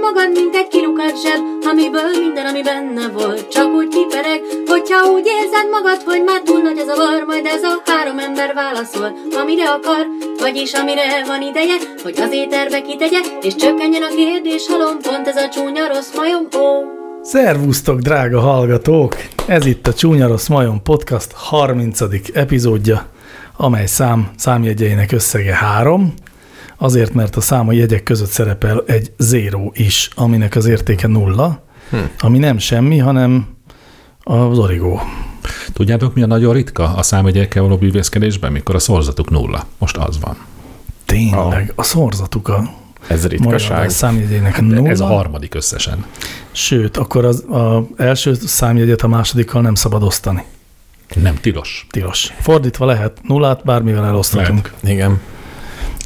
magad, mint egy kilukat zseb, amiből minden, ami benne volt, csak úgy kipereg, hogyha úgy érzed magad, hogy már túl nagy az a var, majd ez a három ember válaszol, amire akar, vagyis amire van ideje, hogy az éterbe kitegye, és csökkenjen a kérdés halom, pont ez a csúnya rossz majom, ó. Szervusztok, drága hallgatók! Ez itt a Csúnya Rossz Majom Podcast 30. epizódja, amely szám számjegyeinek összege 3, azért, mert a száma jegyek között szerepel egy zéró is, aminek az értéke nulla, hm. ami nem semmi, hanem az origó. Tudjátok, mi a nagyon ritka a számjegyekkel való bűvészkedésben, mikor a szorzatuk nulla? Most az van. Tényleg, a szorzatuk a Ez magyar ritkaság. számjegyének De nulla. ez a harmadik összesen. Sőt, akkor az a első számjegyet a másodikkal nem szabad osztani. Nem tilos. Tilos. Fordítva lehet nullát, bármivel eloszthatunk, lehet. Igen.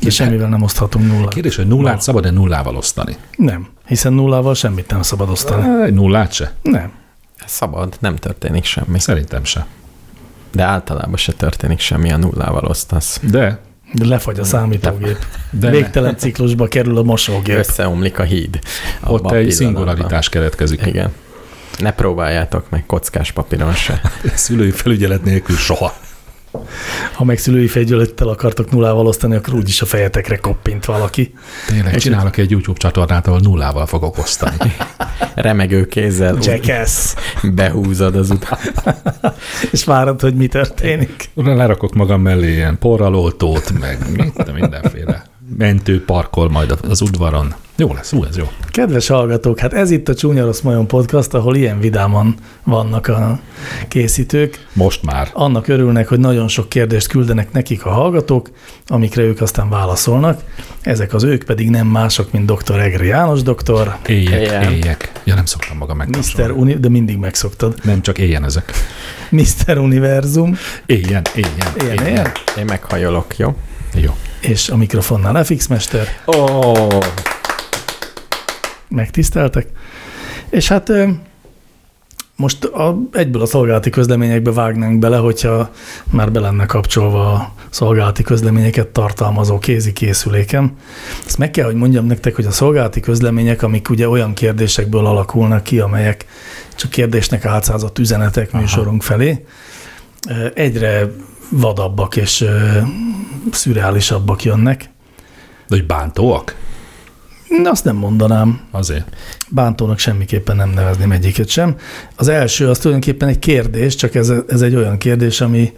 és semmivel nem oszthatunk nullát. Kérdés, hogy nullát szabad-e nullával osztani? Nem, hiszen nullával semmit nem szabad osztani. Egy nullát se? Nem. Szabad, nem történik semmi. Szerintem se. De általában se történik semmi, a nullával osztasz. De, De lefagy a számítógép. de ne. Végtelen ciklusba kerül a mosógép. Összeomlik a híd. abban ott a egy pillanatban. szingularitás keletkezik. Igen. Ne próbáljátok meg kockás papíron se. Szülői felügyelet nélkül soha. Ha meg szülői fegyülettel akartok nullával osztani, akkor úgyis a fejetekre koppint valaki. Tényleg, csinálok egy YouTube csatornát, ahol nullával fogok osztani. Remegő kézzel úgy Jackass! behúzod az utat. És várod, hogy mi történik. Lerakok magam mellé ilyen porralótót, meg mit, mindenféle mentő parkol majd az udvaron. Jó lesz, ú, ez jó. Kedves hallgatók, hát ez itt a Csúnya Rossz Majom Podcast, ahol ilyen vidáman vannak a készítők. Most már. annak örülnek, hogy nagyon sok kérdést küldenek nekik a hallgatók, amikre ők aztán válaszolnak. Ezek az ők pedig nem mások, mint dr. Egri János doktor, Éjek, Igen. éjek. Ja, nem szoktam magam Mr. megtapsolni. Uni- de mindig megszoktad, Nem csak éjjen ezek. Mr. Univerzum, Éjjen, éjjen, Éjjen, éjjen. Én meghajolok, jó? Jó. és a mikrofonnál FX Mester, Ó, oh, megtiszteltek. És hát ö, most a, egyből a szolgálati közleményekbe vágnánk bele, hogyha már be lenne kapcsolva a szolgálati közleményeket tartalmazó kézi készülékem. Ezt meg kell, hogy mondjam nektek, hogy a szolgálati közlemények, amik ugye olyan kérdésekből alakulnak ki, amelyek csak kérdésnek átszázott üzenetek Aha. műsorunk felé, ö, egyre vadabbak és ö, szürreálisabbak jönnek. De hogy bántóak? Azt nem mondanám, Azért. bántónak semmiképpen nem nevezném egyiket sem. Az első az tulajdonképpen egy kérdés, csak ez, ez egy olyan kérdés, ami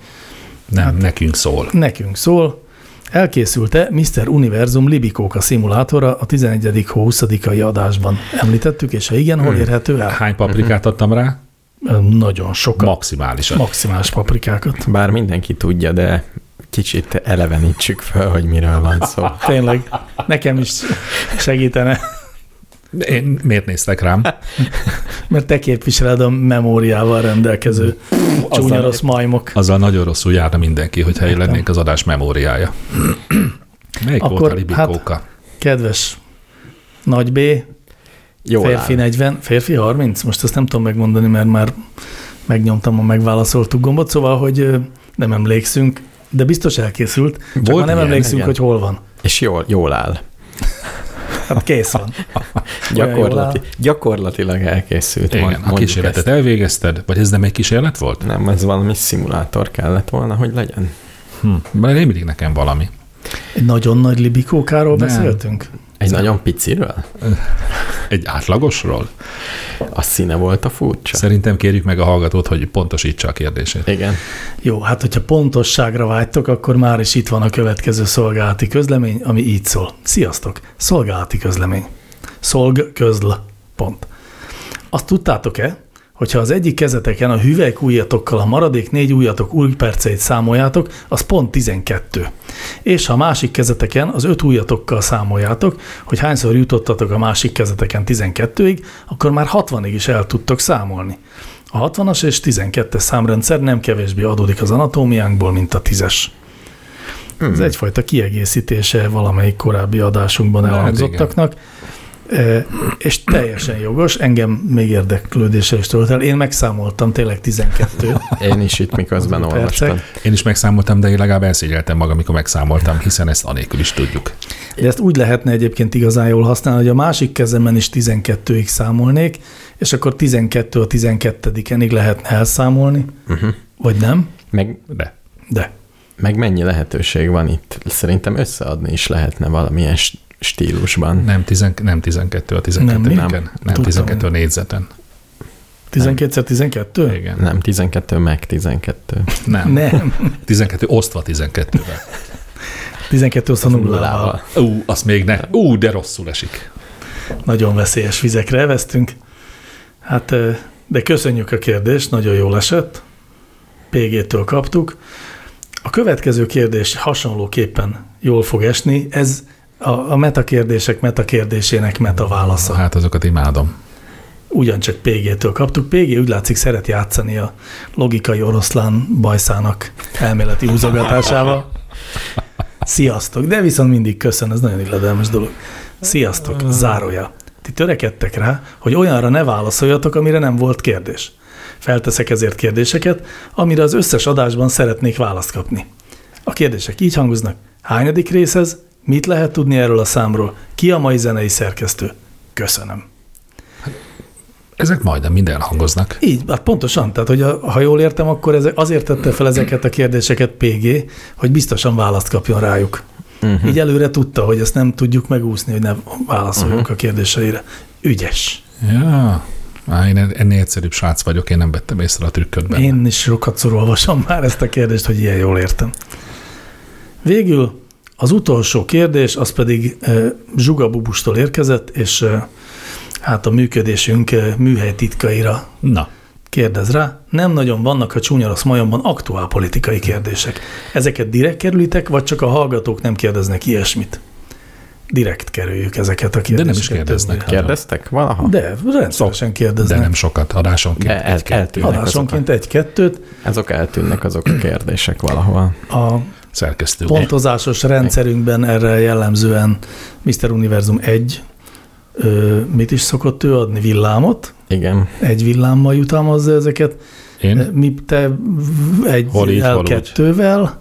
Nem, hát. nekünk szól. nekünk szól. Elkészült-e Mr. Univerzum Libikóka szimulátora a 11. 20 ai adásban? Említettük, és ha igen, hol érhető el? Hány paprikát adtam rá? Ö, Nagyon sokat. Maximálisan. Maximális paprikákat. bár mindenki tudja, de kicsit elevenítsük fel, hogy miről van szó. Tényleg, nekem is segítene, Én, miért néztek rám? mert te képviseled a memóriával rendelkező csúnya rossz majmok. Azzal nagyon rosszul járna mindenki, hogyha én lennék az adás memóriája. Melyik Akkor, Akkor, volt a libikóka? Hát, Kedves Nagy B, Jó Férfi 40, férfi 30, most ezt nem tudom megmondani, mert már megnyomtam a megválaszoltuk gombot, szóval, hogy ö, nem emlékszünk, de biztos elkészült, csak Volt már nem ilyen? emlékszünk, Igen. hogy hol van. És jól, jól áll. Hát kész van. Olyan jól áll. Gyakorlati, gyakorlatilag elkészült. Igen, mond- a mondjuk kísérletet ezt. elvégezted, vagy ez nem egy kísérlet volt? Nem, ez valami szimulátor kellett volna, hogy legyen. Hm. Mert én mindig nekem valami. Egy nagyon nagy libikókáról Nem. beszéltünk? Egy nagyon piciről? Egy átlagosról? A színe volt a furcsa. Szerintem kérjük meg a hallgatót, hogy pontosítsa a kérdését. Igen. Jó, hát hogyha pontosságra vágytok, akkor már is itt van a következő szolgálati közlemény, ami így szól. Sziasztok! Szolgálati közlemény. Szolg közl. Pont. Azt tudtátok-e, hogyha az egyik kezeteken a hüvelyk ujjatokkal a maradék négy ujjatok új perceit számoljátok, az pont 12. És ha a másik kezeteken az öt ujjatokkal számoljátok, hogy hányszor jutottatok a másik kezeteken 12-ig, akkor már 60-ig is el tudtok számolni. A 60-as és 12-es számrendszer nem kevésbé adódik az anatómiánkból, mint a 10-es. Ez egyfajta kiegészítése valamelyik korábbi adásunkban Hát elhangzottaknak. E, És teljesen jogos, engem még érdeklődéssel is tölt el. Én megszámoltam tényleg 12 Én is itt miközben olvastam. percek. Én is megszámoltam, de én legalább elszégyeltem magam, amikor megszámoltam, hiszen ezt anélkül is tudjuk. De ezt úgy lehetne egyébként igazán jól használni, hogy a másik kezemen is 12-ig számolnék, és akkor 12 a 12-enig lehetne elszámolni, Uh-huh. vagy nem, Meg, De. de meg mennyi lehetőség van itt? Szerintem összeadni is lehetne valamilyen s- stílusban. Nem, tizen, nem 12 a 12 Nem, nem, mi? nem, Nem. nem, Tudtam. 12 a négyzeten. 12x12? Igen. Nem 12, meg 12. Nem. nem. Nem, 12 osztva 12-vel. 12 a nullával. Nullával. Ú, azt még ne. Ú, de rosszul esik. Nagyon veszélyes vizekre elvesztünk. Hát, ö, de köszönjük a kérdést, nagyon jól esett. PG-től kaptuk. A következő kérdés hasonlóképpen jól fog esni. Ez a, a meta kérdések meta kérdésének meta válasza. Hát azokat imádom. ugyancsak PG-től kaptuk. PG úgy látszik szeret játszani a logikai oroszlán bajszának elméleti húzogatásával. Sziasztok! De viszont mindig köszön, ez nagyon illedelmes dolog. Sziasztok! Zárója. Ti törekedtek rá, hogy olyanra ne válaszoljatok, amire nem volt kérdés. Felteszek ezért kérdéseket, amire az összes adásban szeretnék választ kapni. A kérdések így hangoznak. Hányadik rész ez? Mit lehet tudni erről a számról? Ki a mai zenei szerkesztő? Köszönöm. Ezek majdnem mind elhangoznak. Így, hát pontosan. Tehát, hogy a, ha jól értem, akkor ez, azért tette fel ezeket a kérdéseket PG, hogy biztosan választ kapjon rájuk. Uh-huh. Így előre tudta, hogy ezt nem tudjuk megúszni, hogy ne válaszoljunk uh-huh. a kérdéseire. Ügyes. Ja. Á, én ennél egyszerűbb srác vagyok, én nem vettem észre a trükköt benne. Én is sokat olvasom már ezt a kérdést, hogy ilyen jól értem. Végül az utolsó kérdés, az pedig eh, Zsuga Bubustól érkezett, és eh, hát a működésünk eh, műhely titkaira Na, Kérdez rá, nem nagyon vannak a csúnya rossz majomban aktuál politikai kérdések. Ezeket direkt kerülitek, vagy csak a hallgatók nem kérdeznek ilyesmit? Direkt kerüljük ezeket a de kérdéseket. nem is kérdeznek. többnyire. Kérdeztek valaha? De rendszeresen De kérdeznek. nem sokat adásonként. De el, eltűnnek azok, a, Adásonként egy-kettőt. azok eltűnnek azok a kérdések valahol. A Szerkesztő. úr. pontozásos rendszerünkben erre jellemzően Mr. Univerzum 1 ö, mit is szokott ő adni? Villámot? Igen. Egy villámmal jutalmazza ezeket. Én? Mi te v- egy Hol így, el hol úgy. kettővel,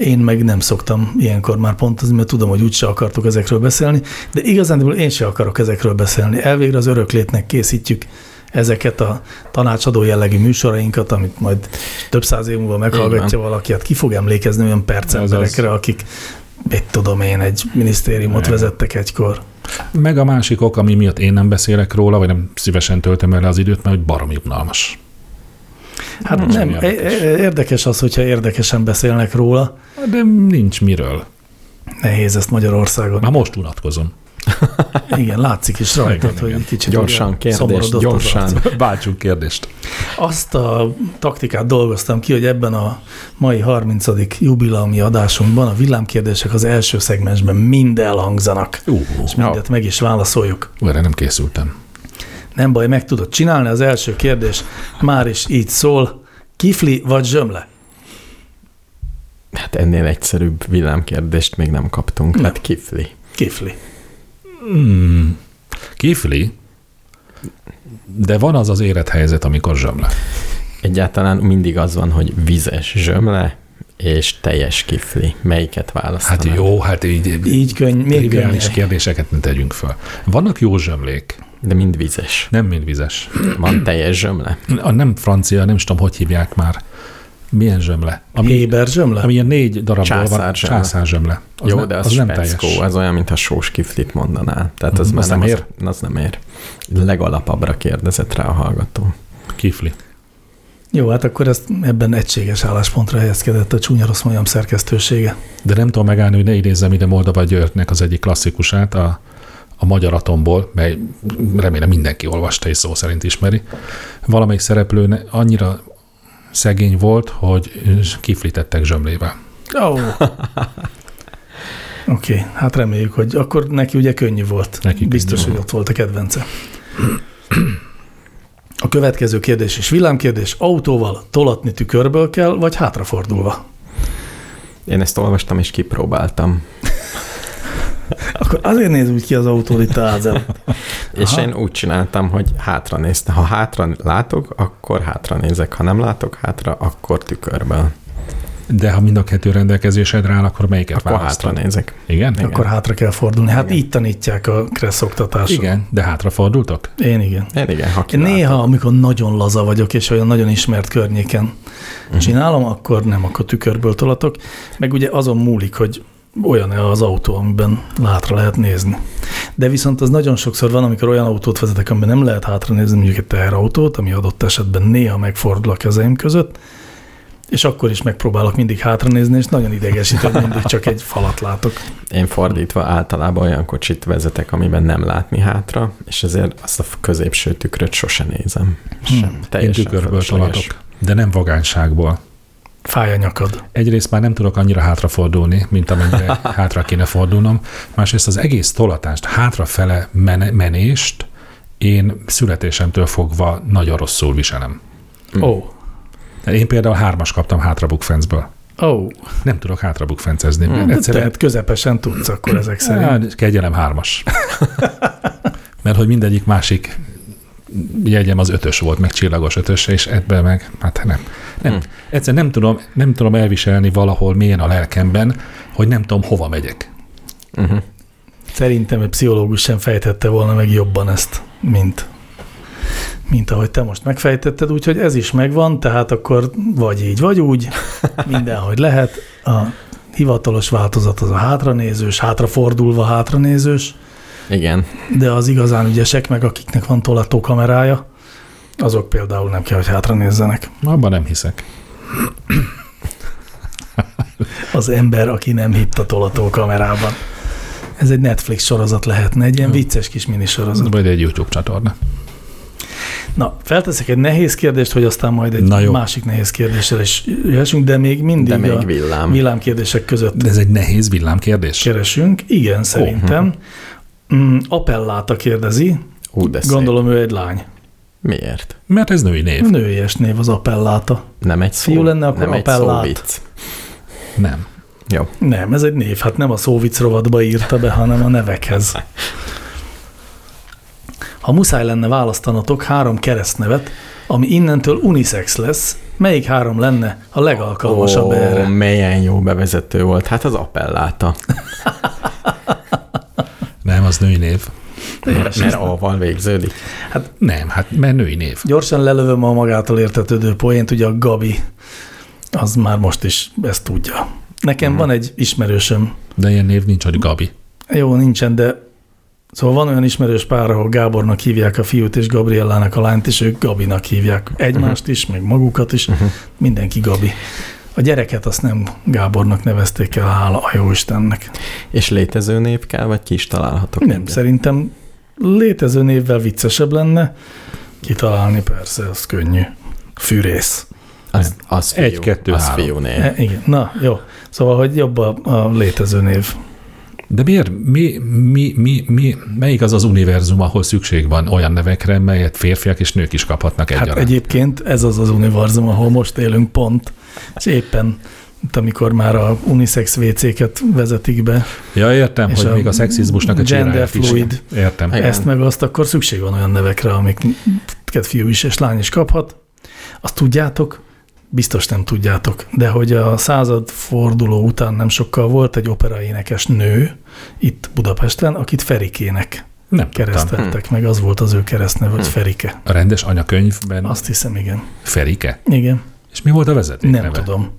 én meg nem szoktam ilyenkor már pontozni, mert tudom, hogy úgyse akartok ezekről beszélni, de igazán én se akarok ezekről beszélni. Elvégre az öröklétnek készítjük ezeket a tanácsadó jellegű műsorainkat, amit majd több száz év múlva Így meghallgatja valaki, hát ki fog emlékezni olyan Azaz. percemberekre, akik mit tudom én, egy minisztériumot Nem. vezettek egykor. Meg a másik ok, ami miatt én nem beszélek róla, vagy nem szívesen töltöm el az időt, mert hogy baromi unalmas. Hát Nem, nem, érdekes. e- e- érdekes az, hogyha érdekesen beszélnek róla, De nincs miről. nehéz ezt Magyarországon. Már most unatkozom. Igen, látszik is rajtad, Igen, hogy igen. egy kicsit Gyorsan, ugye kérdés, szomorodott az gyorsan. arc. Váltsunk kérdést. Azt a taktikát dolgoztam ki, hogy ebben a mai 30. jubileumi adásunkban a villámkérdések az első szegmensben mind elhangzanak. Ú, És mindet meg is válaszoljuk. ú, erre nem készültem. Nem baj, meg tudod csinálni. Az első kérdés már is így szól. Kifli vagy zsömle? Hát ennél egyszerűbb villámkérdést még nem kaptunk. Nem. Nem. Hát kifli. Kifli. Hmm. Kifli, de van az az élethelyzet, amikor zsömle. Egyáltalán mindig az van, hogy vizes zsömle és teljes kifli. Melyiket Hát választanak? jó, hát így, így Így könny, még triviális könnyebb. kérdéseket nem tegyünk föl. Vannak jó zsömlék, De mind vizes. nem mind vizes. Van teljes zsömle? A nem francia, nem is tudom, hogy hívják már. Milyen zsömle? Ami, Héber zsömle? ami ilyen négy darabból van. Császár zsömle. Császár zsömle. Az Jó, ne- de az, az nem teljes. az olyan, mintha sós kiflit mondanál. Tehát az Mhm, már az nem nem az, az nem ér. Legalapabbra kérdezett rá a hallgató. Kifli. Jó, hát akkor ezt ebben egységes álláspontra helyezkedett a csúnya rossz majom szerkesztősége. De nem tudom megállni, hogy ne idézzem ide Moldova Györgynek az egyik klasszikusát, a, a Magyar Atomból, mely remélem mindenki olvasta és szó szerint ismeri. Valamelyik szereplő ne- annyira szegény volt, hogy kiflitettek zsömlével. Ó. Oké, okay, hát reméljük, hogy akkor neki ugye könnyű volt. Neki könnyű Biztos, hogy volt. ott volt a kedvence. A következő kérdés is villámkérdés. Autóval tolatni tükörből kell, vagy hátrafordulva? Én ezt olvastam és kipróbáltam. Akkor azért néz úgy ki az autó itt a ház előtt. És én úgy csináltam, hogy hátra néztem. Ha hátra látok, akkor hátra nézek. Ha nem látok hátra, akkor tükörben. De ha mind a kettő rendelkezésedre áll, akkor melyiket Akkor hátra választod? nézek. Igen? Igen. Akkor hátra kell fordulni. Hát Igen. így tanítják a kressz oktatáson. Igen, de hátrafordultok? Én igen. Én igen, ha Én kilátom. néha, amikor nagyon laza vagyok, és olyan nagyon ismert környéken Mhm. csinálom, akkor nem, akkor tükörből tolatok. Meg ugye azon múlik, hogy olyan-e az autó, amiben hátra lehet nézni. De viszont az nagyon sokszor van, amikor olyan autót vezetek, amiben nem lehet hátra nézni, mondjuk egy teherautót, ami adott esetben néha megfordul a kezeim között, és akkor is megpróbálok mindig hátra nézni, és nagyon idegesít, hogy mindig csak egy falat látok. Én fordítva általában olyan kocsit vezetek, amiben nem látni hátra, és ezért azt a középső tükröt sose nézem. Sem. Hmm. Én Teljesen tükörből fölösleges. tolatok, de nem vagányságból. Fáj a nyakad. Egyrészt már nem tudok annyira hátrafordulni, mint amennyire hátra kéne fordulnom. Másrészt az egész tolatást, hátrafele men- menést én születésemtől fogva nagyon rosszul viselem. Mhm. Ó, ó, Én például hármas kaptam hátrabukfencből. oh. Nem tudok hátrabukfencezni. Hmm. Hmm. oh. Egyszerűen tehát közepesen tudsz akkor ezek szerint. Hát, kegyelem hármas. Mert hogy mindegyik másik jegyem az ötös volt, meg csillagos ötös, és ebben meg, hát nem. nem. Hmm. Egyszer nem tudom, nem tudom elviselni valahol mélyen a lelkemben, hogy nem tudom, hova megyek. Uh-huh. Szerintem egy pszichológus sem fejtette volna meg jobban ezt, mint, mint ahogy te most megfejtetted, úgyhogy ez is megvan, tehát akkor vagy így, vagy úgy, mindenhogy lehet. A hivatalos változat az a hátranézős, hátrafordulva hátranézős, Igen, de az igazán ügyesek, meg akiknek van tolató kamerája, azok például nem kell, hogy hátranézzenek. Abban nem hiszek. Az ember, aki nem hitt a tolató kamerában. Ez egy Netflix sorozat lehetne, egy ilyen vicces kis minisorozat. Vagy egy YouTube csatorna. Na, felteszek egy nehéz kérdést, hogy aztán majd egy Na jó. másik nehéz kérdéssel is jöhessünk, de még mindig de a még villám. villámkérdések között De ez egy nehéz villámkérdés. keresünk. Igen, szerintem. Mm, Appelláta kérdezi, Ú, de hm. szép. gondolom ő egy lány. Miért? Mert ez női név. Nőies név az appelláta. Nem egy szó, Fiú lenne, akkor nem egy szó appellát. vicc. Nem. Jó. Nem, ez egy név, hát nem a szóvic rovatba írta be, hanem a nevekhez. Ha muszáj lenne választanatok három keresztnevet, ami innentől unisex lesz, melyik három lenne a legalkalmasabb Ó, erre? Hát milyen jó bevezető volt. Hát az appelláta. Nem, az női név. Mert A-val végződik. Nem, hát mert női név. Gyorsan lelövöm a magától értetődő poént, ugye a Gabi, az már most is ezt tudja. Nekem van egy ismerősöm, De ilyen név nincs, hogy Gabi. jó, nincsen, de szóval van olyan ismerős pár, ahol Gábornak hívják a fiút, és Gabriellának a lányt, és ők Gabinak hívják egymást is, meg magukat is, mindenki Gabi. A gyereket azt nem Gábornak nevezték el, hála a jó Istennek. És létező név kell, vagy ki is találhatok? Nem, egyet? szerintem létező névvel viccesebb lenne, kitalálni persze, az könnyű. Fűrész. Az, az fiú. Egy, kettő, az három. fiú név. E, igen, na jó. Szóval, hogy jobb a, a létező név. De miért, mi, mi, mi, mi, melyik az az univerzum, ahol szükség van olyan nevekre, melyet férfiak és nők is kaphatnak Hát egyaránt? egyébként ez az az univerzum, ahol most élünk pont, és éppen itt, amikor már a unisex WC-ket vezetik be, Ja, értem, és hogy a még a szexizmusnak a gender csiráját is. fluid. Értem. Igen. ezt meg azt, akkor szükség van olyan nevekre, amiket fiú is és lány is kaphat. Azt tudjátok, biztos nem tudjátok, de hogy a század forduló után nem sokkal volt egy operaénekes nő itt Budapesten, akit Ferikének Nem tudtam. kereszteltek meg, az volt az ő keresztneve, hogy Ferike. A rendes anyakönyvben Azt hiszem, igen. Ferike. Igen, És mi volt a vezeték nem neve? tudom.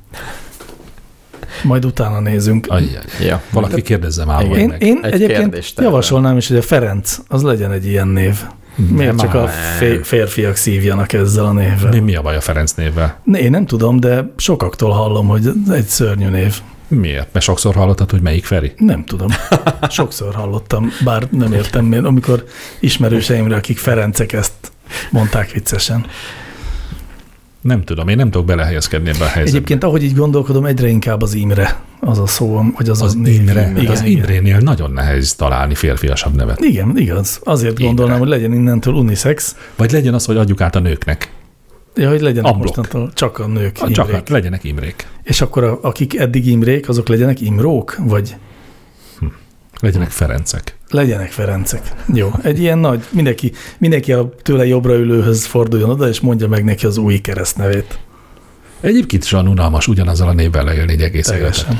Majd utána nézünk. Ajjaj. Ja. Valaki kérdezze már Igen. majd Hát- Én, meg. én Egy egyébként kérdést erre. javasolnám is, hogy a Ferenc, az legyen egy ilyen név. Miért csak a fé- férfiak szívjanak ezzel a Mi, névvel? mi a baj a Ferenc névvel? Ne, Én nem tudom, de sokaktól hallom, hogy ez egy szörnyű név. Miért? Mert sokszor hallottad, hogy melyik Feri? Nem tudom. Sokszor hallottam, bár nem értem miért, amikor ismerőseimre, akik Ferencek ezt mondták viccesen. Nem tudom, én nem tudok belehelyezkedni ebbe a helyzetbe. Egyébként, ahogy így gondolkodom, egyre inkább az Imre az a szó, vagy az az a név. Imre, Hát Igen, az igen. Imrénél nagyon nehéz találni férfiasabb nevet. Igen, igaz. Azért Imre. gondolnám, hogy legyen innentől unisex, Vagy legyen az, hogy adjuk át a nőknek. ja, hogy legyenek Ablok. mostantól csak a nők A Imrék. Csak hát legyenek Imrék. És akkor a, akik eddig Imrék, azok legyenek Imrók? Vagy Legyenek Ferencek. Legyenek Ferencek. Jó, egy ilyen nagy, mindenki, mindenki a tőle jobbra ülőhöz forduljon oda, és mondja meg neki az új keresztnevét. Egyébként is olyan unalmas ugyanazzal a névvel leélni egy egész életet. Teljesen.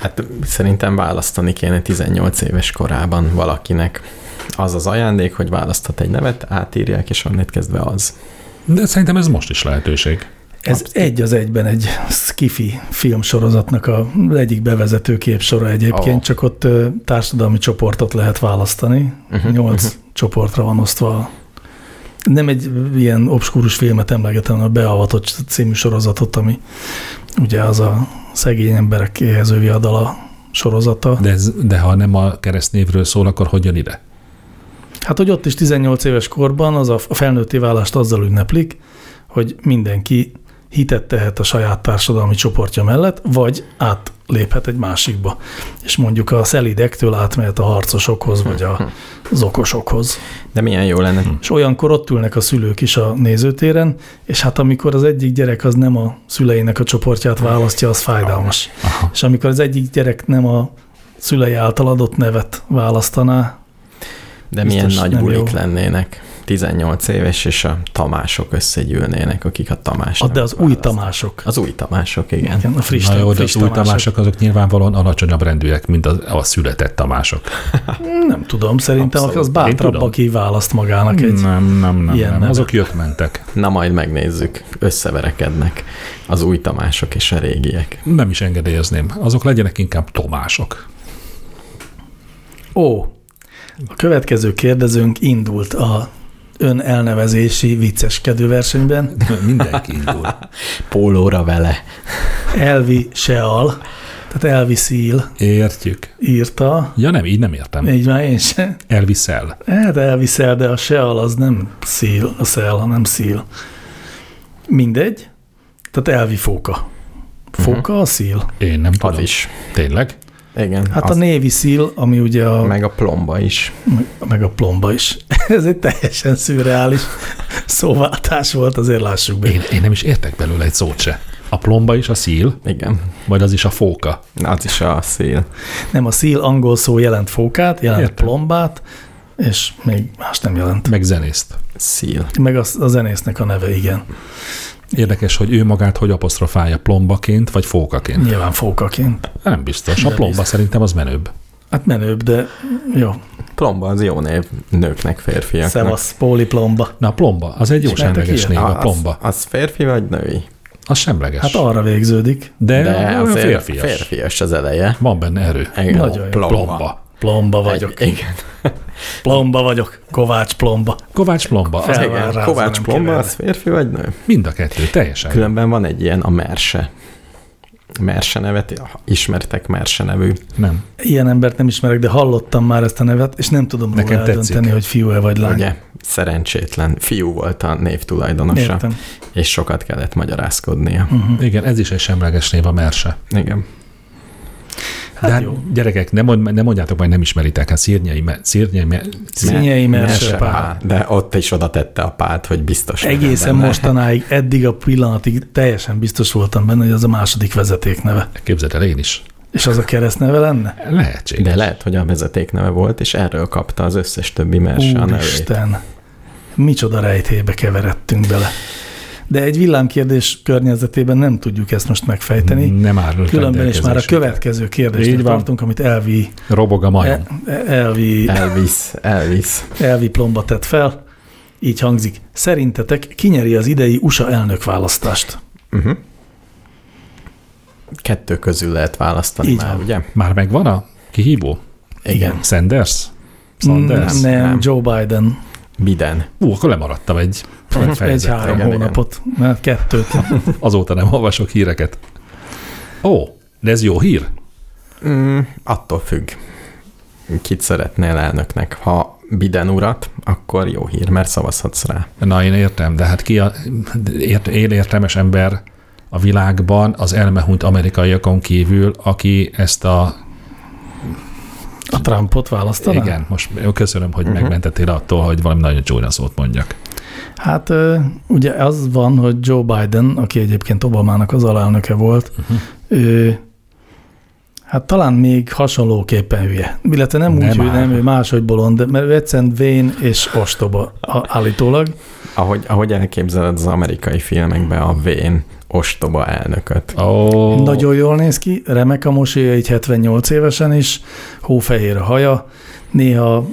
Hát szerintem választani kéne 18 éves korában valakinek. Az az ajándék, hogy választhat egy nevet, átírják, és onnét kezdve az. De szerintem ez most is lehetőség. Ez egy az egyben egy skifi filmsorozatnak a egyik bevezető képsora egyébként, Ó. oh. csak ott ö, társadalmi csoportot lehet választani. Mhm, Uh-huh, Nyolc uh-huh. csoportra van osztva. a- Nem egy ilyen obskúrus filmet emlegetem, a Beavatott című sorozatot, ami ugye az a szegény emberek éhező viadala sorozata. De, ez, de ha nem a keresztnévről szól, akkor hogyan ide? Hát, hogy ott is 18 éves korban az a a felnőtté válást azzal ünneplik, hogy mindenki hitet tehet a saját társadalmi csoportja mellett, vagy átléphet egy másikba. És mondjuk a szelidektől átmehet a harcosokhoz, Mhm. vagy a Mhm. az okosokhoz. Mhm. De milyen jó lenne. És olyankor ott ülnek a szülők is a nézőtéren, és hát amikor az egyik gyerek az nem a szüleinek a csoportját választja, az fájdalmas. Aha. És amikor az egyik gyerek nem a szülei által adott nevet választaná, De Biztos milyen nagy nem bulik jó. lennének. 18 éves, és a Tamások összegyűlnének, akik a Tamás. ad ah, de az új választanak. Tamások. Az új Tamások, igen. Igen, a friss, Na jó, de friss az új Tamások. Tamások azok nyilvánvalóan alacsonyabb rendűek, mint a, a született Tamások. Nem tudom, szerintem Abszolút. az Én bátrabb, tudom. aki választ magának egy. Nem. nem, nem. ilyen nem. neve. Azok jött-mentek. Na majd megnézzük, összeverekednek az új Tamások és a régiek. Nem is engedélyezném. Azok legyenek inkább Tomások. Ó, a következő kérdezőnk indult a ön elnevezési vicceskedő versenyben. Mindenki indul. Pólóra vele. Elvi Seal, tehát Elvi Seal Értjük. írta. Ja nem, így nem értem. Így már én sem. Elviszel. Hát elviszel, de a seal az nem szíl, a szel, hanem szíl. Mindegy. Tehát elvi fóka. Mhm. Fóka a szíl. Én nem tudom. Az is. Tényleg? Igen. Hát a az, névi szíl, ami ugye a... meg a plomba is. meg a plomba is. Ez egy teljesen szürreális szóváltás volt, azért lássuk be. Én, én nem is értek belőle egy szót se. A plomba is a szíl, Igen. vagy az is a fóka. Az is a szél. Nem, a szíl angol szó jelent fókát, jelent Értem. Értem. plombát, és még más nem jelent. Meg zenészt. Szél. Meg az, a zenésznek a neve, igen. Érdekes, hogy ő magát hogy apostrofálja plombaként, vagy fókaként. Nyilván fókaként. Nem biztos. A De plomba biztos. szerintem az menőbb. Hát menőbb, de jó. Plomba az jó név nőknek, férfiaknak. Szevasz, Póli plomba. Na, a plomba, az egy jó Ismertek semleges név, ilyen? a A- Ah, Az, plomba. az férfi vagy női? Az semleges. Hát arra végződik. de, de olyan azért férfias. férfias az eleje. Van benne erő. Igen. Nagyon jó. plomba. Plomba. Plomba vagyok. Egy, igen. Plomba vagyok. Kovács plomba. Kovács plomba. Az Fel- egy, van igen. rá, Kovács nem Plomba, keverni. az férfi vagy nő? mind a kettő, teljesen. Különben van egy ilyen a Merse. Merse nevet, ismertek Merse nevű. Nem. Ilyen embert nem ismerek, de hallottam már ezt a nevet, és nem tudom Nekem róla eldönteni, tetszik. hogy fiú-e vagy lány. Ugye, szerencsétlen fiú volt a névtulajdonosa, Értem. Mhm. és sokat kellett magyarázkodnia. Igen, ez is egy semleges név, a merse. Igen. Hát de hát jó. gyerekek, nem, mond, nem mondjátok, majd nem ismeritek, hát szírnyei, me- szírnyei me- Színyei Merse Merse pár. Pál. De ott is oda tette a pát, hogy biztos. hogy Egészen benne. mostanáig, eddig a pillanatig teljesen biztos voltam benne, hogy az a második vezeték neve. képzeld el, én is. És az a keresztneve lenne? Lehetséges. De lehet, hogy a vezeték neve volt, és erről kapta az összes többi Merse a nevét. Úristen, micsoda rejtélybe keveredtünk bele. De egy villámkérdés környezetében nem tudjuk ezt most megfejteni. Nem áll Különben is már a következő Így kérdést van. tartunk, amit Elvi, Robog a majom. E- E- Elvi, Elvis, Elvis. Elvi plomba tett fel. Így hangzik. Szerintetek kinyeri az idei USA elnökválasztást? Uh-huh. Kettő közül lehet választani Így már, van. ugye? Már megvan a kihívó? Igen. Sanders? Nem, Sanders? nem, Nem. Joe Biden. Biden. Ú, akkor lemaradtam egy, egy Egy fejezet. három igen, igen. hónapot, mert kettőt. Azóta nem olvasok híreket. Ó, de ez jó hír. Mm, attól függ, kit szeretnél elnöknek. Ha Biden urat, akkor jó hír, mert szavazhatsz rá. Na, én értem, de hát ki a ért, én értelmes ember a világban az elmehúnyt amerikaiakon kívül, aki ezt a... A Trumpot választaná? Igen, most köszönöm, hogy Mhm. uh-huh. megmentettél attól, hogy valami nagyon csúnya szót mondjak. Hát ö, ugye az van, hogy Joe Biden, aki egyébként Obamának az alelnöke volt, uh-huh. ő, Hát talán még hasonlóképpen hülye. Illetve nem, Nem úgy, hogy áll. nem, ő máshogy bolond, de mert ő egyszerűen vén és ostoba a- állítólag. Ahogy, ahogy elképzeled az amerikai filmekben a vén ostoba elnököt. Oh, Nagyon jól néz ki, remek a mosolya, így 78 évesen is, hófehér a haja, néha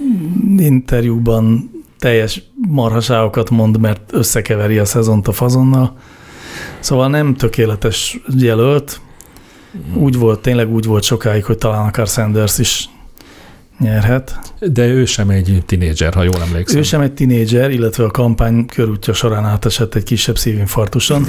interjúban teljes marhaságokat mond, mert összekeveri a szezont a fazonnal. Szóval nem tökéletes jelölt. Úgy volt, tényleg úgy volt sokáig, hogy talán akár Sanders is nyerhet. De ő sem egy tinédzser, ha jól emlékszem. Ő sem egy tinédzser, illetve a kampány körútja során átesett egy kisebb szívinfarktuson,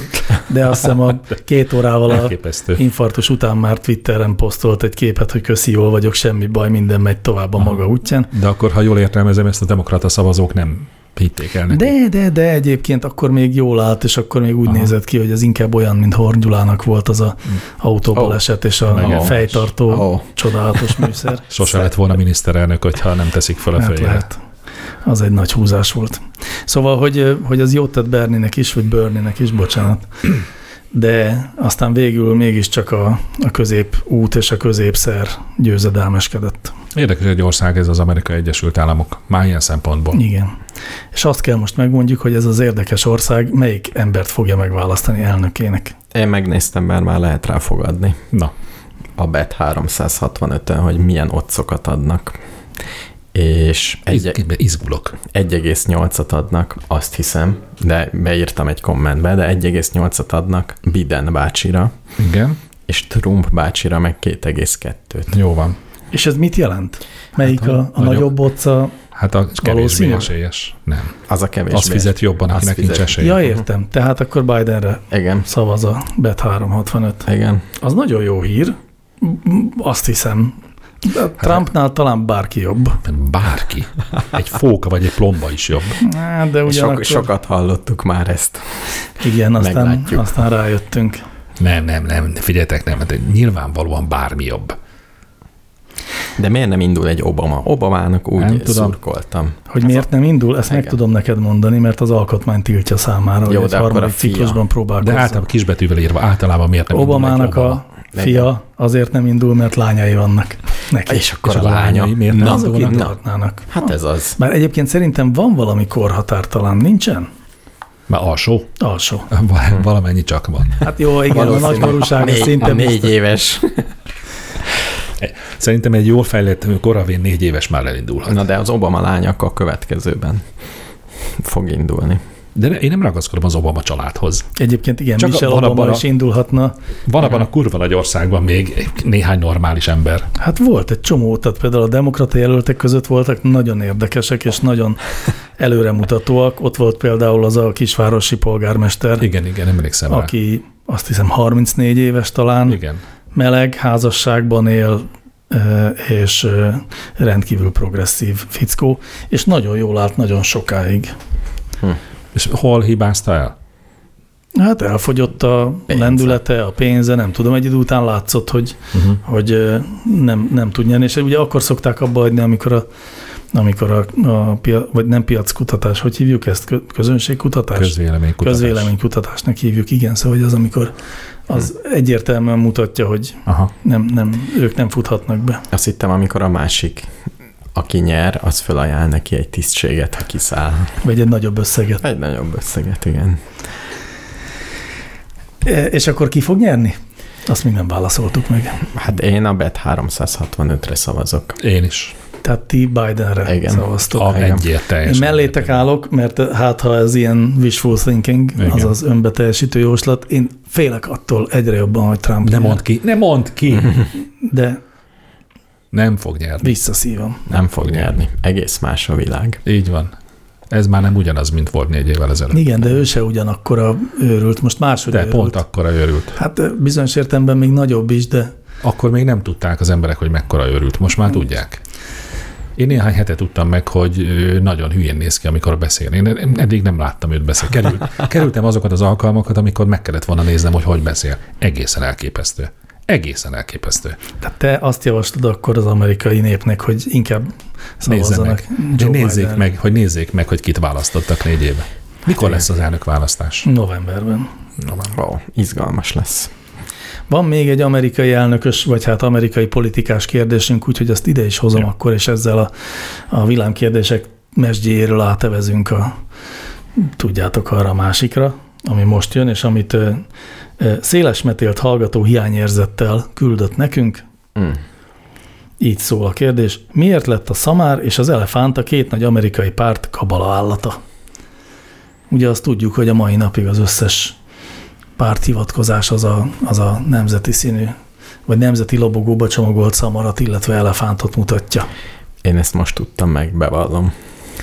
de azt hiszem a két órával a Elképesztő. infarktus után már Twitteren posztolt egy képet, hogy köszi, jól vagyok, semmi baj, minden megy tovább a Aha. maga útján. De akkor, ha jól értelmezem, ezt a demokrata szavazók nem hitték el neki. De, de, de egyébként akkor még jól állt, és akkor még úgy Aha. Hm. nézett ki, hogy ez inkább olyan, mint Horn Gyulának volt az a autóból Oh. esett, és a Meges. fejtartó csodálatos műszer. Sose lett volna miniszterelnök, hogyha nem teszik fel a Hát fejére. lehet. Az egy nagy húzás volt. Szóval, hogy, hogy az jót tett Berninek is, vagy Berninek is, bocsánat. De aztán végül mégiscsak a, a középút és a középszer győzedelmeskedett. Érdekes egy ország, ez az Amerikai Egyesült Államok. Már ilyen szempontból. Igen. És azt kell most megmondjuk, hogy ez az érdekes ország melyik embert fogja megválasztani elnökének. Én megnéztem, mert már lehet rá fogadni Na, a BET 365-ön, hogy milyen otcokat adnak. És egy, Egy... izgulok. 1,8-at adnak, azt hiszem, de beírtam egy kommentbe, de 1,8-at adnak Biden bácsira, Igen, és Trump bácsira meg 2,2-t. jó van. És ez mit jelent? Melyik Hát a, a a, a nagyobb- nagyobb otca? Hát a kevésbé Valószínű. esélyes. Nem. Az a kevés. Azt fizet jobban, Azt akinek nincs fizet. esélye. Ja, értem. Tehát akkor Bidenre Igen. szavaz a Bet 365. Igen. Az nagyon jó hír, M- azt hiszem. Hát- De Trumpnál talán bárki jobb. Bárki. Egy fóka vagy egy plomba is jobb. Hát, De Sok, ugyanakkor, sok, sokat hallottuk már ezt. igen, aztán, meglátjuk. aztán rájöttünk. Nem, nem, nem, figyeljetek, nem, hát nyilvánvalóan bármi jobb. De miért nem indul egy Obama? Obamának úgy Nem nem tudom. szurkoltam. Hogy miért nem indul, ezt meg Igen. tudom neked mondani, mert az alkotmány tiltja számára, hogy Jó, de egy akkor a harmadik fia. hát ciklusban De próbálkozzon. általában kisbetűvel írva, általában miért nem Obamának a Legyen. fia azért nem indul, mert lányai vannak neki. És akkor És a a lányai lánya. miért nem na, azok na, indulhatnának. Hát ez az. Bár egyébként szerintem van valami korhatár talán, nincsen? Már alsó? Alsó. Val- Valamennyi csak van. Hát jó, igen, a Valószínű. nagykorúság Négy- a szinte négy éves. Szerintem egy jól fejlett koravén négy éves már elindulhat. Na de az Obama lány akkor a következőben fog indulni. De ne- én nem ragaszkodom az Obama családhoz. Egyébként igen, Csak Csak a- Michelle van Obama abban a- is indulhatna. Van abban a kurva nagy országban még néhány normális ember. Hát volt egy csomó, tehát például a demokrata jelöltek között voltak nagyon érdekesek és nagyon előremutatóak. Ott volt például az a kisvárosi polgármester, Igen, igen, emlékszem rá. aki azt hiszem 34 éves talán, Igen. meleg, házasságban él, ö, és ö, rendkívül progresszív fickó, és nagyon jól állt nagyon sokáig. És hol hibázta el? Hát elfogyott a Pénze. lendülete, a pénze, nem tudom, egy idő után látszott, hogy Uh-huh. hogy ö, nem, nem tud nyerni, és ugye akkor szokták abba hagyni, amikor a, amikor a, a pia, vagy nem piackutatás, hogy hívjuk ezt, Kö- közönségkutatás? Közvéleménykutatás. Közvéleménykutatásnak hívjuk, igen, szóval hogy az, amikor az egyértelműen mutatja, hogy Aha. nem, nem, ők nem futhatnak be. Azt hittem, amikor a másik, aki nyer, az felajánl neki egy tisztséget, ha kiszáll. Vagy egy nagyobb összeget. Egy nagyobb összeget, igen. E, és akkor ki fog nyerni? Azt még nem válaszoltuk meg. Hát én a BET 365-re szavazok. Én is. Tehát ti Bidenre Igen. igen. szavaztok. A igen. egyértelműen. Én mellétek állok, mert hát ha ez ilyen wishful thinking, Igen. Igen. azaz önbeteljesítő jóslat, én félek attól egyre jobban, hogy Trump Ne nyer, mondd ki, ne mondd ki! de Nem fog nyerni. visszaszívom. Nem fog nyerni. Egész más a világ. Így van. Ez már nem ugyanaz, mint volt négy évvel ezelőtt. Igen, de ő se ugyanakkora őrült, most máshogy De őrült. pont akkora őrült. Hát ö, bizonyos értelemben még nagyobb is, de Akkor még nem tudták az emberek, hogy mekkora őrült. Most már tudják. Én néhány hete tudtam meg, hogy ő nagyon hülyén néz ki, amikor beszél. Én eddig nem láttam őt beszélni. Került, kerültem azokat az alkalmakat, amikor meg kellett volna néznem, hogy hogy beszél. Egészen elképesztő. Egészen elképesztő. tehát hát te azt javaslod akkor az amerikai népnek, hogy inkább Nézze meg. szavazzanak De Joe nézzék Bidenre. meg, hogy nézzék meg, hogy kit választottak négy éve. Mikor lesz az elnök választás? Novemberben. Ó, izgalmas lesz. Van még egy amerikai elnökös, vagy hát amerikai politikás kérdésünk, úgyhogy ezt ide is hozom Jó. akkor, és ezzel a, a világkérdések mesdjéről átevezünk a, tudjátok, arra a másikra, ami most jön, és amit ö, ö, szélesmetélt hallgató hiányérzettel küldött nekünk. Mm. Hmm. Így szól a kérdés, miért lett a szamár és az elefánt a két nagy amerikai párt kabala állata? Ugye azt tudjuk, hogy a mai napig az összes párt hivatkozás az a, az a nemzeti színű, vagy nemzeti lobogóba csomagolt szamarat, illetve elefántot mutatja. Én ezt most tudtam meg, bevallom.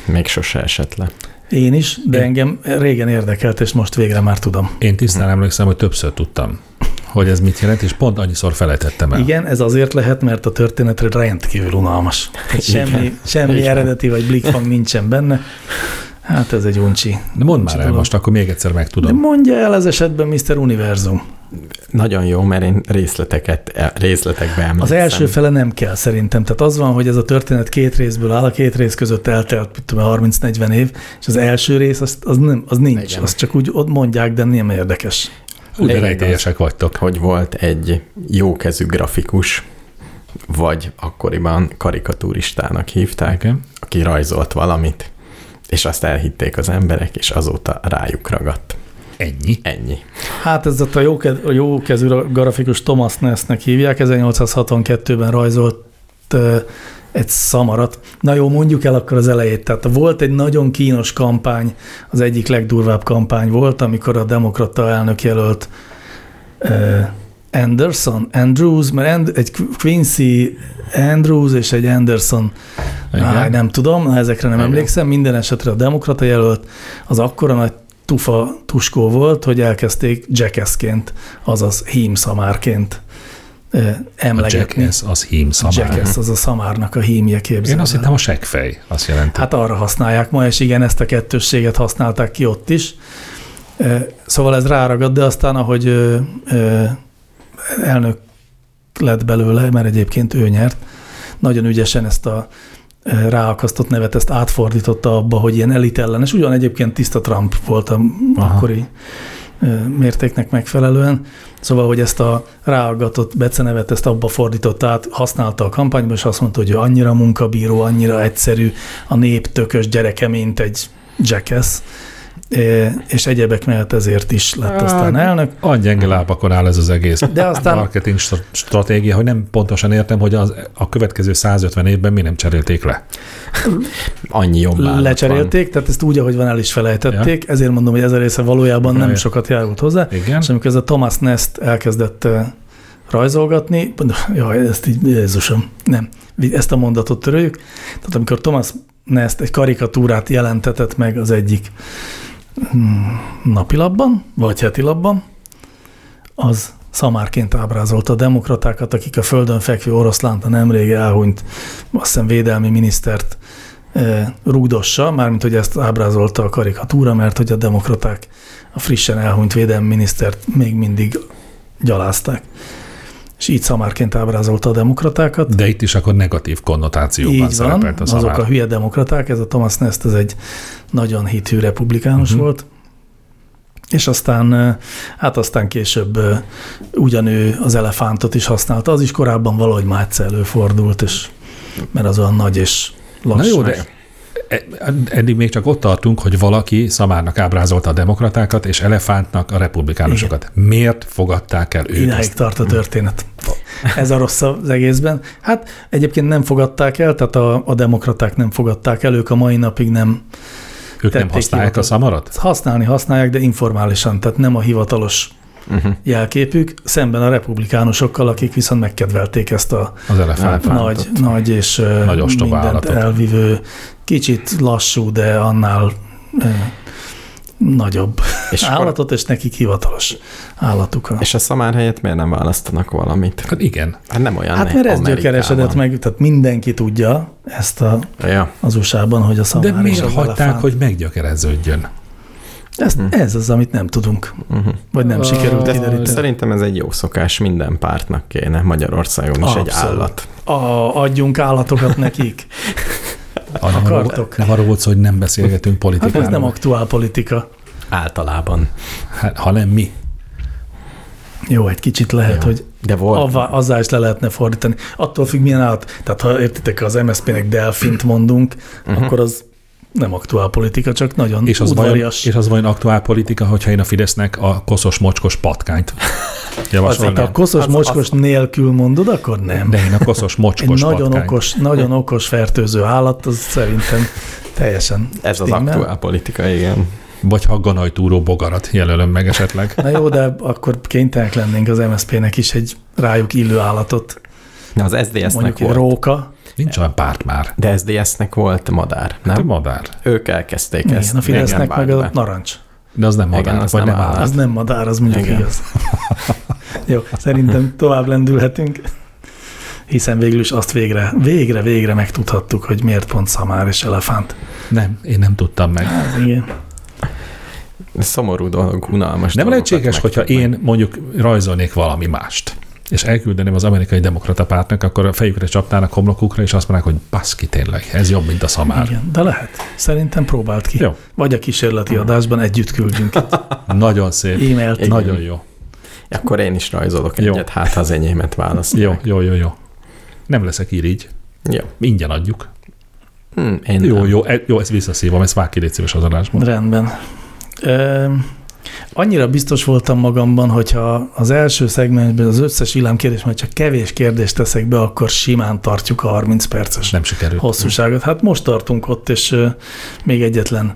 Még sose esett le. Én is, de Én- engem régen érdekelt, és most végre már tudom. Én tisztán Hm. emlékszem, hogy többször tudtam, hogy ez mit jelent, és pont annyiszor felejtettem el. Igen, ez azért lehet, mert a történetre rendkívül unalmas. Tehát Semmi, semmi Igen. eredeti vagy blikfang nincsen benne. Hát ez egy uncsi. De mondd uncsi már el dolog. most, akkor még egyszer De megtudom. mondja el az esetben Mr. Univerzum. Nagyon jó, mert én részleteket, részletekbe emlékszem. Az első fele nem kell szerintem. Tehát az van, hogy ez a történet két részből áll, a két rész között eltelt mit tudom, én, 30-40 év, és az első rész az, az, nem, az nincs. Igen. Az csak úgy ott mondják, de nem érdekes. Úgy de Lényeg rejtélyesek vagytok. hogy volt egy jókezű grafikus, vagy akkoriban karikatúristának hívták, Igen. aki rajzolt valamit, és azt elhitték az emberek, és azóta rájuk ragadt. Ennyi. Ennyi. Hát ez ott a jó, kez, a jó kezű grafikus Thomas Nessnek hívják, 1862-ben rajzolt ö, egy szamarat. Na jó, mondjuk el akkor az elejét. Tehát volt egy nagyon kínos kampány, az egyik legdurvább kampány volt, amikor a demokrata elnök jelölt ö, Anderson, Andrews, mert And, egy Quincy Andrews és egy Anderson Áj, Igen. nem tudom, ezekre nem Igen. emlékszem. Minden esetre a demokrata jelölt az akkora nagy tufa tuskó volt, hogy elkezdték jackeszként, azaz hímszamárként ö, A emlegetni. jackass az hím A szamár. jackass, az a szamárnak a hímje képzelve. Én azt hittem a seggfej, azt jelenti. Hát arra használják ma, és igen, ezt a kettősséget használták ki ott is. Ö, Szóval ez ráragad, de aztán, ahogy ö, ö, elnök lett belőle, mert egyébként ő nyert, nagyon ügyesen ezt a ö, ráakasztott nevet, ezt átfordította abba, hogy ilyen elitellenes, ugyan egyébként tiszta Trump volt a Aha. akkori ö, mértéknek megfelelően, szóval, hogy ezt a ráagatott becenevet, ezt abba fordította át, használta a kampányban, és azt mondta, hogy ő annyira munkabíró, annyira egyszerű, a nép tökös gyereke, mint egy jackass, ö, és egyebek mellett ezért is lett aztán Hát, elnök. Olyan gyenge lábakon áll ez az egész De aztán marketing stra- stratégia, hogy nem pontosan értem, hogy az, a következő 150 évben mi nem cserélték le. Annyi jobb állat lecserélték, tehát ezt úgy, ahogy van, el is felejtették, ja. ezért mondom, hogy ez a része valójában nem Ja, ja. sokat járult hozzá. Igen. És amikor ez a Thomas Nest elkezdett ö, rajzolgatni, jaj, ezt így, Jézusom, nem, ezt a mondatot töröljük. Tehát amikor Thomas Nest egy karikatúrát jelentetett meg az egyik mm, napilapban, vagy hetilapban, az szamárként ábrázolta a demokratákat, akik a földön fekvő oroszlánt, a nemrég elhunyt, azt hiszem védelmi minisztert ö, rugdossa, mármint hogy ezt ábrázolta a karikatúra, mert hogy a demokraták a frissen elhunyt védelmi minisztert még mindig gyalázták. És így szamárként ábrázolta a demokratákat. De itt is akkor negatív konnotációban Így van, szerepelt a szamár. azok a hülye demokraták, ez a Thomas Nest, ez egy nagyon hitű republikánus Mhm. uh-huh. volt, és aztán, ö, hát aztán később ö, ugyanő az elefántot is használta, az is korábban valahogy már egyszer előfordult, és, mert az olyan nagy és Na lassú. jó, de e- eddig még csak ott tartunk, hogy valaki szamárnak ábrázolta a demokratákat, és elefántnak a republikánusokat. Miért fogadták el őt? Idáig Ezt? Mhm. tart a történet. Ez a rossz az egészben. Hát egyébként nem fogadták el, tehát a, a demokraták nem fogadták el, ők a mai napig nem Ők nem tették használják a hivatal- szamarat? használni használják, de informálisan, tehát nem a hivatalos Van. Uh-huh. jelképük, szemben a republikánusokkal, akik viszont megkedvelték ezt a Az elefántot. Elefántot. nagy, nagy és ö, Nagy ostoba mindent állatot. elvivő, kicsit lassú, de annál ö, nagyobb És, akkor, állatot, és nekik hivatalos állatuk. a- és a szamár helyett miért nem választanak valamit? Hát igen. Hát nem olyan Hát mert ez Amerikában. gyökeresedett meg, tehát mindenki tudja ezt a, Ja. az USA-ban, hogy a De szamár és miért az hagyták, elefánt. Hát hogy meggyökereződjön? Ezt, Hm. ez az, amit nem tudunk, Uh-huh. vagy nem Ah, sikerült de- kideríteni. Szerintem ez egy jó szokás, minden pártnak kéne, Magyarországon is egy Abszolút. állat. A, adjunk állatokat nekik. Arra Akartok. Nem arról volt szó, hogy nem beszélgetünk Hát politikáról, ez nem aktuál politika. Általában. Hát, hanem mi. Jó, egy kicsit lehet, Ja. ja. hogy De volt. avá, azzá is le lehetne fordítani. Attól függ, milyen állat. Tehát ha értitek, az MSZP-nek delfint mondunk, uh-huh. akkor az nem aktuál politika, csak nagyon És az, vajon, udvarias. és az vajon aktuál politika, hogyha én a Fidesznek a koszos mocskos patkányt Hát ha a javasolnám? koszos Az- mocskos az- nélkül mondod, akkor nem. De én a koszos Egy mocskos nagyon patkányt. okos, nagyon okos fertőző állat, az szerintem teljesen Ez az stimmel. aktuál politika, igen. Vagy ha ganajtúró bogarat jelölöm meg esetleg. Na jó, de akkor kénytelenek lennénk az MSZP-nek is egy rájuk illő állatot. Na, az SZDSZ-nek Mondjuk egy volt. róka. Nincs olyan párt már. De SZDSZ-nek volt madár, Nem? nem? madár. Ők elkezdték ezt. Igen, a Fidesznek régen meg a vált be. narancs. De az nem Igen, madár, Igen, az vagy nem nem állat. állat. Az nem madár, az mondjuk Igen. Igen. igaz. Jó, szerintem tovább lendülhetünk, hiszen végül is azt végre, végre, végre megtudhattuk, hogy miért pont szamár és elefánt. Nem, én nem tudtam meg. Ez igen. Szomorú dolog, unalmas Nem dolgokat lehetséges, meg- hogyha én mondjuk rajzolnék valami mást, és elküldeném az amerikai demokrata pártnak, akkor a fejükre csapnának homlokukra, és azt mondják, hogy baszki tényleg, ez jobb, mint a szamár. Igen. igen, de lehet. Szerintem próbáld ki. Jó. Vagy a kísérleti adásban együtt küldjünk egy Nagyon szép. e-mailt. Igen. Nagyon jó. Akkor én is rajzolok Jó. egyet, hát ha az enyémet választ. Jó, jó, jó, jó. Nem leszek irigy. Jó. Ingyen adjuk. Hm, én Jó, nem. jó, e- jó, ezt visszaszívom, ezt vág ki légy szíves az adásból. Rendben. Ö, annyira biztos voltam magamban, hogyha az első szegmensben az összes villámkérdés, majd csak kevés kérdést teszek be, akkor simán tartjuk a 30 perces Nem sikerült. hosszúságot. Hát most tartunk ott, és ö, még egyetlen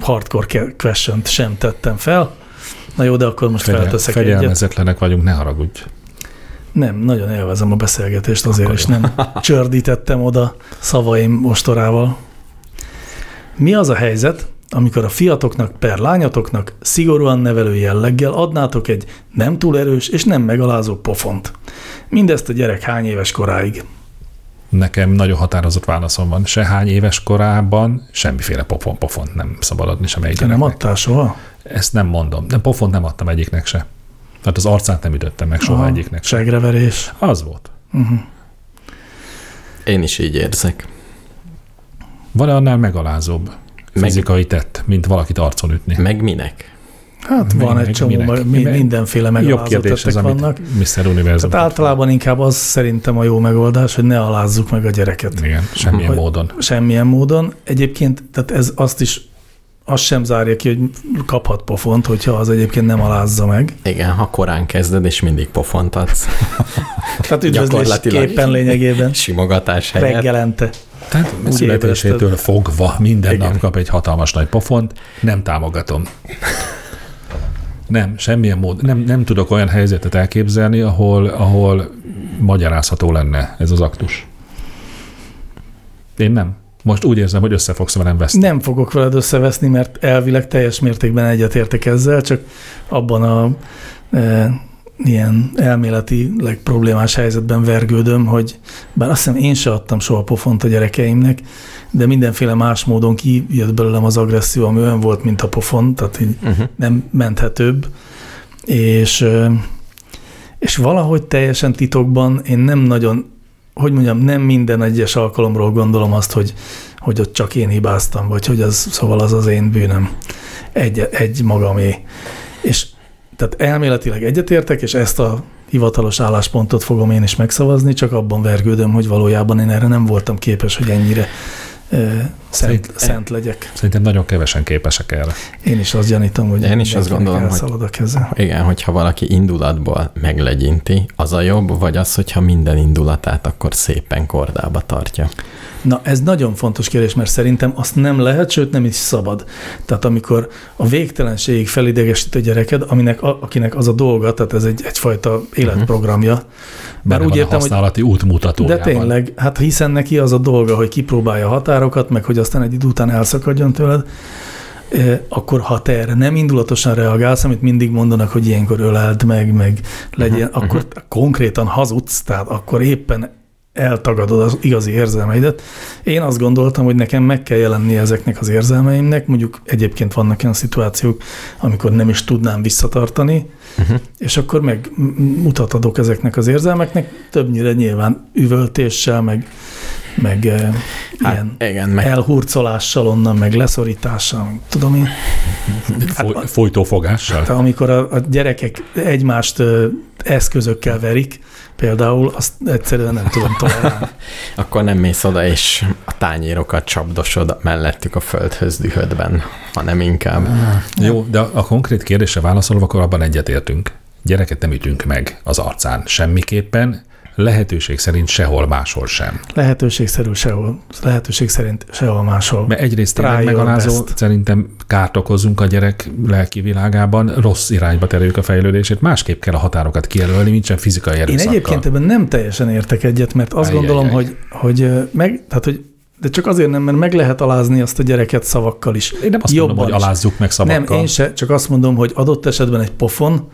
hardcore ke- question sem tettem fel. Na jó, de akkor most Fegyel- felteszek egyet. Fegyelmezetlenek vagyunk, ne haragudj. Nem, nagyon élvezem a beszélgetést, azért Akkor is nem csördítettem oda szavaim ostorával. Mi az a helyzet, amikor a fiatoknak per lányatoknak szigorúan nevelő jelleggel adnátok egy nem túl erős és nem megalázó pofont? Mindezt a gyerek hány éves koráig? Nekem nagyon határozott válaszom van. Se hány éves korában semmiféle pofon, pofont nem szabad adni semmelyik Te nem gyereknek. adtál soha? Ezt nem mondom. De pofont nem adtam egyiknek se. Tehát az arcát nem ütöttem meg soha Aha, Aha, egyiknek se. Segreverés. Az volt. Uh-huh. Én is így érzek. Van-e annál megalázóbb fizikai tett, mint valakit arcon ütni? Meg minek? Hát Mi- van egy mi- csomó, minek? mi- Mi- mindenféle Jobb megalázó kérdés tettek ez, amit vannak. Mr. Univerzum. Tehát általában inkább az szerintem a jó megoldás, hogy ne alázzuk meg a gyereket. Igen, semmilyen Hogy- módon. semmilyen módon. Egyébként, tehát ez azt is, azt sem zárja ki, hogy kaphat pofont, hogyha az egyébként nem alázza meg. Igen, ha korán kezded, és mindig pofont adsz. Tehát Gyakorlatilag. üdvözlésképpen lényegében Simogatás helyett. reggelente. Tehát Úgy születésétől ébreszted. fogva minden Igen. Igen. nap kap egy hatalmas nagy pofont, nem támogatom. Nem, semmilyen mód. Nem, nem tudok olyan helyzetet elképzelni, ahol, ahol magyarázható lenne ez az aktus. Én nem. Most úgy érzem, hogy össze fogsz velem veszni. Nem fogok veled összeveszni, mert elvileg teljes mértékben egyetértek ezzel, csak abban a e, ilyen elméletileg problémás helyzetben vergődöm, hogy bár azt hiszem én se adtam soha pofont a gyerekeimnek, de mindenféle más módon kijött belőlem az agresszió, ami olyan volt, mint a pofon, tehát így Uh-huh. nem menthetőbb, és, ö, és valahogy teljesen titokban én nem nagyon, hogy mondjam, nem minden egyes alkalomról gondolom azt, hogy, hogy ott csak én hibáztam, vagy hogy az, szóval az az én bűnöm, egy, egy magamé. És tehát elméletileg egyetértek, és ezt a hivatalos álláspontot fogom én is megszavazni, csak abban vergődöm, hogy valójában én erre nem voltam képes, hogy ennyire ö, szent, Szerint- szent legyek. Szerintem nagyon kevesen képesek erre. Én is azt gyanítom, hogy Én is azt mindenkinek gondolom, hogy- elszalad a keze. Igen, hogyha valaki indulatból meglegyinti, az a jobb, vagy az, hogyha minden indulatát akkor szépen kordába tartja. Na, ez nagyon fontos kérdés, mert szerintem azt nem lehet, sőt nem is szabad. Tehát amikor a végtelenségig felidegesít a gyereked, aminek, a, akinek az a dolga, tehát ez egy, egyfajta életprogramja. Bár úgy értem, a hogy használati hogy... de útmutatójában. tényleg, hát hiszen neki az a dolga, hogy kipróbálja a határokat, meg hogy aztán egy idő után elszakadjon tőled, eh, akkor ha te erre nem indulatosan reagálsz, amit mindig mondanak, hogy ilyenkor öleld meg, meg legyen, uh-huh, akkor uh-huh. konkrétan hazudsz, tehát akkor éppen eltagadod az igazi érzelmeidet. Én azt gondoltam, hogy nekem meg kell jelenni ezeknek az érzelmeimnek, mondjuk egyébként vannak olyan szituációk, amikor nem is tudnám visszatartani, Uh-huh. és akkor meg m- mutat adok ezeknek az érzelmeknek, többnyire nyilván üvöltéssel, meg, meg eh, Hát, ilyen igen, meg elhurcolással onnan, meg leszorítással, meg tudom én. Foly, folytófogással? Tehát amikor a, a gyerekek egymást ö, eszközökkel verik, például azt egyszerűen nem tudom tolerálni. Akkor nem mész oda, és a tányérokat csapdosod mellettük a földhöz dühödben, hanem inkább. Jó, de a konkrét kérdésre válaszolva, akkor abban egyetértünk. Gyereket nem ütünk meg az arcán semmiképpen, lehetőség szerint sehol máshol sem. Lehetőség szerint sehol, lehetőség szerint sehol máshol. Mert egyrészt tényleg Try your megalázó, best. szerintem kárt okozunk a gyerek lelki világában, rossz irányba terüljük a fejlődését, másképp kell a határokat kijelölni, nincsen fizikai Én erőszakkal. egyébként ebben nem teljesen értek egyet, mert azt Ajjajjaj. gondolom, hogy, hogy ö, meg, tehát, hogy de csak azért nem, mert meg lehet alázni azt a gyereket szavakkal is. Én nem azt Jobban mondom, hogy is. alázzuk meg szavakkal. Nem, én se, csak azt mondom, hogy adott esetben egy pofon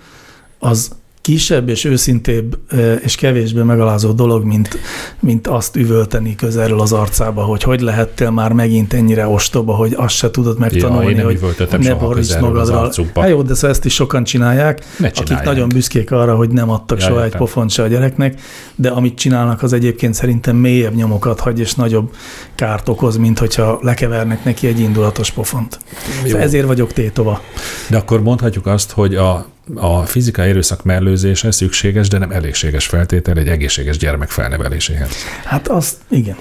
az kisebb és őszintébb ö, és kevésbé megalázó dolog, mint, mint azt üvölteni közelről az arcába, hogy hogy lehettél már megint ennyire ostoba, hogy azt se tudod megtanulni, én nem hogy üvöltöttem ne soha borítsd közelről az magadra. arcukba. Hát jó, de szóval ezt is sokan csinálják, Ne akik csinálják. nagyon büszkék arra, hogy nem adtak Ja, soha értem. egy pofont se a gyereknek, de amit csinálnak, az egyébként szerintem mélyebb nyomokat hagy, és nagyobb kárt okoz, mint hogyha lekevernek neki egy indulatos pofont. Jó. Jó. Ezért vagyok tétova. De akkor mondhatjuk azt, hogy a, a fizikai erőszak mellőzése szükséges, de nem elégséges feltétel egy egészséges gyermek felneveléséhez. Hát azt, igen.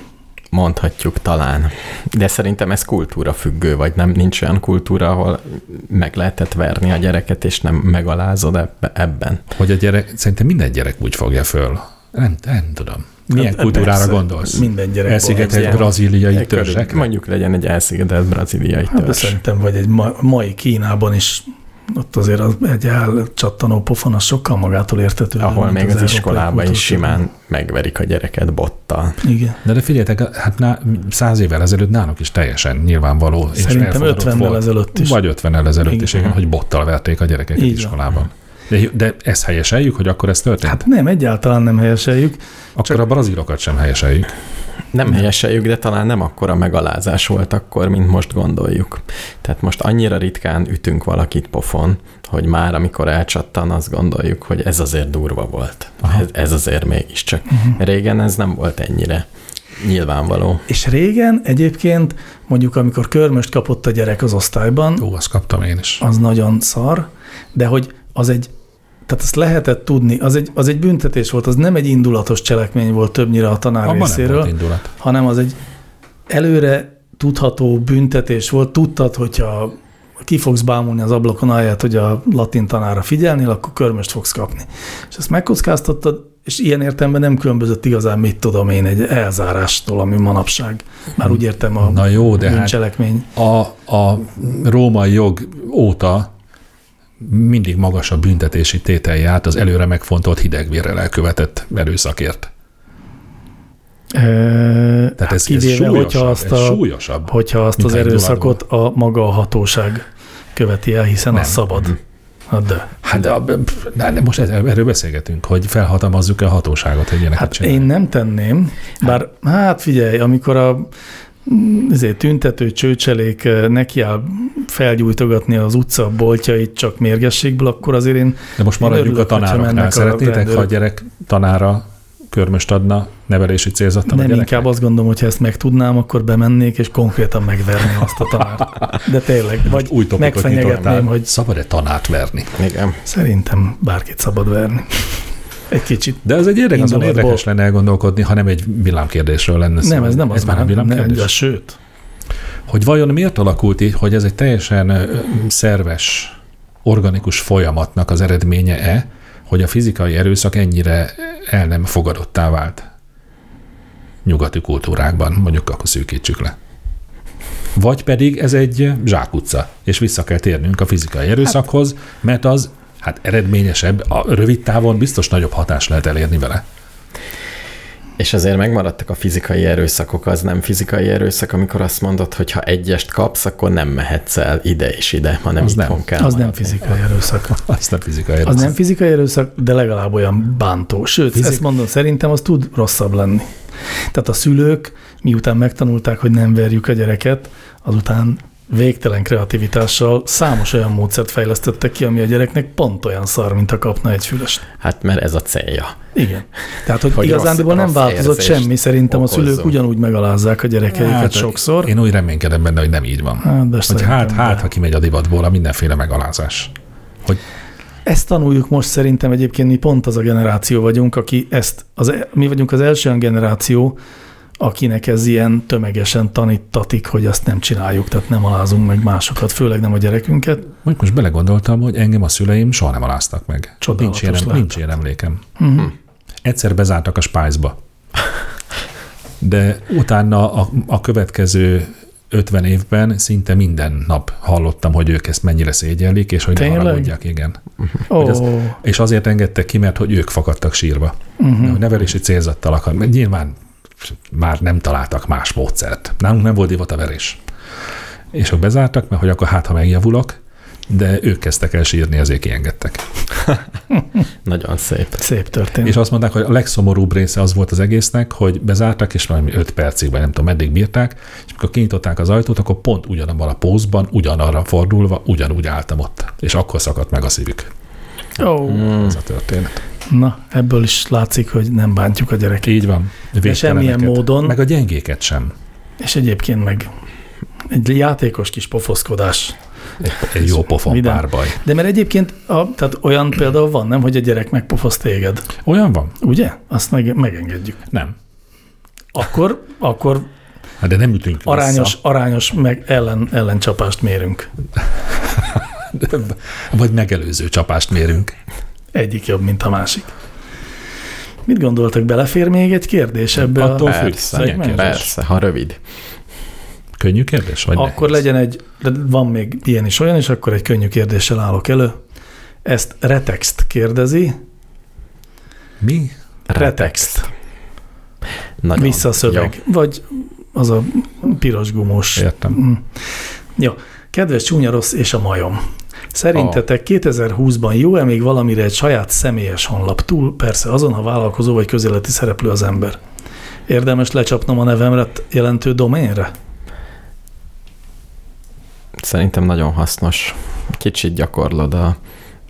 Mondhatjuk talán. De szerintem ez kultúra függő, vagy nem? Nincs olyan kultúra, ahol meg lehetett verni a gyereket, és nem megalázod ebbe, ebben. Hogy a gyerek, szerintem minden gyerek úgy fogja föl. Nem, nem tudom. Milyen Hát, kultúrára persze. gondolsz? Minden gyerek egy Elszigetelt ilyen- e braziliai Körül- törzsekre? Mondjuk legyen egy elszigedelt braziliai Hát de törzs. szerintem vagy egy ma, mai Kínában is ott azért az egy elcsattanó pofon, az sokkal magától értető. ahol még az iskolában iskolában is simán megverik a gyereket bottal. Igen. De, de figyeljetek, hát ná, száz évvel ezelőtt nálunk is teljesen nyilvánvaló. és Szerintem elfogadott 50-nel volt. ezelőtt is. Vagy 50 ezelőtt is, Igen. igen, hogy bottal verték a gyerekeket Így van. iskolában. De, jó, de ezt helyeseljük, hogy akkor ez történt? Hát, Hát nem, egyáltalán nem helyeseljük. akkor a brazilokat sem helyeseljük. Nem helyeseljük, de talán nem akkora megalázás volt akkor, mint most gondoljuk. Tehát most annyira ritkán ütünk valakit pofon, hogy már amikor elcsattan, azt gondoljuk, hogy ez azért durva volt. Aha. Mhm. Ez, ez azért mégiscsak. Uh-huh. Régen ez nem volt ennyire nyilvánvaló. És régen egyébként, mondjuk amikor körmöst kapott a gyerek az osztályban, Ó, azt kaptam én is. az nagyon szar, de hogy az egy, tehát ezt lehetett tudni, az egy, az egy büntetés volt, az nem egy indulatos cselekmény volt többnyire a tanár Abban nem részéről, volt indulat. hanem az egy előre tudható büntetés volt. Tudtad, hogyha ki fogsz bámulni az ablakon ahelyett, hogy a latin tanára figyelnél, akkor körmöst fogsz kapni. És ezt megkockáztattad, és ilyen értelemben nem különbözött igazán, mit tudom én, egy elzárástól, ami manapság. Már úgy értem a Na jó, de hát bűncselekmény. a, a római jog óta mindig magas a büntetési tételját az előre megfontolt hidegvérrel elkövetett erőszakért. Tehát Tehát ez, ez Hát kivéve, súlyosabb. hogyha azt, ez a, súlyosabb. hogyha azt mint az a erőszakot a maga a hatóság követi el, hiszen nem. az Mhm. szabad. Hát de. Hát de, de, de most ez- erről beszélgetünk, hogy felhatalmazzuk-e a hatóságot, hogy ilyeneket Hát csinálják. én nem tenném, bár hát figyelj, amikor a mm, izé, tüntető csőcselék eh, nekiáll felgyújtogatni az utca boltjait csak mérgességből, akkor azért én De most maradjunk a örülök, hogyha tanároknál. mennek a Szeretnétek, ha a rendőrök. gyerek tanára körmöst adna nevelési célzattal a nem gyereknek? inkább azt gondolom, hogy ha ezt megtudnám, akkor bemennék és konkrétan megverném azt a tanárt. De tényleg, vagy Új topikot megfenyegetném, nyitottál. hogy Szabad-e tanárt verni? Igen. Szerintem bárkit szabad verni. Egy kicsit. De ez egy érdekes, azon Indulatból. érdekes lenne elgondolkodni, ha nem egy villámkérdésről lenne szó. Nem, ez nem az. ez már nem nem, de villámkérdés. sőt. Hogy vajon miért alakult így, hogy ez egy teljesen ö, ö, szerves, organikus folyamatnak az eredménye-e, hogy a fizikai erőszak ennyire el nem fogadottá vált nyugati kultúrákban, mondjuk akkor szűkítsük le. Vagy pedig ez egy zsákutca, és vissza kell térnünk a fizikai Hát- erőszakhoz, mert az hát eredményesebb, a rövid távon biztos nagyobb hatást lehet elérni vele. És azért megmaradtak a fizikai erőszakok, az nem fizikai erőszak, amikor azt mondod, hogy ha egyest kapsz, akkor nem mehetsz el ide és ide, hanem Az az nem. itthon nem. kell Az nem maradni. fizikai erőszak. Az nem fizikai erőszak. Az nem fizikai erőszak, de legalább olyan bántó. Sőt, Fizik- Fizik... ezt mondom, szerintem az tud rosszabb lenni. Tehát a szülők, miután megtanulták, hogy nem verjük a gyereket, azután végtelen kreativitással számos olyan módszert fejlesztettek ki, ami a gyereknek pont olyan szar, mint ha kapna egy fülest. Hát mert ez a célja. Igen. Tehát, hogy, Hogy hogy igazándiból rossz- nem rossz változott érzést semmi, szerintem a okozzon. szülők ugyanúgy megalázzák a gyerekeiket hát, sokszor. Én úgy reménykedem benne, hogy nem így van. Hát, de Hogy szerintem hát, hát, de. ha kimegy a divatból a mindenféle megalázás. Hogy Ezt tanuljuk most szerintem egyébként mi pont az a generáció vagyunk, aki ezt, az, e- mi vagyunk az első olyan generáció, akinek ez ilyen tömegesen tanítatik, hogy azt nem csináljuk, tehát nem alázunk meg másokat, főleg nem a gyerekünket. mondjuk most belegondoltam, hogy engem a szüleim soha nem aláztak meg. Csodálatos nincs ilyen, lehet. nincs ilyen emlékem. Mhm. Egyszer bezártak a spájzba. De utána a, a következő 50 évben szinte minden nap hallottam, hogy ők ezt mennyire szégyellik, és hogy ne Tényleg? haragudjak, igen. Ó, az- És azért engedtek ki, mert hogy ők fakadtak sírva. mhm. Mm. Nevelési célzattal akar, mert nyilván már nem találtak más módszert. Nálunk nem volt divat a verés. És ők bezártak, mert hogy akkor hát, ha megjavulok, de ők kezdtek el sírni, ezért kiengedtek. Nagyon szép. szép történet. És azt mondták, hogy a legszomorúbb része az volt az egésznek, hogy bezártak, és valami 5 percig, vagy nem tudom, meddig bírták, és amikor kinyitották az ajtót, akkor pont ugyanabban a pózban, ugyanarra fordulva, ugyanúgy álltam ott. És akkor szakadt meg a szívük. Ó, Mm. Ez a történet. na, ebből is látszik, hogy nem bántjuk a gyereket. Így van. De semmilyen Végteleneket. módon, Meg a gyengéket sem. és egyébként meg egy játékos kis pofoszkodás. Egy jó pofon Vidám. párbaj. De mert egyébként a, tehát olyan például van, nem, hogy a gyerek megpofoz téged, Olyan van? ugye? Azt meg, megengedjük. Nem. Akkor, akkor Hát de nem ütünk arányos, vissza. arányos meg ellen, ellencsapást mérünk. Vagy megelőző csapást mérünk. Egyik jobb, mint a másik. Mit gondoltak, belefér még egy kérdés ebbe? Attól a... függ. Persze, Milyen persze. kérdés? Persze, ha rövid. Könnyű kérdés? Vagy Akkor nehéz? legyen egy, de van még ilyen is olyan, és akkor egy könnyű kérdéssel állok elő. Ezt retext kérdezi. Mi? Retext. Nagyon Visszaszöveg. jó. Vagy az a piros gumós. Értem. Mm. Jó. Kedves csúnya rossz és a majom. Szerintetek 2020-ban jó-e még valamire egy saját személyes honlap túl, persze azon, ha vállalkozó vagy közéleti szereplő az ember? Érdemes lecsapnom a nevemre jelentő doménre? Szerintem nagyon hasznos. Kicsit gyakorlod a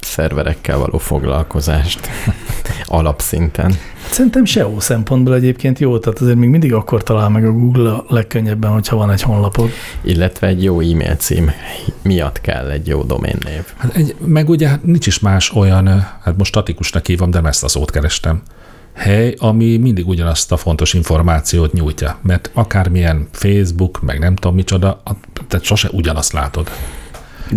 szerverekkel való foglalkozást alapszinten. Szerintem SEO szempontból egyébként jó, tehát azért még mindig akkor talál meg a Google a legkönnyebben, hogyha van egy honlapod. Illetve egy jó e-mail cím miatt kell egy jó doménnév. Hát egy, meg ugye hát nincs is más olyan, ö, hát most statikusnak hívom, de nem ezt a szót kerestem, hely, ami mindig ugyanazt a fontos információt nyújtja. Mert akármilyen Facebook, meg nem tudom micsoda, a- tehát sose ugyanazt látod.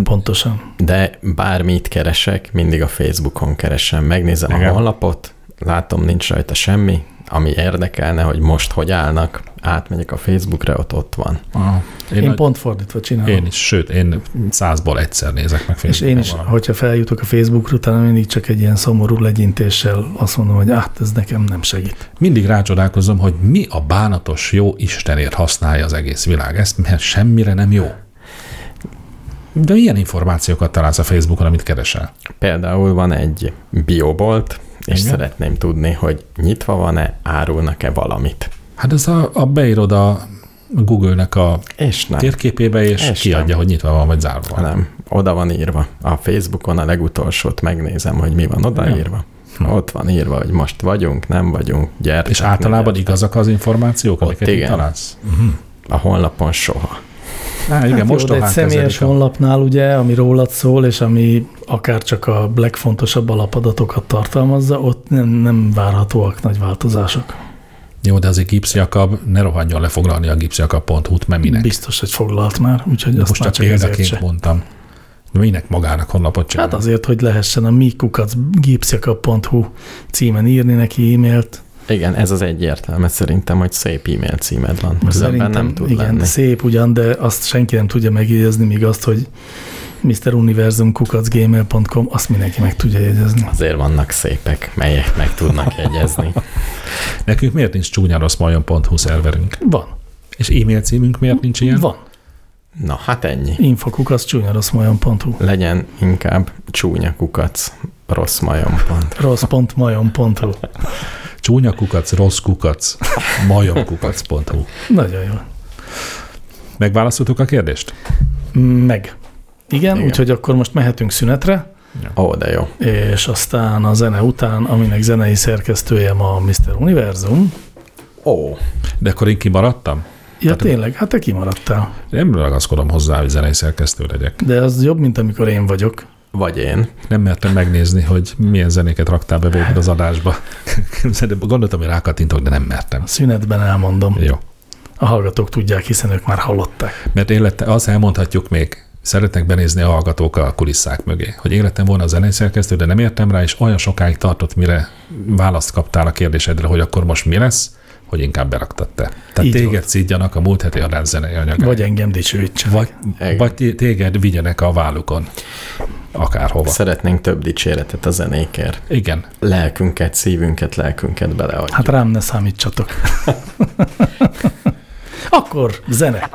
Pontosan. De bármit keresek, mindig a Facebookon keresem. Megnézem Igen. Igen. a honlapot, látom, nincs rajta semmi, ami érdekelne, hogy most hogy állnak, átmegyek a Facebookra, ott ott van. Én, Ah, Én, én nagy- pont fordítva csinálom. én is, sőt, én százból egyszer nézek meg És én is, valamit. hogyha feljutok a Facebookra, utána mindig csak egy ilyen szomorú legyintéssel azt mondom, hogy hát ez nekem nem segít. Mindig rácsodálkozom, hogy mi a bánatos jó Istenért használja az egész világ ezt, mert semmire nem jó. De ilyen információkat találsz a Facebookon, amit keresel. Például van egy biobolt, és Igen. Igen. szeretném tudni, hogy nyitva van-e, árulnak-e valamit. Hát ez a, a beírod a Google-nek a És nem. térképébe, és És kiadja, nem. hogy nyitva van, vagy zárva van. Nem, oda van írva. A Facebookon a legutolsót megnézem, hogy mi van odaírva. Hm. Ott van írva, hogy most vagyunk, nem vagyunk, gyertek. És általában igazak az információk, Ott amiket itt igen. találsz? A honlapon soha. Á, igen, hát most jó, de egy személyes honlapnál ugye, ami rólad szól, és ami akár csak a legfontosabb alapadatokat tartalmazza, ott nem, nem várhatóak nagy változások. Jó, de azért gipszjakab, ne rohanjon lefoglalni a gipszjakab.hu-t, mert minek? Biztos, hogy foglalt már, úgyhogy azt Most már csak csak ezért se. példaként mondtam. De minek magának honlapot csinál? Hát azért, hogy lehessen a mikukacgipsjakab.hu címen írni neki e-mailt. Igen, ez az egyértelmű szerintem, hogy szép e-mail címed van. Szerintem Szerintem nem tud igen, igen, lenni. szép ugyan, de azt senki nem tudja megjegyezni, míg azt, hogy Mr. Univerzum kukacgmail.com, azt mindenki meg tudja jegyezni. Azért vannak szépek, melyek meg tudnak jegyezni. Nekünk miért nincs csúnyaroszmajon.hu szerverünk? Van, És e-mail címünk miért nincs ilyen? van. Na, hát ennyi. infokukac.csúnyaroszmajom.hu Legyen inkább csúnya kukac, rossz majom pont. rossz.majom.hu Csúnya kukac, rossz kukac, majomkukac.hu. Nagyon jó. Megválaszoltuk a kérdést? Meg. Igen, Igen. Igen. úgyhogy akkor most mehetünk szünetre, Ó, de jó. és aztán a zene után, aminek zenei szerkesztője ma a Mr. Univerzum. Ó, De akkor én kimaradtam? Ja, Tehát- tényleg, hát te kimaradtál. Nem ragaszkodom hozzá, hogy zenei szerkesztő legyek. De az jobb, mint amikor én vagyok. vagy én. Nem mertem megnézni, hogy milyen zenéket raktál be végig az adásba. Képzeld, Gondoltam, hogy rákattintok, de nem mertem. A szünetben elmondom. Jó. A hallgatók tudják, hiszen ők már hallották. Mert élete, azt elmondhatjuk még, szeretnek benézni a hallgatók a kulisszák mögé, hogy életem volna a zeneszerkesztő, de nem értem rá, és olyan sokáig tartott, mire választ kaptál a kérdésedre, hogy akkor most mi lesz, hogy inkább beraktad te. Tehát Így Így téged volt. szídjanak a múlt heti adás zenei anyagát. Vagy engem dicsőítsenek. vagy, Igen. vagy ti- téged vigyenek a vállukon, akárhova. Szeretnénk több dicséretet a zenékért. Igen, Lelkünket, szívünket, lelkünket beleadjuk. Hát rám ne számítsatok. Akkor zene.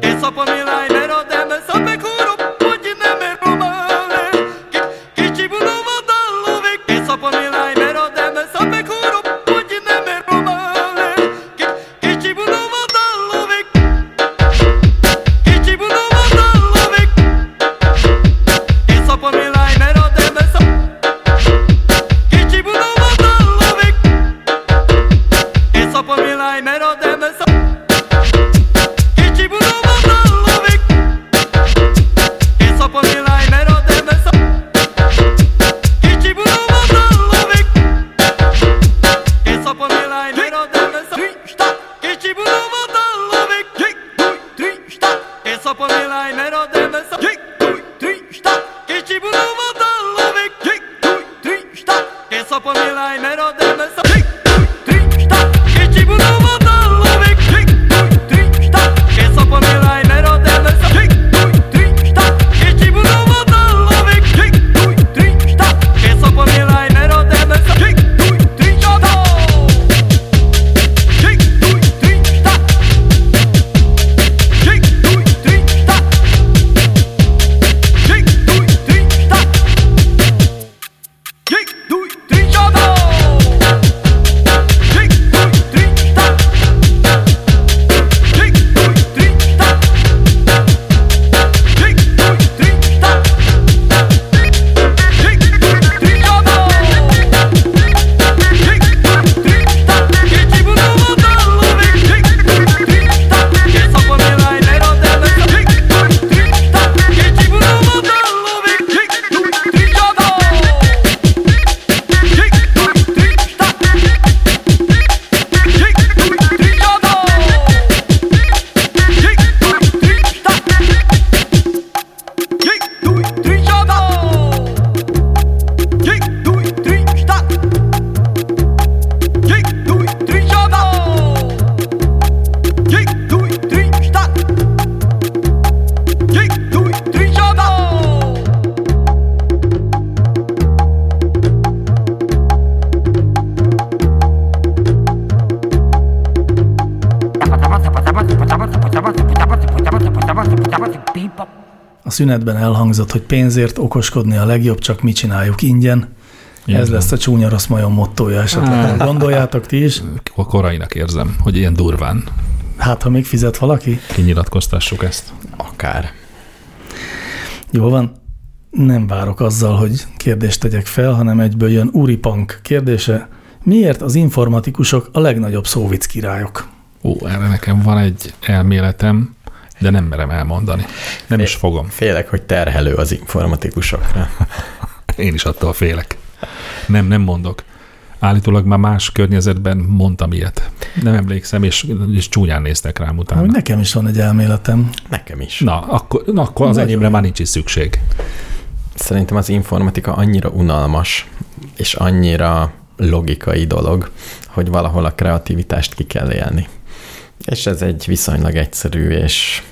Én szapom iránylero, de mert szapekúrom, hogy én nem ér román. Ki- kicsi bunom a dallovik. Én szapom iránylero, de mert szapekúrom, hogy én nem ér román. Ki- kicsi bunom a dallovik. Kicsi bunom a dallovik. Én szapom iránylero, de mert szap- Kicsi bunom a dallovik. Én szapom iránylero, de mert szap- Kicsi bunom a dallovik Én szapom irány, mert a deme szap Kicsi bunom a dallovik Én szapom irány, mert a deme szap Kicsi bunom a dallovik Én szapom irány, mert a deme szap Kicsi bunom a dallovik Én szapom irány, mert a deme szap Kicsi bunom a dallovik Stop! Kick, doei, drie, stap. Kick, doei, drie, stap. Kick, doei, drie, stap. Kick, doei, drie, stap. Kick, die boel op de loving. Kick, doei, drie, stap. Kick, stap op die lijn, en op de lijn. Kick, doei, drie, stap. Kick, die boel op de loving. Kick, doei, drie, stap. Kick, doei, drie, stap. Kick, doei, drie, stap. Kick, doei, drie, stap. Kick, doei, drie, stap. Kick, doei, drie, stap. Kick, doei, drie, stap. Kick, doei, drie, stap. Kick, doei, drie, stap. A szünetben elhangzott, hogy pénzért okoskodni a legjobb, csak mi csináljuk ingyen. Így Ez van. Hát. lesz a csúnya rossz majom mottoja esetleg. Gondoljátok ti is, Ko- Korainak érzem, hogy ilyen durván hát ha még fizet valaki, kinyilatkoztassuk ezt. Akár. Jó van. Nem várok azzal, hogy kérdést tegyek fel, hanem egyből jön Uri Pank kérdése. Miért az informatikusok a legnagyobb szóvic királyok? Ó, erre nekem van egy elméletem, de nem merem elmondani. Nem is fogom. Félek, hogy terhelő az informatikusokra. Hát Én is attól félek. Nem, nem mondok. Állítólag már más környezetben mondtam ilyet. Nem emlékszem, és, és csúnyán néztek rám utána. Hogy nekem is van egy elméletem. Nekem is. Na, akkor, na, akkor az Nagyon enyémre már nincs is szükség. Szerintem az informatika annyira unalmas, és annyira logikai dolog, hogy valahol a kreativitást ki kell élni. És ez egy viszonylag egyszerű, és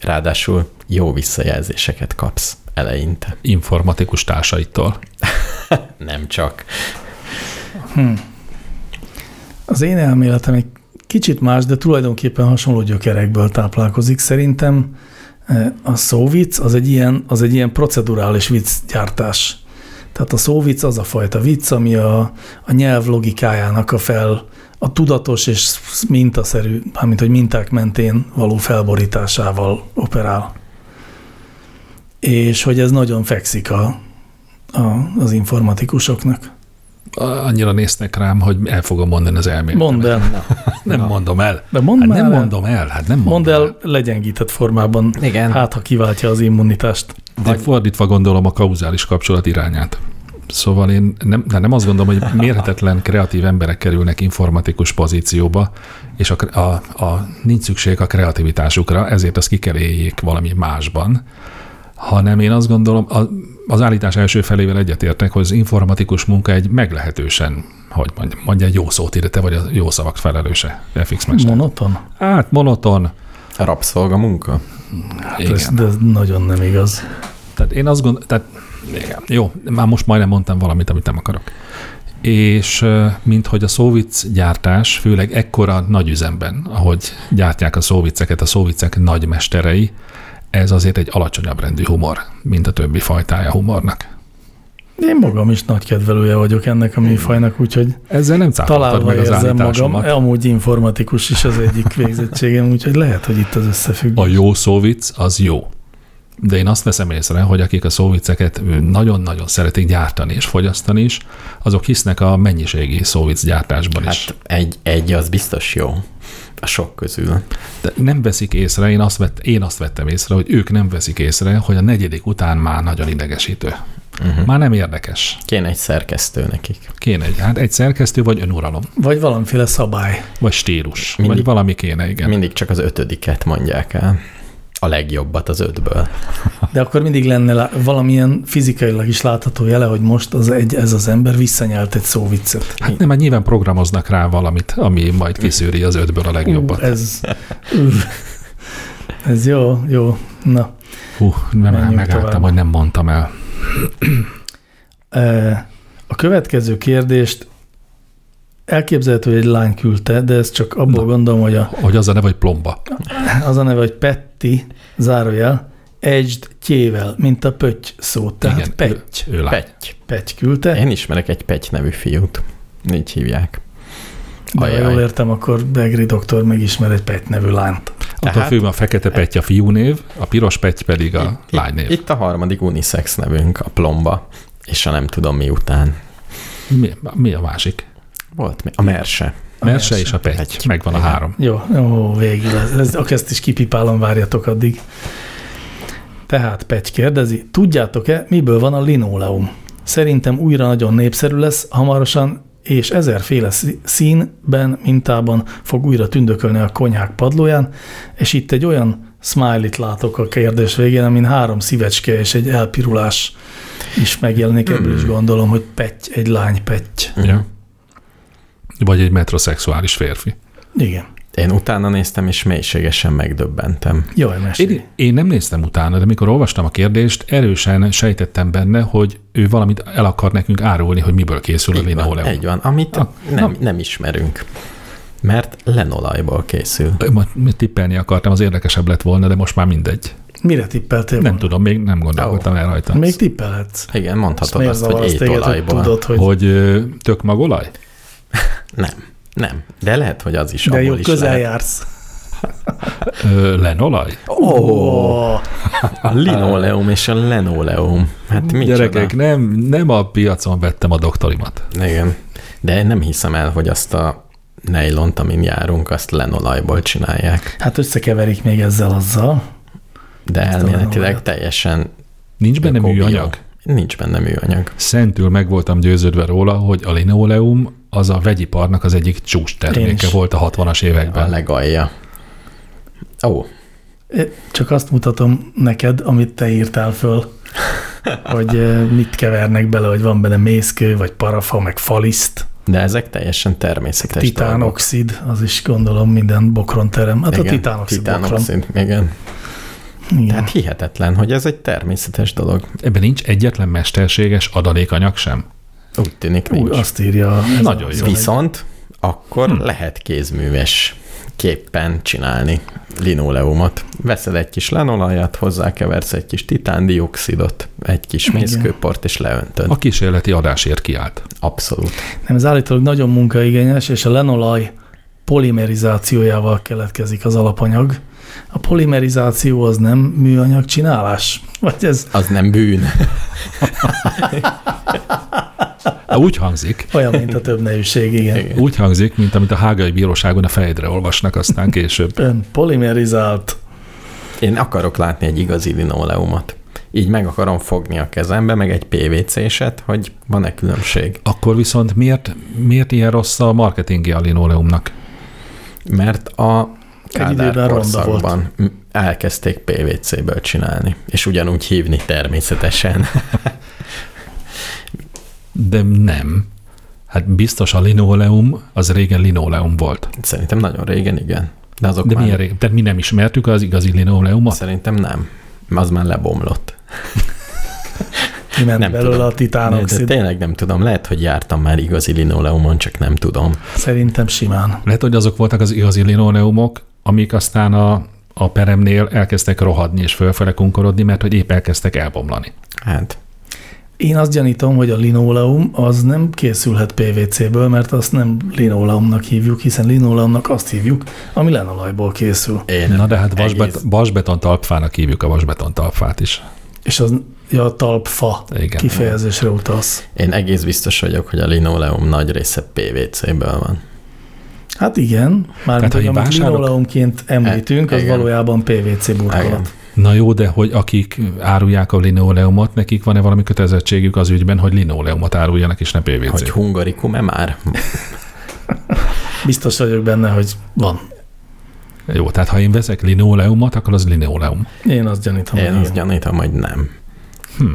ráadásul jó visszajelzéseket kapsz eleinte. Informatikus társaitól. Nem csak. Az én elméletem egy kicsit más, de tulajdonképpen hasonló gyökerekből táplálkozik. Szerintem eh, a szóvic az egy ilyen, az egy ilyen procedurális viccgyártás. Tehát a szóvic az a fajta vicc, ami a, a nyelv logikájának a fel, a tudatos és mintaszerű, mármint hogy minták mentén való felborításával operál. És hogy ez nagyon fekszik a, a, az informatikusoknak. Annyira néznek rám, hogy el fogom mondani az elméletemet. Mondd el, Nem mondom el. de mondd Hát már nem el. mondom el, hát nem mondom Mondd el legyengített formában, Igen. hát ha kiváltja az immunitást. De fordítva gondolom a kauzális kapcsolat irányát. Szóval én nem, de nem azt gondolom, hogy mérhetetlen kreatív emberek kerülnek informatikus pozícióba, és a, a, a, nincs szükség a kreativitásukra, ezért azt ki kell éljék valami másban, hanem én azt gondolom, a, az állítás első felével egyetértek, hogy az informatikus munka egy meglehetősen, hogy mondjam, mondja egy jó szót ide, te vagy a jó szavak felelőse, FX mester. Monoton? hát monoton. Rabszolga munka. Hát ez, de ez nagyon nem igaz. Tehát én azt gondolom, tehát igen. jó, már most majdnem mondtam valamit, amit nem akarok. És ö, mint hogy a szóvic gyártás, főleg ekkora nagy üzemben, ahogy gyártják a szóviceket, a szóvicek nagy mesterei, ez azért egy alacsonyabb rendű humor, mint a többi fajtája humornak. Én magam is nagy kedvelője vagyok ennek a műfajnak, úgyhogy Ezzel nem cáfoltad találva Hát, meg az érzem magam. állításomat. Amúgy informatikus is az egyik végzettségem, úgyhogy lehet, hogy itt az összefügg. A jó szóvic az jó. De én azt veszem észre, hogy akik a szóviceket nagyon-nagyon szeretik gyártani és fogyasztani is, azok hisznek a mennyiségi szóvic gyártásban is. Hát egy, egy az biztos jó. A sok közül. De nem veszik észre, én azt, vett, én azt vettem észre, hogy ők nem veszik észre, hogy a negyedik után már nagyon idegesítő. Uh-huh. Már nem érdekes. Kéne egy szerkesztő nekik. Kéne egy, hát egy szerkesztő, vagy önuralom, Vagy valamiféle szabály. vagy stílus, Mindig- vagy valami kéne, igen. Mindig csak az ötödiket mondják el. A legjobbat az ötből. De akkor mindig lenne lá- valamilyen fizikailag is látható jele, hogy most az egy, ez az ember visszanyelt egy szóviccet. Hát nem, mert nyilván programoznak rá valamit, ami majd kiszűri az ötből a legjobbat. Ú, ez, ú, ez jó, jó. Na, Hú, nem menjünk megálltam, tovább. hogy nem mondtam el. E, A következő kérdést elképzelhető, hogy egy lány küldte, de ez csak abból Na. gondolom, hogy a, Hogy az a neve, hogy plomba. az a neve, hogy Petti, zárójel, edged tjével, mint a pötty szót. Tehát Igen, Igen, petty, Ő lát. Petty. petty küldte. Én ismerek egy Pegy nevű fiút. Így hívják. de ha ajaj. jól értem, akkor Begri doktor megismer egy Petty nevű lányt. Attól Tehát- főbb a fekete petty a fiú név, a piros petty pedig a lány Itt, név. itt a harmadik unisex nevünk, a plomba, és a nem tudom mi után. Mi, mi a másik? Volt mi? A merse. Merse és a Petty. petty. Megvan a három. Jó, ó, végül. Ez, ez, akkor ezt is kipipálom, várjatok addig. Tehát Pegy kérdezi, tudjátok-e, miből van a linóleum? Szerintem újra nagyon népszerű lesz hamarosan, és ezerféle szí- színben, mintában fog újra tündökölni a konyhák padlóján, és itt egy olyan smiley-t látok a kérdés végén, amin három szívecske és egy elpirulás is megjelenik, ebből Hmm. is gondolom, hogy petty, egy lány petty. Mhm. Ja. Uh-huh. Vagy egy metroszexuális férfi. Igen. Én utána néztem, és mélységesen megdöbbentem. Jaj, mesélj. Én, én nem néztem utána, de mikor olvastam a kérdést, erősen sejtettem benne, hogy ő valamit el akar nekünk árulni, hogy miből készül a Így van, linoleum. egy van, amit Ah, nem, nem ismerünk. Mert lenolajból készül. Ö, Majd mit tippelni akartam, az érdekesebb lett volna, de most már mindegy. Mire tippeltél? Nem tudom, még nem gondolkodtam el rajta. Még tippelhetsz. Igen, Azt mondhatod miért azt, zavar hogy az téged, hogy étolajból. tudod, hogy... Hogy ö, tök magolaj? Nem, nem. De lehet, hogy az is de abból jó, is közel lehet. jársz. Ö, lenolaj? Oh. A linoleum és a lenoleum. Hát Hm, mi Gyerekek, nem, nem a piacon vettem a doktorimat. Igen. De én nem hiszem el, hogy azt a nejlont, amin járunk, azt lenolajból csinálják. Hát összekeverik még ezzel azzal. De Ezt a elméletileg lenolajat. teljesen Nincs benne ökobió. műanyag? Nincs benne műanyag. Szentül meg voltam győződve róla, hogy a linoleum az a vegyiparnak az egyik csúcs Én terméke is. volt a 60-as A években. legalja. Ó, É, Csak azt mutatom neked, amit te írtál föl, hogy eh, mit kevernek bele, hogy van benne mészkő, vagy parafa, meg faliszt, de ezek teljesen természetes dolgok. titánoxid, az is gondolom minden bokron terem. Hát igen, a Igen, titánoxid, titánoxid. titánoxid, igen. bokron. Igen. Tehát hihetetlen, hogy ez egy természetes dolog. Ebben nincs egyetlen mesterséges adalékanyag sem. Úgy tűnik Úgy nincs. azt írja. ez Nagyon a- jó. Viszont akkor hm. lehet kézműves képpen csinálni linoleumot. Veszel egy kis lenolajat, hozzákeversz egy kis titándioxidot, egy kis Igen. mészkőport, és leöntöd. A kísérleti adásért kiállt. Abszolút. Nem, ez állítólag nagyon munkaigényes, és a lenolaj polimerizációjával keletkezik az alapanyag. A polimerizáció az nem műanyag csinálás? Vagy ez Az nem bűn. Úgy hangzik, olyan, mint a több nevűség, igen. Igen. úgy hangzik, mint amit a hágai bíróságon a fejedre olvasnak aztán később. Ön polimerizált. Én akarok látni egy igazi linoleumot. Így meg akarom fogni a kezembe, meg egy PVC-set, hogy van-e különbség. Akkor viszont miért, miért ilyen rossz a marketingje a linoleumnak? Mert a időben Kádár ronda volt. korszakban m- elkezdték PVC-ből csinálni, és ugyanúgy hívni természetesen. De nem. Hát biztos a linoleum, az régen linoleum volt. Szerintem nagyon régen, igen. De azok De már milyen régen? Tehát mi nem ismertük az igazi linoleumot? Szerintem nem. Az már lebomlott. Kiment nem Nem belőle tudom. a De titánoxid. tényleg nem tudom. Lehet, hogy jártam már igazi linoleumon, csak nem tudom. Szerintem simán. Lehet, hogy azok voltak az igazi linoleumok, amik aztán a, a peremnél elkezdtek rohadni és fölfele kunkorodni, mert hogy épp elkezdtek elbomlani. Hát, Én azt gyanítom, hogy a linoleum az nem készülhet PVC-ből, mert azt nem linoleumnak hívjuk, hiszen linoleumnak azt hívjuk, ami lenolajból készül. én Na de hát egész- vasbet, vasbeton talpfának hívjuk a vasbeton talpfát is. És az ja, a talpfa Igen. kifejezésre utalsz. Én egész biztos vagyok, hogy a linoleum nagy része PVC-ből van. Hát igen, Tehát, Hát, mármint, ha hogy én amit vásárolok- linoleumként említünk, az igen. valójában PVC Igen. burkolat. Na jó, de hogy akik árulják a linoleumot, nekik van-e valami kötelezettségük az ügyben, hogy linoleumot áruljanak, és ne PVC? Hogy hungarikum-e már? Biztos vagyok benne, hogy van. Jó, tehát ha én veszek linoleumot, akkor az linoleum. Én azt gyanítom. Én hogy azt igen. gyanítom, hogy nem. Hm,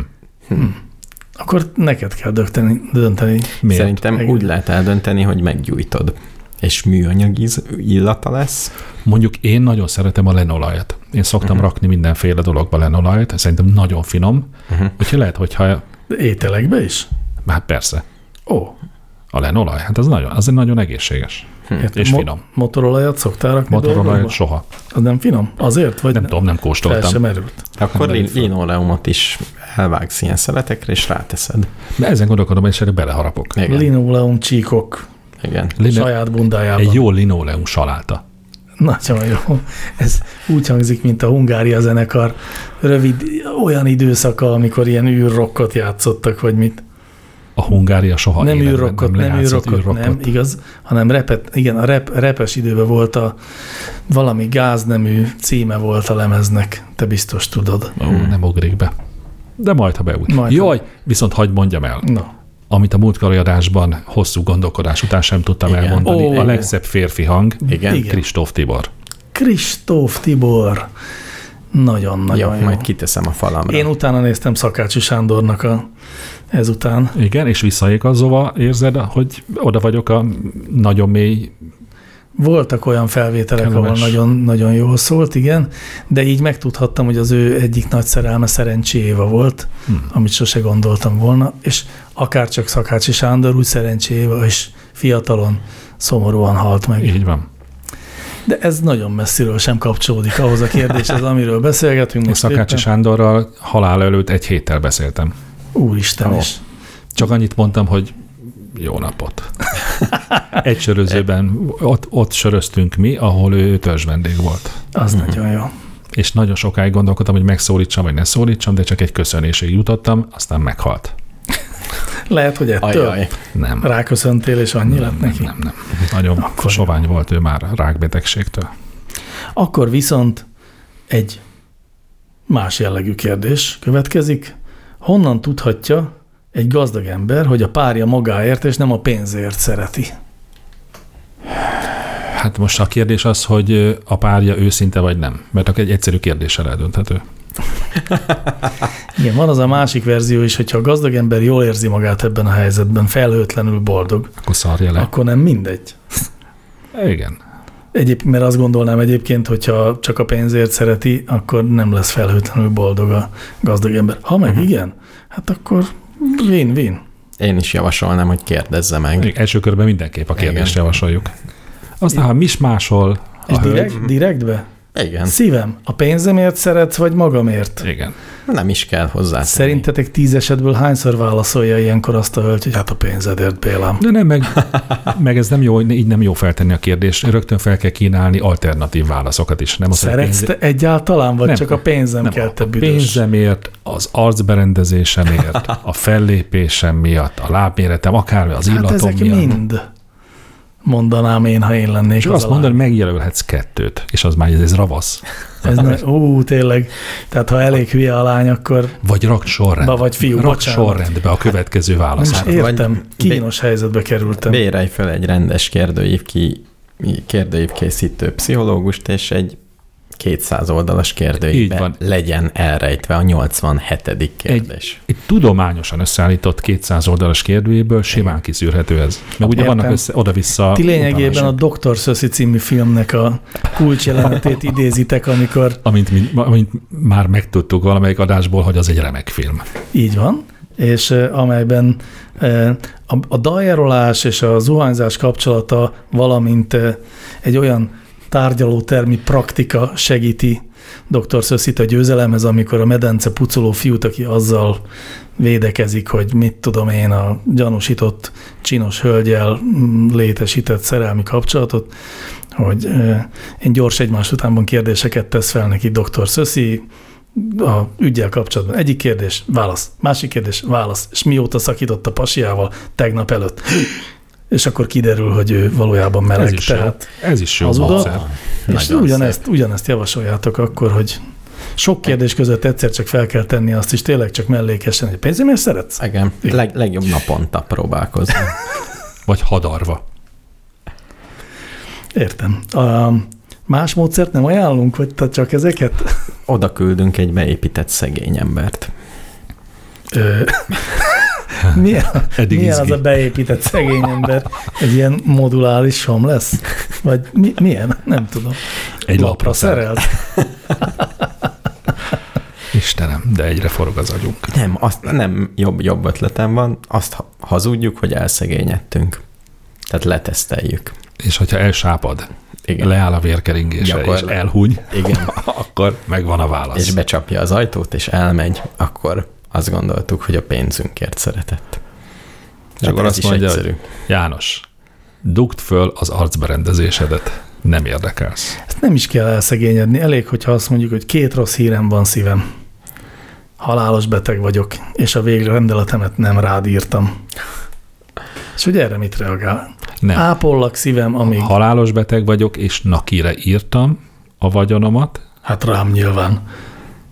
Akkor neked kell dönteni. dönteni. Miért? Szerintem Igen. úgy lehet eldönteni, hogy meggyújtod. És műanyag íz, illata Hát lesz. Mondjuk én nagyon szeretem a lenolajat. Én szoktam Mhm. uh-huh. rakni mindenféle dologba lenolajat, szerintem nagyon finom. Mhm. Uh-huh. Úgyhogy lehet, hogyha, De ételekbe is? hát persze, Ó, a lenolaj, hát az nagyon, az nagyon egészséges. hát És mo- finom. Motorolajat szoktál rakni Motorolajat dolgokba? soha. Az nem finom? Azért? Vagy Nem tudom, nem Fel sem kóstoltam. merült. Akkor Nem lin- belül. linoleumot is elvágsz ilyen szeletekre, és ráteszed. De ezen gondolkodom, és erre beleharapok. Igen. Linoleum csíkok Igen. Lino- saját bundájában. egy jó linoleum saláta. Nagyon jó. Ez úgy hangzik, mint a Hungária zenekar rövid olyan időszaka, amikor ilyen űrrokkot játszottak, vagy mit. A Hungária soha nem életben űrrokkot, nem lejátszott űrrokkot, űrrockot. nem, igaz, hanem repet, igen, a rep, repes időben volt a valami gáznemű címe volt a lemeznek, te biztos tudod. Ó, nem ugrik be. De majd, ha beúgy. Majd, ha- Jaj, viszont hagyd mondjam el, Na, amit a múltkori adásban hosszú gondolkodás után sem tudtam Igen. elmondani. Ó. a legszebb férfi hang, Igen. Igen. Kristóf Tibor. Kristóf Tibor. Nagyon-nagyon Jó, jó. majd kiteszem a falamra. Én utána néztem Szakácsi Sándornak a, ezután. Igen, és visszaigazolva érzed, hogy oda vagyok a nagyon mély, Voltak olyan felvételek, Kellemes. ahol nagyon, nagyon jól szólt, igen, de így megtudhattam, hogy az ő egyik nagy szerelme Szerencsi Éva volt, hmm. amit sose gondoltam volna, és akárcsak Szakácsi Sándor, úgy Szerencsi Éva is fiatalon szomorúan halt meg. így van. De ez nagyon messziről sem kapcsolódik ahhoz a kérdéshez, amiről beszélgetünk Én most Szakácsi éppen. Sándorral halál előtt egy héttel beszéltem. Úristen Ó. is. Csak annyit mondtam, hogy jó napot. Egy sörözőben, ott, ott söröztünk mi, ahol ő törzs vendég volt. Az nagyon jó. És nagyon sokáig gondolkodtam, hogy megszólítsam, vagy ne szólítsam, de csak egy köszönésig jutottam, aztán meghalt. Lehet, hogy ettől Ajaj. Nem. ráköszöntél, és annyi lett Nem, neki. nem, nem. Nagyon Akkor sovány volt ő már rákbetegségtől. Akkor viszont egy más jellegű kérdés következik. Honnan tudhatja egy gazdag ember, hogy a párja magáért és nem a pénzért szereti? Hát most a kérdés az, hogy ö, a párja őszinte vagy nem. Mert akkor egy egyszerű kérdéssel eldönthető. Igen, van az a másik verzió is, hogyha a gazdag ember jól érzi magát ebben a helyzetben, felhőtlenül boldog, Akkor szarja le. akkor nem mindegy. Igen. Egyéb, mert azt gondolnám egyébként, hogyha csak a pénzért szereti, akkor nem lesz felhőtlenül boldog a gazdag ember. Ha meg uh-huh. igen, hát akkor win-win. Én is javasolnám, hogy kérdezze meg. Még első körben mindenképp a kérdést Igen. javasoljuk. Aztán, ha mi is máshol És a hölgy, direkt, direktbe? Igen, Szívem, a pénzemért szeretsz, vagy magamért? igen. nem is kell Hát, hozzá. Szerintetek tíz esetből hányszor válaszolja ilyenkor azt a hölgy, hogy hát a pénzedért, Bélám? De nem, meg, meg ez nem jó, így nem jó feltenni a kérdést. Rögtön fel kell kínálni alternatív válaszokat is. Nem azt, hogy Szeretsz pénz- te egyáltalán, vagy Nem. nem, csak a pénzem nem, kell, te a büdös? pénzemért, az arcberendezésemért, a fellépésem miatt, a lábméretem, akár az Hát illatom ezek miatt. mind mondanám én, ha én lennék És az azt a mondod, hogy megjelölhetsz kettőt, és az már ez, ez ravasz. lány. Ez ne, ú, tényleg. Tehát ha elég hülye a lány, akkor Vagy rakd sorrendbe. Ba vagy fiú, rakd bocsánat. sorrendbe a következő nem is választ. értem. vagy- Kínos helyzetbe kerültem. Bérelj fel egy rendes kérdőív ki, kérdőív készítő pszichológust, és egy 200 oldalas Így kérdőívben van. legyen elrejtve a 87. kérdés. Egy tudományosan összeállított 200 oldalas kérdőjéből simán kiszűrhető ez. Meg ugye Értem. vannak össze, oda-vissza Ti lényegében a utalások. Dr. Szöszi című filmnek a kulcsjelenetét idézitek, amikor Amint, mint, amint már megtudtuk valamelyik adásból, hogy az egy remek film. Így van, és eh, amelyben eh, a, a dajerolás és a zuhanyzás kapcsolata, valamint eh, egy olyan tárgyalótermi praktika segíti dr. Szöszit a győzelemhez, amikor a medence pucoló fiút, aki azzal védekezik, hogy mit tudom én, a gyanúsított csinos hölgyel mm, létesített szerelmi kapcsolatot, hogy eh, én gyors egymás utánban kérdéseket tesz fel neki dr. Szöszi, a ügyel kapcsolatban. Egyik kérdés, válasz. Másik kérdés, válasz. És mióta szakított a pasiával tegnap előtt? És akkor kiderül, hogy ő valójában meleg. Ez is tehát jó. Ez is jó. az oda- módszer. és Nagyon ugyanezt, ugyanezt javasoljátok akkor, hogy sok kérdés között egyszer csak fel kell tenni azt is, tényleg csak mellékesen, hogy pénzemért szeretsz? szép. Igen, leg, legjobb naponta próbálkozni. Vagy hadarva. Értem. A más módszert nem ajánlunk, vagy te csak ezeket? Oda küldünk egy beépített szegény embert. Ö, Milyen, Eddig milyen az izgi. a beépített szegény ember? Egy ilyen modulális ham lesz? Vagy mi, milyen? Nem tudom. Egy lapra lapra szerel. szerelt. Istenem, de egyre forog az agyunk. Nem, azt, nem jobb, jobb ötletem van, azt ha- hazudjuk, hogy elszegényedtünk. Tehát leteszteljük. És hogyha elsápad, Igen. leáll a vérkeringése, és Gyakorlat. elhúny, Igen. akkor megvan a válasz. és becsapja az ajtót, és elmegy, akkor azt gondoltuk, hogy a pénzünkért szeretett. És akkor ez azt is mondja, egyszerű. hogy János, dugd föl az arcberendezésedet, nem érdekelsz. Ezt nem is kell elszegényedni, elég, hogyha azt mondjuk, hogy két rossz hírem van szívem. Halálos beteg vagyok, és a végre rendeletemet nem rád írtam. És hogy erre mit reagál? Nem. Á, Ápollak szívem, amíg... Halálos beteg vagyok, és nakire írtam a vagyonomat, Hát rám nyilván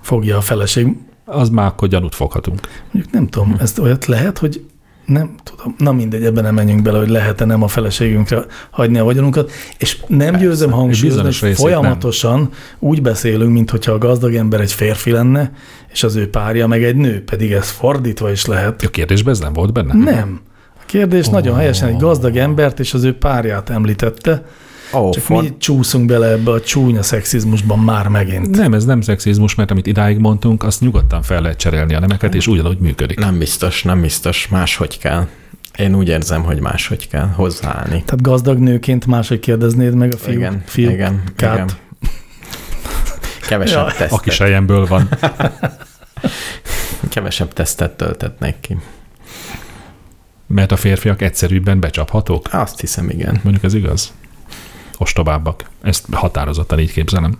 fogja a feleség. az már akkor gyanút foghatunk. Mondjuk nem tudom, ezt olyat lehet, hogy nem tudom, na mindegy, ebben nem menjünk bele, hogy lehet-e nem a feleségünkre hagyni a vagyonunkat, és nem Persze, győzöm hangsúlyozni, bizonyos hogy részét nem. folyamatosan nem. úgy beszélünk, mintha a gazdag ember egy férfi lenne, és az ő párja meg egy nő, pedig ez fordítva is lehet. A kérdésben ez nem volt benne? Nem. A kérdés oh. nagyon helyesen egy gazdag embert és az ő párját említette, Ó, csak for... mi csúszunk bele ebbe a csúnya szexizmusban már megint. Nem, ez nem szexizmus, mert amit idáig mondtunk, azt nyugodtan fel lehet cserélni a nemeket, és ugyanúgy működik. Nem biztos, nem biztos, máshogy kell. Én úgy érzem, hogy máshogy kell hozzáállni. Tehát gazdag nőként máshogy kérdeznéd meg a fiú, igen, fiú igen, kát. igen. Kevesebb, Ja. tesztet, Aki sejemből van. kevesebb tesztet töltetnék ki. Mert a férfiak egyszerűbben becsaphatók. Azt hiszem, igen. Mondjuk ez igaz? Ostobábbak. Ezt határozottan így képzelem.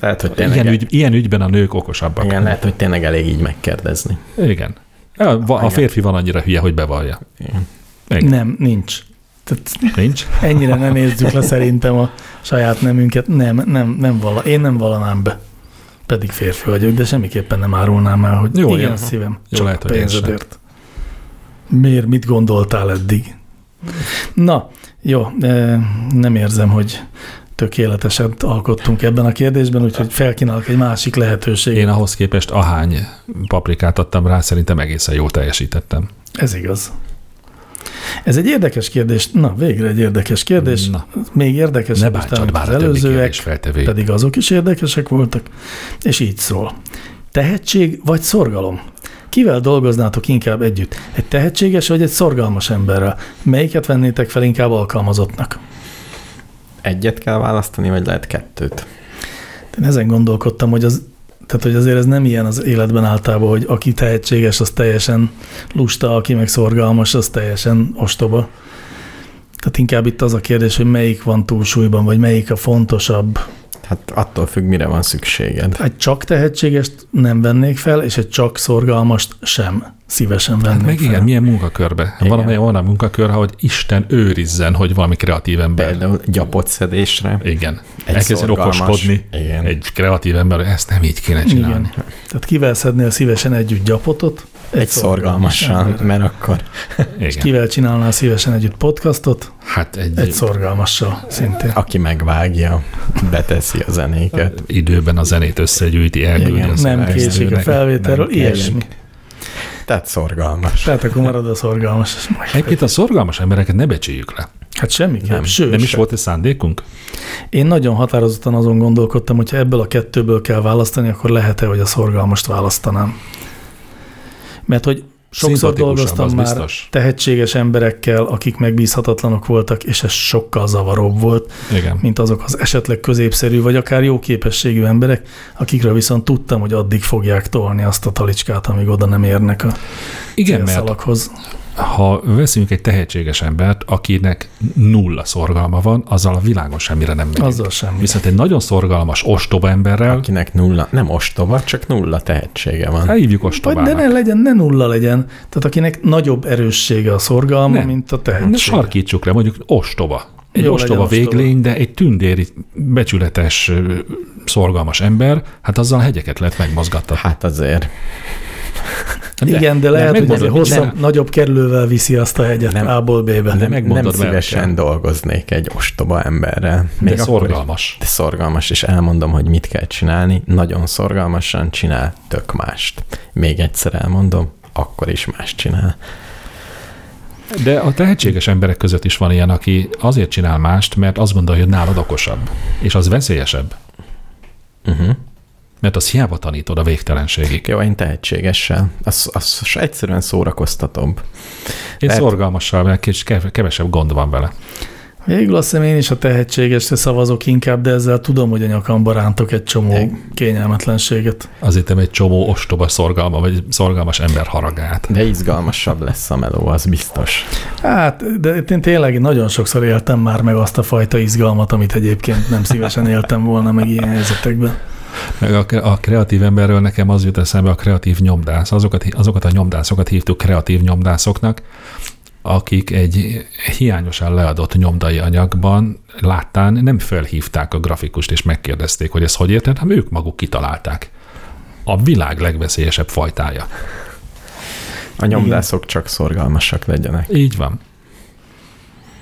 Lehet, hogy tényleg, Ilyen, ügy, ilyen ügyben a nők okosabbak. igen, lehet, hogy tényleg elég így megkérdezni. Igen. A, a a férfi van annyira hülye, hogy bevallja. Igen. Igen. Nem, nincs. Tehát Nincs? ennyire nem nézzük le szerintem a saját nemünket. Nem, nem, nem vala, én nem valanám be. Pedig férfi vagyok, de semmiképpen nem árulnám el, hogy Jó, Jó, igen, jó. a szívem, Jó, csak lehet, hogy én pénzedért. Miért, mit gondoltál eddig? Na, jó, eh, nem érzem, hogy tökéletesen alkottunk ebben a kérdésben, úgyhogy felkínálok egy másik lehetőséget. Én ahhoz képest ahány paprikát adtam rá, szerintem egészen jól teljesítettem. Ez igaz. Ez egy érdekes kérdés. Na, végre egy érdekes kérdés. Na, Még érdekesebb ne is bántsad talán, már mint a az többi előzőek, kérdés feltevőjét. pedig azok is érdekesek voltak, és így szól. Tehetség vagy szorgalom? Kivel dolgoznátok inkább együtt? Egy tehetséges vagy egy szorgalmas emberrel? Melyiket vennétek fel inkább alkalmazottnak? Egyet kell választani, vagy lehet kettőt? Én ezen gondolkodtam, hogy az tehát, hogy azért ez nem ilyen az életben általában, hogy aki tehetséges, az teljesen lusta, aki meg szorgalmas, az teljesen ostoba. Tehát inkább itt az a kérdés, hogy melyik van túlsúlyban, vagy melyik a fontosabb. Hát attól függ, mire van szükséged. Egy csak tehetségest nem vennék fel, és egy csak szorgalmast sem szívesen vennék hát meg fel. igen, milyen munkakörbe? Igen. Valamely olyan munkakör, hogy Isten őrizzen, hogy valami kreatív ember. Például gyapot szedésre. Igen. Elkezdjen szorgalmas. okoskodni Igen. egy kreatív ember, hogy ezt nem így kéne csinálni. igen. Tehát kivel szednél szívesen együtt gyapotot? Egy szorgalmassal, mert akkor Igen. És kivel csinálnál szívesen együtt podcastot? Hát egy, Egy szorgalmassal szintén. Hát- aki megvágja, beteszi a zenéket. időben a zenét összegyűjti, elküldi. Igen, a Nem szerkesztőnek. késik a felvételről, nem kell. ilyesmi. Tehát szorgalmas. Tehát akkor marad a szorgalmas. Egyébként a szorgalmas embereket ne becsüljük le. Hát semmiképp. Nem, Nem, sőt, Nem is se. volt ez szándékunk? Én nagyon határozottan azon gondolkodtam, hogyha ebből a kettőből kell választani, akkor lehet-e, hogy a szorgalmast választanám. Mert hogy sokszor Szimpatikusabb, dolgoztam az már biztos. tehetséges emberekkel, akik megbízhatatlanok voltak, és ez sokkal zavaróbb volt, Igen. mint azok az esetleg középszerű, vagy akár jó képességű emberek, akikről viszont tudtam, hogy addig fogják tolni azt a talicskát, amíg oda nem érnek a Igen, mert célszalakhoz. ha veszünk egy tehetséges embert, akinek nulla szorgalma van, azzal a világon semmire nem megyünk. Azzal sem. Viszont egy nagyon szorgalmas, ostoba emberrel, Akinek nulla, nem ostoba, csak nulla tehetsége van. elhívjuk Vagy de ostobának. ne legyen, ne nulla legyen. Tehát akinek nagyobb erőssége a szorgalma, nem. Nem. mint a Ne tehetség. Hát sarkítsuk le, mondjuk ostoba. Egy Jó, ostoba legyen ostoba. véglény, de egy tündéri, becsületes, ö, szorgalmas ember, hát azzal hegyeket lehet megmozgatni. Hát azért Igen, de lehet, hogy megmondod, azért hosszabb, nem. nagyobb kerülővel viszi azt a hegyet Nem. nem, A-ból B-be. nem, megmondod, nem mert kell. szívesen dolgoznék egy ostoba emberrel. De akkor is. szorgalmas. De szorgalmas, és elmondom, hogy mit kell csinálni. Nagyon szorgalmasan csinál tök mást. Még egyszer elmondom, akkor is más csinál. De a tehetséges emberek között is van ilyen, aki azért csinál mást, mert azt gondolja, hogy nálad okosabb, és az veszélyesebb. Uh-huh. Mert az hiába tanítod a végtelenségig. Jó, én tehetségessel. Az, az s- egyszerűen szórakoztatóbb. Én Lehet. szorgalmassal, mert kis- kev- kevesebb gond van vele. Végül azt hiszem én is a tehetségesre szavazok inkább, de ezzel tudom, hogy a nyakamba rántok egy csomó Igen. kényelmetlenséget. Azért nem egy csomó ostoba szorgalma, vagy szorgalmas ember haragát. De izgalmasabb lesz a meló, az biztos. Hát, de én tényleg nagyon sokszor éltem már meg azt a fajta izgalmat, amit egyébként nem szívesen éltem volna meg ilyen helyzetekben. Meg a, kre- a kreatív emberről nekem az jut eszembe a kreatív nyomdász. Azokat, hi- azokat a nyomdászokat hívtuk kreatív nyomdászoknak, akik egy hiányosan leadott nyomdai anyagban láttán nem felhívták a grafikust, és megkérdezték, hogy ezt hogy érted, hanem ők maguk kitalálták. A világ legveszélyesebb fajtája. A nyomdászok csak szorgalmasak legyenek. Így van.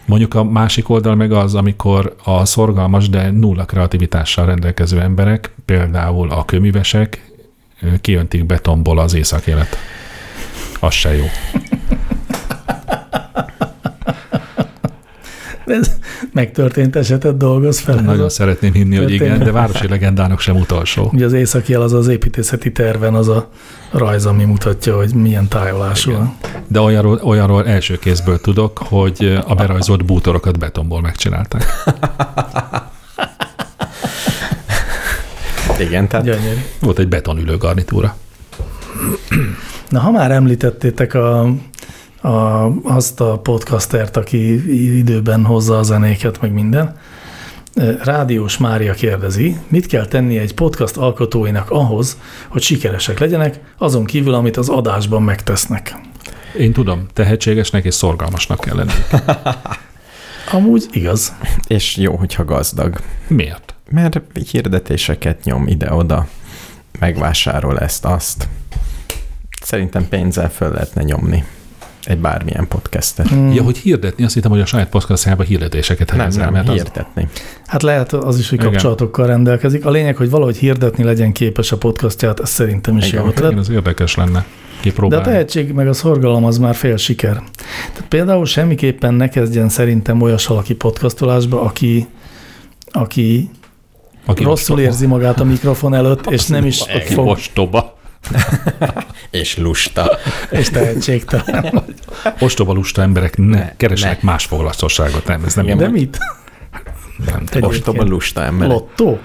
Mondjuk a másik oldal meg az, amikor a szorgalmas, de nulla kreativitással rendelkező emberek, például a köművesek, ö, kiöntik betonból az éjszakélet. Az se jó. Ez megtörtént esetet dolgoz fel. Nagyon szeretném hinni, hogy igen, de városi legendának sem utolsó. Ugye az északi jel az az építészeti terven az a rajz, ami mutatja, hogy milyen tájolású Igen. van. De olyanról, olyanról első kézből tudok, hogy a berajzolt bútorokat betonból megcsinálták. Igen, tehát Gyönyörű. Volt egy betonülő garnitúra. Na, ha már említettétek a, a, azt a podcastert, aki időben hozza a zenéket, meg minden, e, Rádiós Mária kérdezi, mit kell tenni egy podcast alkotóinak ahhoz, hogy sikeresek legyenek, azon kívül, amit az adásban megtesznek. Én tudom, tehetségesnek és szorgalmasnak kell lenni. Amúgy igaz. és jó, hogyha gazdag. Miért? Mert hirdetéseket nyom ide-oda, megvásárol ezt-azt. Szerintem pénzzel föl lehetne nyomni egy bármilyen podcastet. Hmm. Mm. Ja, hogy hirdetni, azt hittem, hogy a saját podcastjába hirdetéseket Nem, helyezel, nem, mert az, hirdetni. Hát lehet az is, hogy Igen. kapcsolatokkal rendelkezik. A lényeg, hogy valahogy hirdetni legyen képes a podcastját, ez szerintem is Igen, jó ötlet. igen, az érdekes lenne De a kipróbálni. tehetség meg a szorgalom az már fél siker. Tehát például semmiképpen ne kezdjen szerintem olyas valaki podcastolásba, aki, aki Aki rosszul ostoba. érzi magát a mikrofon előtt, és nem is Aki fog, ostoba. És lusta. és tehetségtelen. Ostoba lusta emberek ne, Ne, ne keresnek ne. más foglalkoztosságot, nem, ez nem Igen, jó. De mit? Nem, Egy- Ostoba lusta ember. Lottó?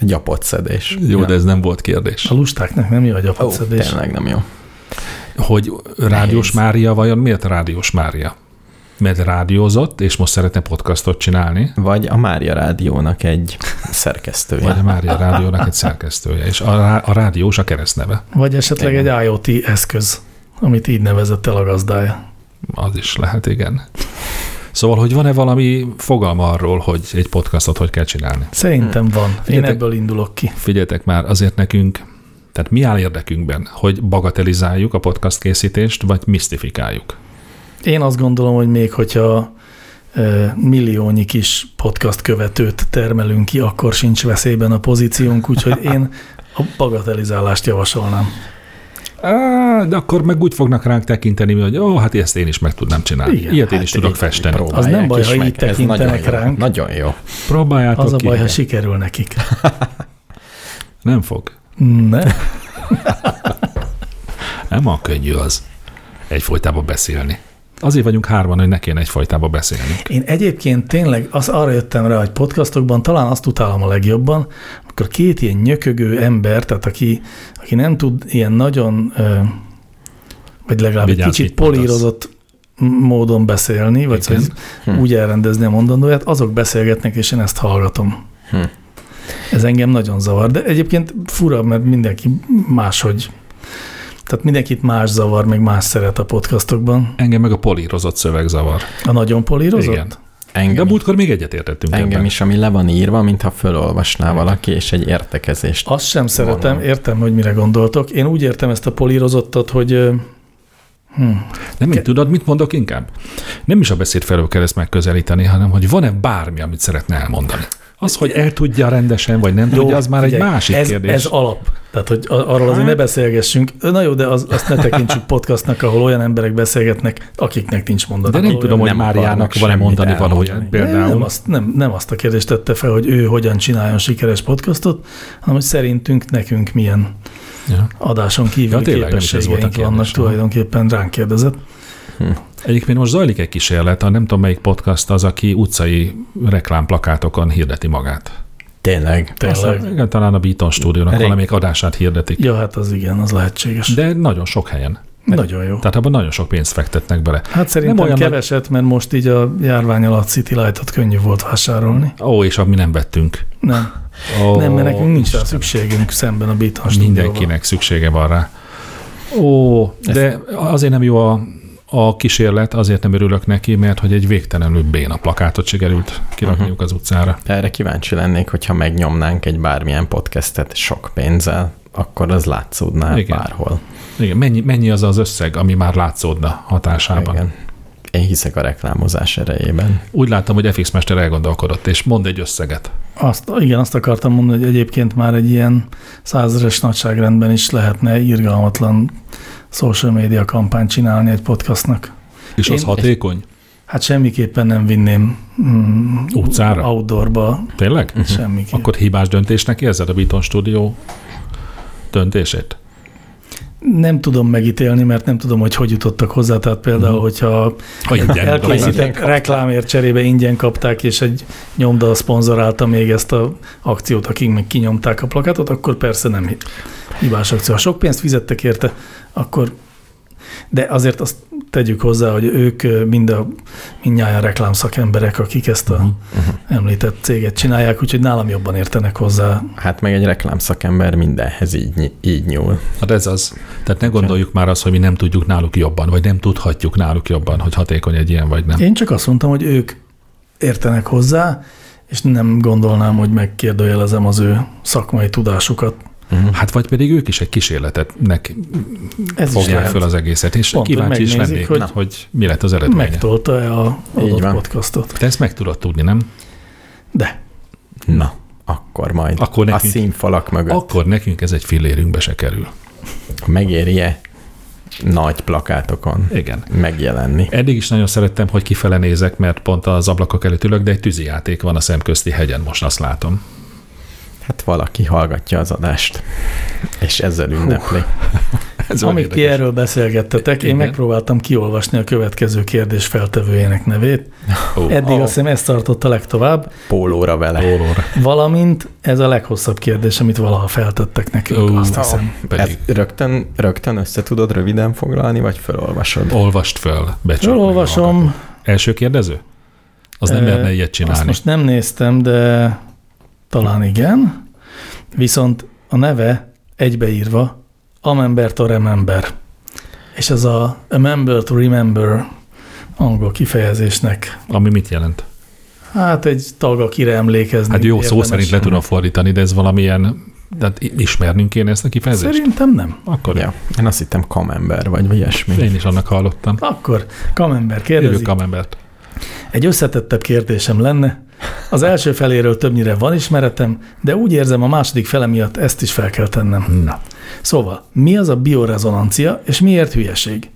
Gyapott szedés. jó, de ez nem volt kérdés. A lustáknak nem jó a Ó, gyapatszedés. tényleg nem jó. Hogy Rádiós Mária vajon miért Rádiós Mária? Mert rádiózott, és most szeretne podcastot csinálni, Vagy a Mária Rádiónak egy vagy a szerkesztője. Mária Rádiónak egy szerkesztője, és a, rá- a rádiós a keresztneve. Vagy esetleg Igen. egy IoT eszköz, amit így nevezett el a gazdája. Az is lehet, igen. Szóval, hogy van-e valami fogalma arról, hogy egy podcastot hogy kell csinálni? Hm. Szerintem van. Én Figyeljetek- ebből indulok ki. Figyeljetek már, azért nekünk, tehát mi áll érdekünkben, hogy bagatelizáljuk a podcast készítést, vagy misztifikáljuk? Én azt gondolom, hogy még hogyha ö, milliónyi kis podcast követőt termelünk ki, akkor sincs veszélyben a pozíciónk, úgyhogy én a bagatelizálást javasolnám. Á, de akkor meg úgy fognak ránk tekinteni, hogy ó, hát ezt én is meg tudnám csinálni. Igen, Igen, Ilyet én Hát is tudok így festeni. próbálják Az nem baj, is ha így meg. Ez tekintenek nagyon jó. ránk. Nagyon jó. Próbáljátok Az a ki. baj, ha sikerül nekik. Mm. Nem fog. Ne? Nem a könnyű az egyfolytában beszélni. Azért vagyunk hárman, hogy ne kéne egyfolytában beszélni. Én egyébként tényleg az, arra jöttem rá, hogy podcastokban talán azt utálom a legjobban, akkor két ilyen nyökögő ember, tehát aki, aki nem tud ilyen nagyon, ö, vagy legalább egy Vigyázz, kicsit mit mondasz. polírozott m- módon beszélni, vagy Igen. Hm. hogy úgy elrendezni a mondandóját, azok beszélgetnek, és én ezt hallgatom. Hm. Ez engem nagyon zavar, de egyébként fura, mert mindenki máshogy, tehát mindenkit más zavar, meg más szeret a podcastokban. Engem meg a polírozott szöveg zavar. A nagyon polírozott? Igen. De Engem, múltkor még egyetértettünk engem ebben. is, ami le van írva, mintha fölolvasná valaki, és egy értekezést. Azt sem szeretem, Van. értem, hogy mire gondoltok. Én úgy értem ezt a polírozottat, hogy ö, hm, Nem, mit tudod, mit mondok inkább? Nem is a beszéd felől kell ezt megközelíteni, hanem hogy van-e bármi, amit szeretne elmondani. Az, hogy el tudja rendesen, vagy nem jó, tudja, az már egy figyelj, másik ez, kérdés. Hát- Ez alap. Tehát, hogy a- arról azért ne beszélgessünk. Na jó, de az, azt ne tekintsük podcastnak, ahol olyan emberek beszélgetnek, akiknek nincs mondani. De nem tudom, hogy nem akarnak Máriának van-e semmit mondani valója elmondani. Például. Nem, például. azt, nem, nem azt a kérdést tette fel, hogy ő hogyan csináljon sikeres podcastot, hanem hogy szerintünk nekünk milyen Ja. adáson kívül Ja, tényleg, nem is ez volt a képességeink kérdés, vannak, aha. tulajdonképpen ránk kérdezett. Egyébként most zajlik egy kísérlet, a nem tudom melyik podcast az, aki utcai reklámplakátokon hirdeti magát. Tényleg. Tényleg. Aztán, igen, talán a Beaton stúdiónak Elég. valamelyik adását hirdetik. Ja, hát az igen, az lehetséges. De, De nagyon sok helyen. Nagyon jó. Tehát abban nagyon sok pénzt fektetnek bele. Hát szerintem olyan olyan nagy- keveset, mert most így a járvány alatt City Light-ot könnyű volt vásárolni. Ó, és amit nem vettünk. Nem, Ó, oh, nem mert nekünk nincs rá Isten. szükségünk szemben a Beaton stúdióval. Mindenkinek szüksége van rá. Ó, de azért nem jó a, a kísérlet, azért nem örülök neki, mert hogy egy végtelenül béna plakátot sikerült kirakniuk uh-huh. az utcára. Erre kíváncsi lennék, hogyha megnyomnánk egy bármilyen podcastet sok pénzzel, akkor az látszódná Igen. Igen. bárhol. Igen, mennyi, mennyi az az összeg, ami már látszódna hatásában? Igen. Igen. Én hiszek a reklámozás erejében. Úgy láttam, hogy FX Mester elgondolkodott, és mond egy összeget. Azt, igen, azt akartam mondani, hogy egyébként már egy ilyen százeres nagyságrendben is lehetne irgalmatlan social media kampányt csinálni egy podcastnak. És az Én- hatékony? Hát semmiképpen nem vinném mm, Utcára? outdoorba Tényleg? semmiképp. Akkor hibás döntésnek érzed a Beaton Studio döntését? Nem tudom megítélni, mert nem tudom, hogy hogy jutottak hozzá. Tehát Mhm. például, hogyha Ha ingyen dolgozik. elkészített reklámért cserébe ingyen kapták, és egy nyomda szponzorálta még ezt a akciót, akik meg kinyomták a plakátot, akkor persze nem hi- hibás akció. Ha sok pénzt fizettek érte, akkor de azért azt tegyük hozzá, hogy ők ö, mind a mindnyáján reklámszakemberek, akik ezt a Mhm. említett céget csinálják, úgyhogy nálam jobban értenek hozzá. Hát meg egy reklámszakember mindenhez így, ny- így nyúl. Hát ez az. Tehát ne gondoljuk már azt, hogy mi nem tudjuk náluk jobban, vagy nem tudhatjuk náluk jobban, hogy hatékony egy ilyen vagy nem. Én csak azt mondtam, hogy ők értenek hozzá, és nem gondolnám, hogy megkérdőjelezem az ő szakmai tudásukat. Hát vagy pedig ők is egy kísérletetnek Ez is fogják lehet. föl az egészet, és Pont, Pont, hogy kíváncsi is megnézik, lennék, hogy- hogy, hogy mi lett az eredménye. Megtolta-e a Így adott van. podcastot? Te ezt meg tudod tudni, nem? De. Na, akkor majd Akkor a nekünk- színfalak mögött ak- Akkor nekünk ez egy fillérünkbe se kerül. megérje nagy plakátokon Igen. megjelenni. Eddig is nagyon szerettem, hogy kifele nézek, mert pont az ablakok előtt ülök, de egy tűzijáték van a szemközti hegyen, most azt látom. Hát valaki hallgatja az adást, és ezzel ünnepli. Ez olyan Amíg ti érdekes. erről beszélgettetek, én Igen. megpróbáltam kiolvasni a következő kérdés feltevőjének nevét. Ó, Eddig Ó. azt hiszem ez tartott a legtovább, Pólóra vele. pólóra. valamint ez a leghosszabb kérdés, amit valaha feltettek nekünk. Ó. Azt hiszem. Pedig Ezt rögtön, rögtön össze tudod röviden foglalni, vagy felolvasod? olvast föl, becsapni. Felolvasom, Első kérdező? Az nem Ö, merne ilyet azt csinálni. most nem néztem, de talán igen. Viszont a neve egybeírva Amember to Remember. És ez a Remember to Remember angol kifejezésnek Ami mit jelent? Hát egy tag, akire emlékezni. Hát jó, szó érdemes. szerint le tudom fordítani, de ez valamilyen, tehát i- ismernünk kéne ezt a kifejezést? Szerintem nem. Akkor Ja, én azt hittem kamember, vagy ilyesmi. én is annak hallottam. Akkor Kamember Jövő kérdezik. kamembert. Egy összetettebb kérdésem lenne. Az első feléről többnyire van ismeretem, de úgy érzem a második fele miatt ezt is fel kell tennem. Na. Szóval, mi az a biorezonancia, és miért hülyeség?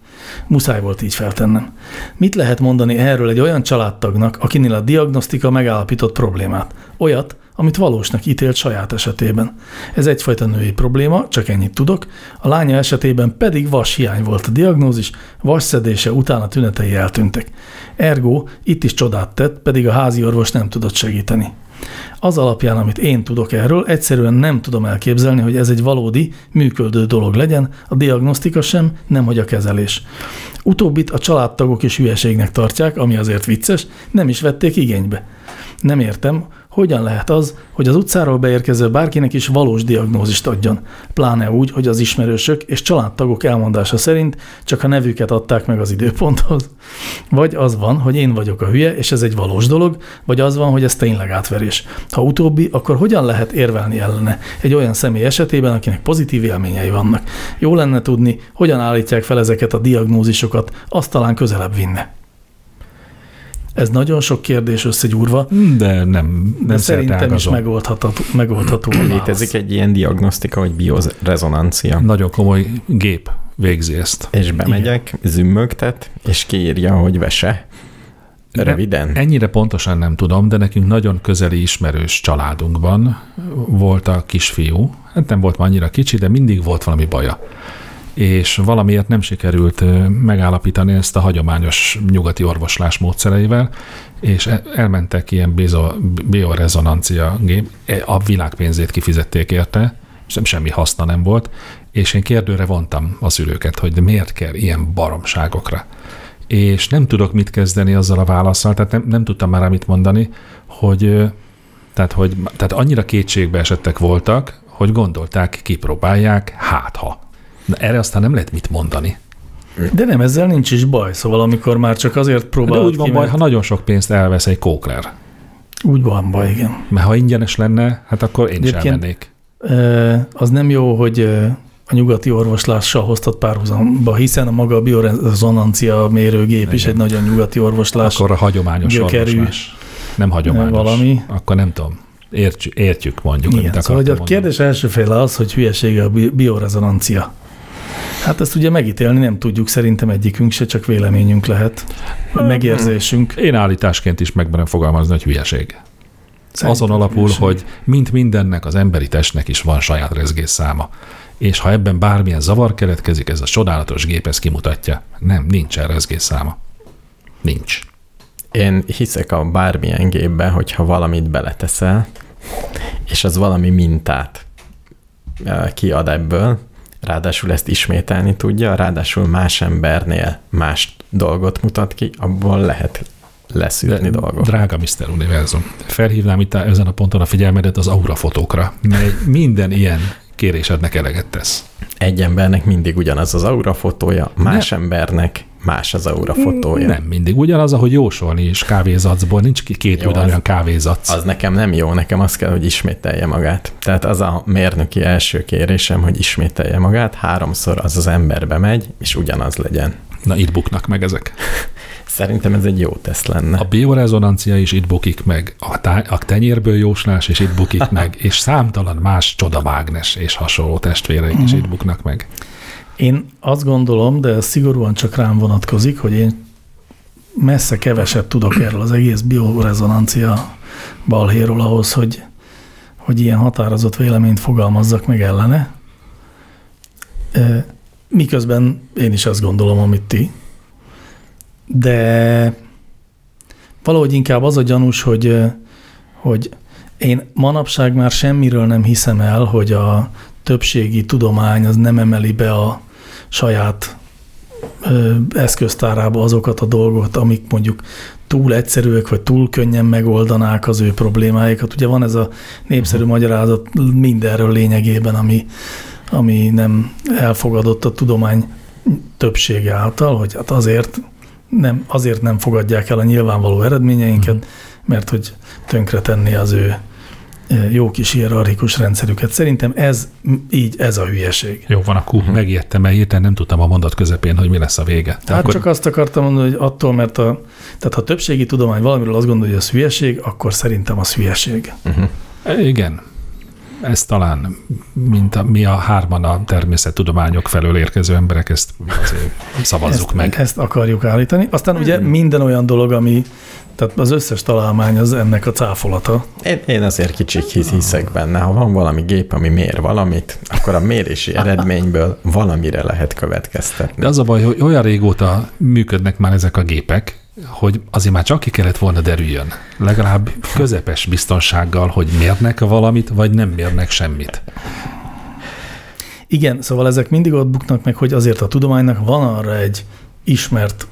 Muszáj volt így feltennem. Mit lehet mondani erről egy olyan családtagnak, akinél a diagnosztika megállapított problémát? Olyat, amit valósnak ítélt saját esetében. Ez egyfajta női probléma, csak ennyit tudok. A lánya esetében pedig vas hiány volt a diagnózis, vas szedése után a tünetei eltűntek. Ergo itt is csodát tett, pedig a házi orvos nem tudott segíteni. Az alapján, amit én tudok erről, egyszerűen nem tudom elképzelni, hogy ez egy valódi, működő dolog legyen, a diagnosztika sem, nemhogy a kezelés. Utóbbit a családtagok is hülyeségnek tartják, ami azért vicces, nem is vették igénybe. Nem értem, hogyan lehet az, hogy az utcáról beérkező bárkinek is valós diagnózist adjon, pláne úgy, hogy az ismerősök és családtagok elmondása szerint csak a nevüket adták meg az időponthoz. Vagy az van, hogy én vagyok a hülye, és ez egy valós dolog, vagy az van, hogy ez tényleg átverés. Ha utóbbi, akkor hogyan lehet érvelni ellene egy olyan személy esetében, akinek pozitív élményei vannak? Jó lenne tudni, hogyan állítják fel ezeket a diagnózisokat, azt talán közelebb vinne. Ez nagyon sok kérdés összegyúrva, De nem, de szerintem nem is szerteágazó. megoldható, megoldható a Létezik válasz. egy ilyen diagnosztika, hogy biorezonanci. Nagyon komoly gép végzi ezt. És bemegyek, zümmögtet, és kiírja, hogy vese. Röviden. Ennyire pontosan nem tudom, de nekünk nagyon közeli ismerős családunkban volt a kisfiú, hát nem volt már annyira kicsi, de mindig volt valami baja. És valamiért nem sikerült ö, megállapítani ezt a hagyományos nyugati orvoslás módszereivel, és e- elmentek ilyen bizo- biorezonancia gép, e- a világpénzét kifizették érte, sem semmi haszna nem volt, és én kérdőre vontam a szülőket, hogy de miért kell ilyen baromságokra és nem tudok mit kezdeni azzal a válaszsal, tehát nem, nem tudtam már rá mit mondani, hogy, ö, tehát, hogy tehát annyira kétségbe esettek voltak, hogy gondolták, kipróbálják, hát ha. Na, erre aztán nem lehet mit mondani. De nem, ezzel nincs is baj, szóval amikor már csak azért De próbálod úgy van ki, baj, mert- ha nagyon sok pénzt elvesz egy kókler. Úgy van baj, igen. Mert ha ingyenes lenne, hát akkor én is Egyébként- elmennék. Ö, az nem jó, hogy ö, a nyugati orvoslással hoztat párhuzamba, hiszen a maga a biorezonancia mérőgép is egy nagyon nyugati orvoslás. Akkor a hagyományos gyökerű. orvoslás. Nem hagyományos. valami. Akkor nem tudom. Értjük, értjük mondjuk, Igen, szóval hogy a akartam kérdés első féle az, hogy hülyesége a bi- biorezonancia. Hát ezt ugye megítélni nem tudjuk, szerintem egyikünk se, csak véleményünk lehet, vagy megérzésünk. Én állításként is megmerem fogalmazni, hogy hülyeség. Szerintem Azon alapul, hülyeség. hogy mint mindennek az emberi testnek is van saját rezgésszáma. És ha ebben bármilyen zavar keletkezik, ez a csodálatos gép ezt kimutatja. Nem, nincsen rezgésszáma. Nincs. Én hiszek a bármilyen gépbe, hogyha valamit beleteszel, és az valami mintát eh, kiad ebből, ráadásul ezt ismételni tudja, ráadásul más embernél más dolgot mutat ki, abból lehet leszűrni dolgot. Drága Mr. Univerzum, felhívnám itt a- ezen a ponton a figyelmedet az aurafotókra, mely minden ilyen kérésednek eleget tesz. Egy embernek mindig ugyanaz az aurafotója, más nem. embernek más az aurafotója. Nem mindig ugyanaz, ahogy jósolni is kávézacból, nincs ki- két Jó, az- ugyanolyan kávézac. Az nekem nem jó, nekem az kell, hogy ismételje magát. Tehát az a mérnöki első kérésem, hogy ismételje magát, háromszor az az emberbe megy, és ugyanaz legyen. Na, itt buknak meg ezek. Szerintem ez egy jó teszt lenne. A biorezonancia is itt bukik meg, a, tá- a tenyérből jóslás is itt bukik meg, és számtalan más csodamágnes és hasonló testvéreik is itt buknak meg. Én azt gondolom, de ez szigorúan csak rám vonatkozik, hogy én messze keveset tudok erről az egész biorezonancia balhéról ahhoz, hogy, hogy ilyen határozott véleményt fogalmazzak meg ellene. Ö, Miközben én is azt gondolom, amit ti. De valahogy inkább az a gyanús, hogy, ö, hogy én manapság már semmiről nem hiszem el, hogy a, többségi tudomány az nem emeli be a saját ö, eszköztárába azokat a dolgokat, amik mondjuk túl egyszerűek, vagy túl könnyen megoldanák az ő problémáikat. Ugye van ez a népszerű magyarázat mindenről lényegében, ami, ami nem elfogadott a tudomány többsége által, hogy hát azért nem, azért nem fogadják el a nyilvánvaló eredményeinket, mert hogy tönkretenni az ő ö, jó kis hierarchikus rendszerüket. Szerintem ez m- így, ez a hülyeség. Jó van, akkor uh-huh. megijedtem, mert hirtelen nem tudtam a mondat közepén, hogy mi lesz a vége. De Tehát hát csak azt akartam mondani, hogy attól, mert a, tehát ha többségi tudomány valamiről azt gondolja, hogy az hülyeség, akkor szerintem az hülyeség. Igen. Ez talán, mint a, mi a hárman a természettudományok felől érkező emberek, ezt azért szavazzuk ezt, meg. Ezt akarjuk állítani. Aztán ugye minden olyan dolog, ami, tehát az összes találmány az ennek a cáfolata. Én, én azért kicsit hisz, hiszek benne. Ha van valami gép, ami mér valamit, akkor a mérési eredményből valamire lehet következtetni. De az a baj, hogy olyan régóta működnek már ezek a gépek, hogy azért már csak ki kellett volna derüljön. Legalább közepes biztonsággal, hogy mérnek valamit, vagy nem mérnek semmit. Igen, szóval ezek mindig ott buknak meg, hogy azért a tudománynak van arra egy ismert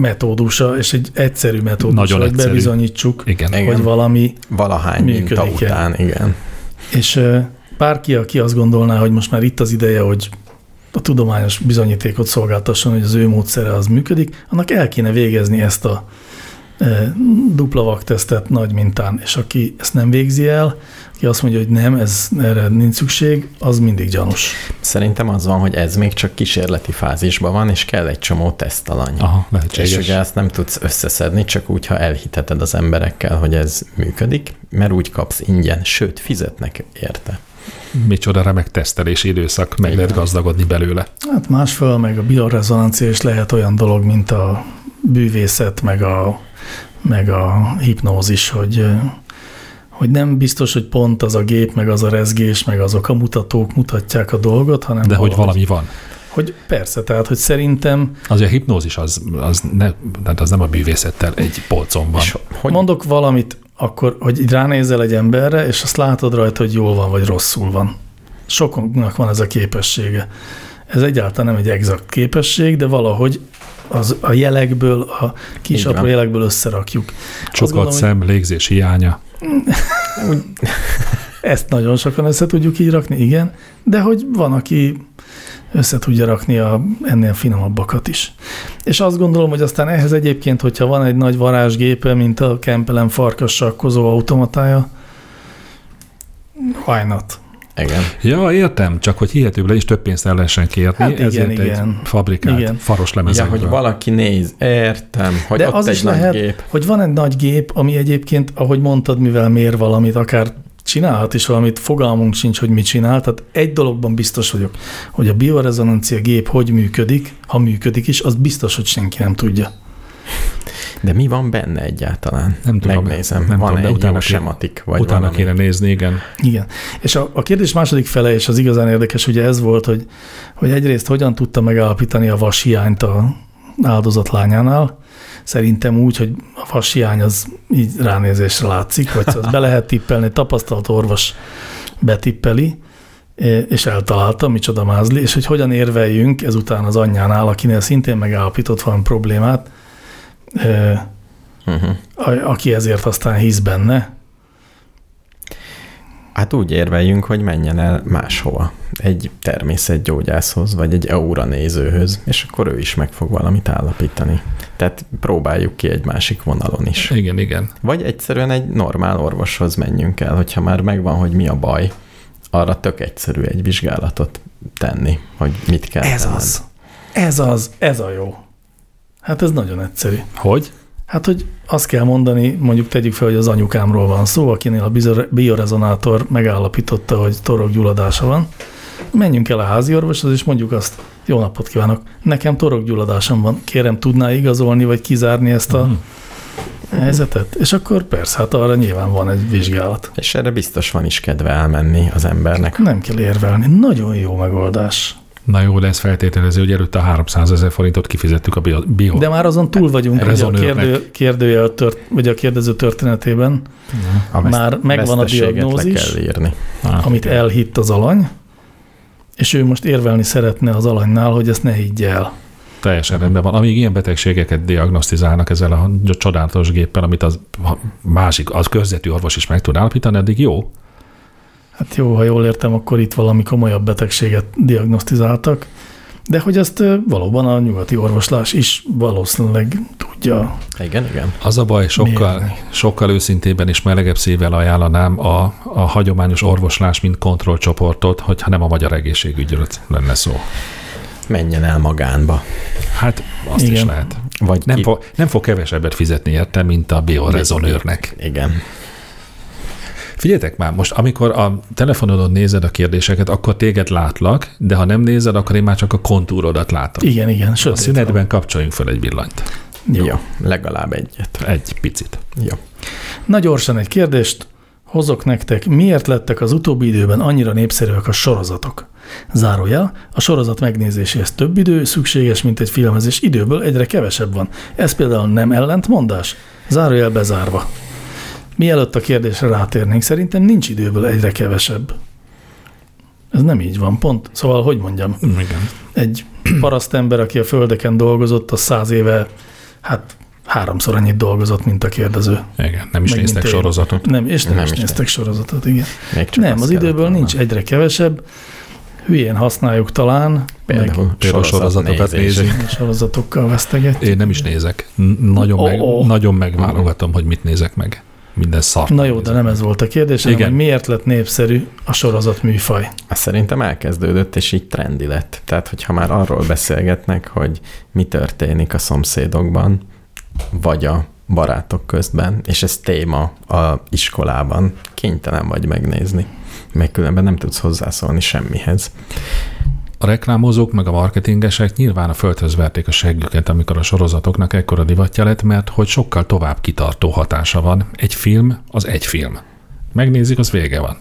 metódusa, és egy egyszerű metódusa, Nagyon hogy egyszerű. bebizonyítsuk, Igen. Igen. hogy valami Valahány minta Működik-e? után, igen. És ö, bárki, aki azt gondolná, hogy most már itt az ideje, hogy a tudományos bizonyítékot szolgáltasson, hogy az ő módszere az működik, annak el kéne végezni ezt a ö, dupla vaktesztet nagy mintán, és aki ezt nem végzi el, aki azt mondja, hogy nem, ez erre nincs szükség, az mindig gyanús. Szerintem az van, hogy ez még csak kísérleti fázisban van, és kell egy csomó tesztalany. Aha, És lehetséges. ugye ezt nem tudsz összeszedni, csak úgy, ha elhiteted az emberekkel, hogy ez működik, mert úgy kapsz ingyen, sőt, fizetnek érte. Micsoda remek tesztelési időszak, meg lehet gazdagodni belőle. Hát másfél, meg a biorezonancia is lehet olyan dolog, mint a bűvészet, meg a, meg a hipnózis, hogy, ö, hogy nem biztos, hogy pont az a gép, meg az a rezgés, meg azok a mutatók mutatják a dolgot, hanem De hogy valami van. Hogy persze, tehát, hogy szerintem, Azért a hipnózis az, az, ne, tehát az nem a bűvészettel egy polcon van. És hogy hogy mondok valamit, akkor, hogy így ránézel egy emberre, és azt látod rajta, hogy jól van, vagy rosszul van. Sokunknak van ez a képessége. Ez egyáltalán nem egy exakt képesség, de valahogy az a jelekből, a kis Így van. apró jelekből összerakjuk. Csukott gondolom, hogy- szem, légzés hiánya. Ezt nagyon sokan össze tudjuk így rakni, igen, de hogy van, aki össze tudja rakni a, ennél finomabbakat is. És azt gondolom, hogy aztán ehhez egyébként, hogyha van egy nagy varázsgépe, mint a Kempelen farkas sakkozó automatája, why not? Igen. Ja, értem, csak hogy hihetőbb le is több pénzt el lehessen kérni, Hát igen, ezért igen. egy fabrikált Igen. faros Ja, lemezekből. hogy valaki néz, értem, hogy De ott az egy is nagy lehet, gép. hogy van egy nagy gép, ami egyébként, ahogy mondtad, mivel mér valamit, akár csinálhat is valamit, fogalmunk sincs, hogy mit csinál. Tehát egy dologban biztos vagyok, hogy a biorezonancia gép hogy működik, ha működik is, az biztos, hogy senki nem tudja. De mi van benne egyáltalán? Nem tudom. Megnézem. Nem van tudom, de egy utána jó kéne- sematik, vagy Vagy Utána valami? kéne nézni, igen. Igen. És a, a kérdés második fele, és az igazán érdekes, ugye ez volt, hogy, hogy egyrészt hogyan tudta megállapítani a vashiányt a áldozat lányánál. Szerintem úgy, hogy a vashiány az így ránézésre látszik, vagy szóval azt be lehet tippelni, egy tapasztalt orvos betippeli, é- és eltalálta, micsoda mázli, és hogy hogyan érveljünk ezután az anyjánál, akinél szintén megállapított valami problémát, ö, Uh-huh. a- aki ezért aztán hisz benne, Hát úgy érveljünk, hogy menjen el máshova. Egy természetgyógyászhoz, vagy egy eura nézőhöz, és akkor ő is meg fog valamit állapítani. Tehát próbáljuk ki egy másik vonalon is. Igen, igen. Vagy egyszerűen egy normál orvoshoz menjünk el, hogyha már megvan, hogy mi a baj, arra tök egyszerű egy vizsgálatot tenni, hogy mit kell Ez tenned. az. Ez az. Ez a jó. Hát ez nagyon egyszerű. Hogy? Hát, hogy azt kell mondani, mondjuk tegyük fel, hogy az anyukámról van szó, akinél a bizo- biorezonátor megállapította, hogy torokgyulladása van. Menjünk el a házi orvoshoz, és mondjuk azt, jó napot kívánok, nekem torokgyulladásom van, kérem, tudná igazolni, vagy kizárni ezt Mhm. a helyzetet? És akkor persze, hát arra nyilván van egy vizsgálat. És erre biztos van is kedve elmenni az embernek. Nem kell érvelni, nagyon jó megoldás. Na jó, de ez feltételező, hogy előtte 300 ezer forintot kifizettük a bio, bio De már azon túl vagyunk, hogy a Rezonőrnek. kérdő, kérdőjel tört, vagy a kérdező történetében, A Már megvan a veszteséget diagnózis. Le kell írni. Ah, amit elhitt az alany, és ő most érvelni szeretne az alanynál, hogy ezt ne higgye el. teljesen rendben van. Amíg ilyen betegségeket diagnosztizálnak ezzel a csodálatos géppel, amit az ha másik, az körzeti orvos is meg tud állapítani, addig jó. Hát jó, ha jól értem, akkor itt valami komolyabb betegséget diagnosztizáltak, de hogy ezt ö, valóban a nyugati orvoslás is valószínűleg tudja. Igen, igen. Az a baj, sokkal, sokkal őszintében és melegebb szívvel ajánlanám a, a hagyományos orvoslás, mint kontrollcsoportot, hogyha nem a magyar egészségügyről lenne szó. Menjen el magánba. Hát azt Igen. is Igen. lehet. Vagy Nem, ki- fog, nem fog kevesebbet fizetni érte, mint a biorezonőrnek. Igen. Figyeljetek már, most amikor a telefonodon nézed a kérdéseket, akkor téged látlak, de ha nem nézed, akkor én már csak a kontúrodat látom. Igen, igen, A sötét. van. szünetben kapcsoljunk fel egy villanyt. Jó. Jó. Legalább egyet. Egy picit. Jó. Na gyorsan egy kérdést hozok nektek. Miért lettek az utóbbi időben annyira népszerűek a sorozatok? Zárójel, a sorozat megnézéséhez több idő szükséges, mint egy filmezés. Időből egyre kevesebb van. Ez például nem ellentmondás? Zárójel bezárva. Mielőtt a kérdésre rátérnénk, szerintem nincs időből egyre kevesebb. Ez nem így van, pont. Szóval, hogy mondjam, Igen. egy parasztember, aki a földeken dolgozott, az száz éve, hát háromszor annyit dolgozott, mint a kérdező. Igen, nem is Meg néztek mint én. sorozatot. Nem, és nem, Nem nem is, is néztek sorozatot, igen. Még csak nem, azt az kellett időből volna. nincs egyre kevesebb. Hülyén használjuk talán, Például Például sorozatokat sorozatnézés. nézünk. meg sorozatokkal veszteget. Én nem is nézek. N- Nagyon, Ó, meg, ó. nagyon megválogatom, hogy mit nézek meg. Minden szart. oh. Na jó, de nézek. nem ez volt a kérdés, hanem Igen. hogy miért lett népszerű a sorozat műfaj. Azt Szerintem elkezdődött, és így trendi lett. Tehát, hogyha már arról beszélgetnek, hogy mi történik a szomszédokban, vagy a barátok közben, és ez téma a iskolában, kénytelen vagy megnézni, meg különben nem tudsz hozzászólni semmihez. A reklámozók meg a marketingesek nyilván a földhöz verték a seggüket, amikor a sorozatoknak ekkora divatja lett, mert hogy sokkal tovább kitartó hatása van. Egy film az egy film. Megnézik, az vége van.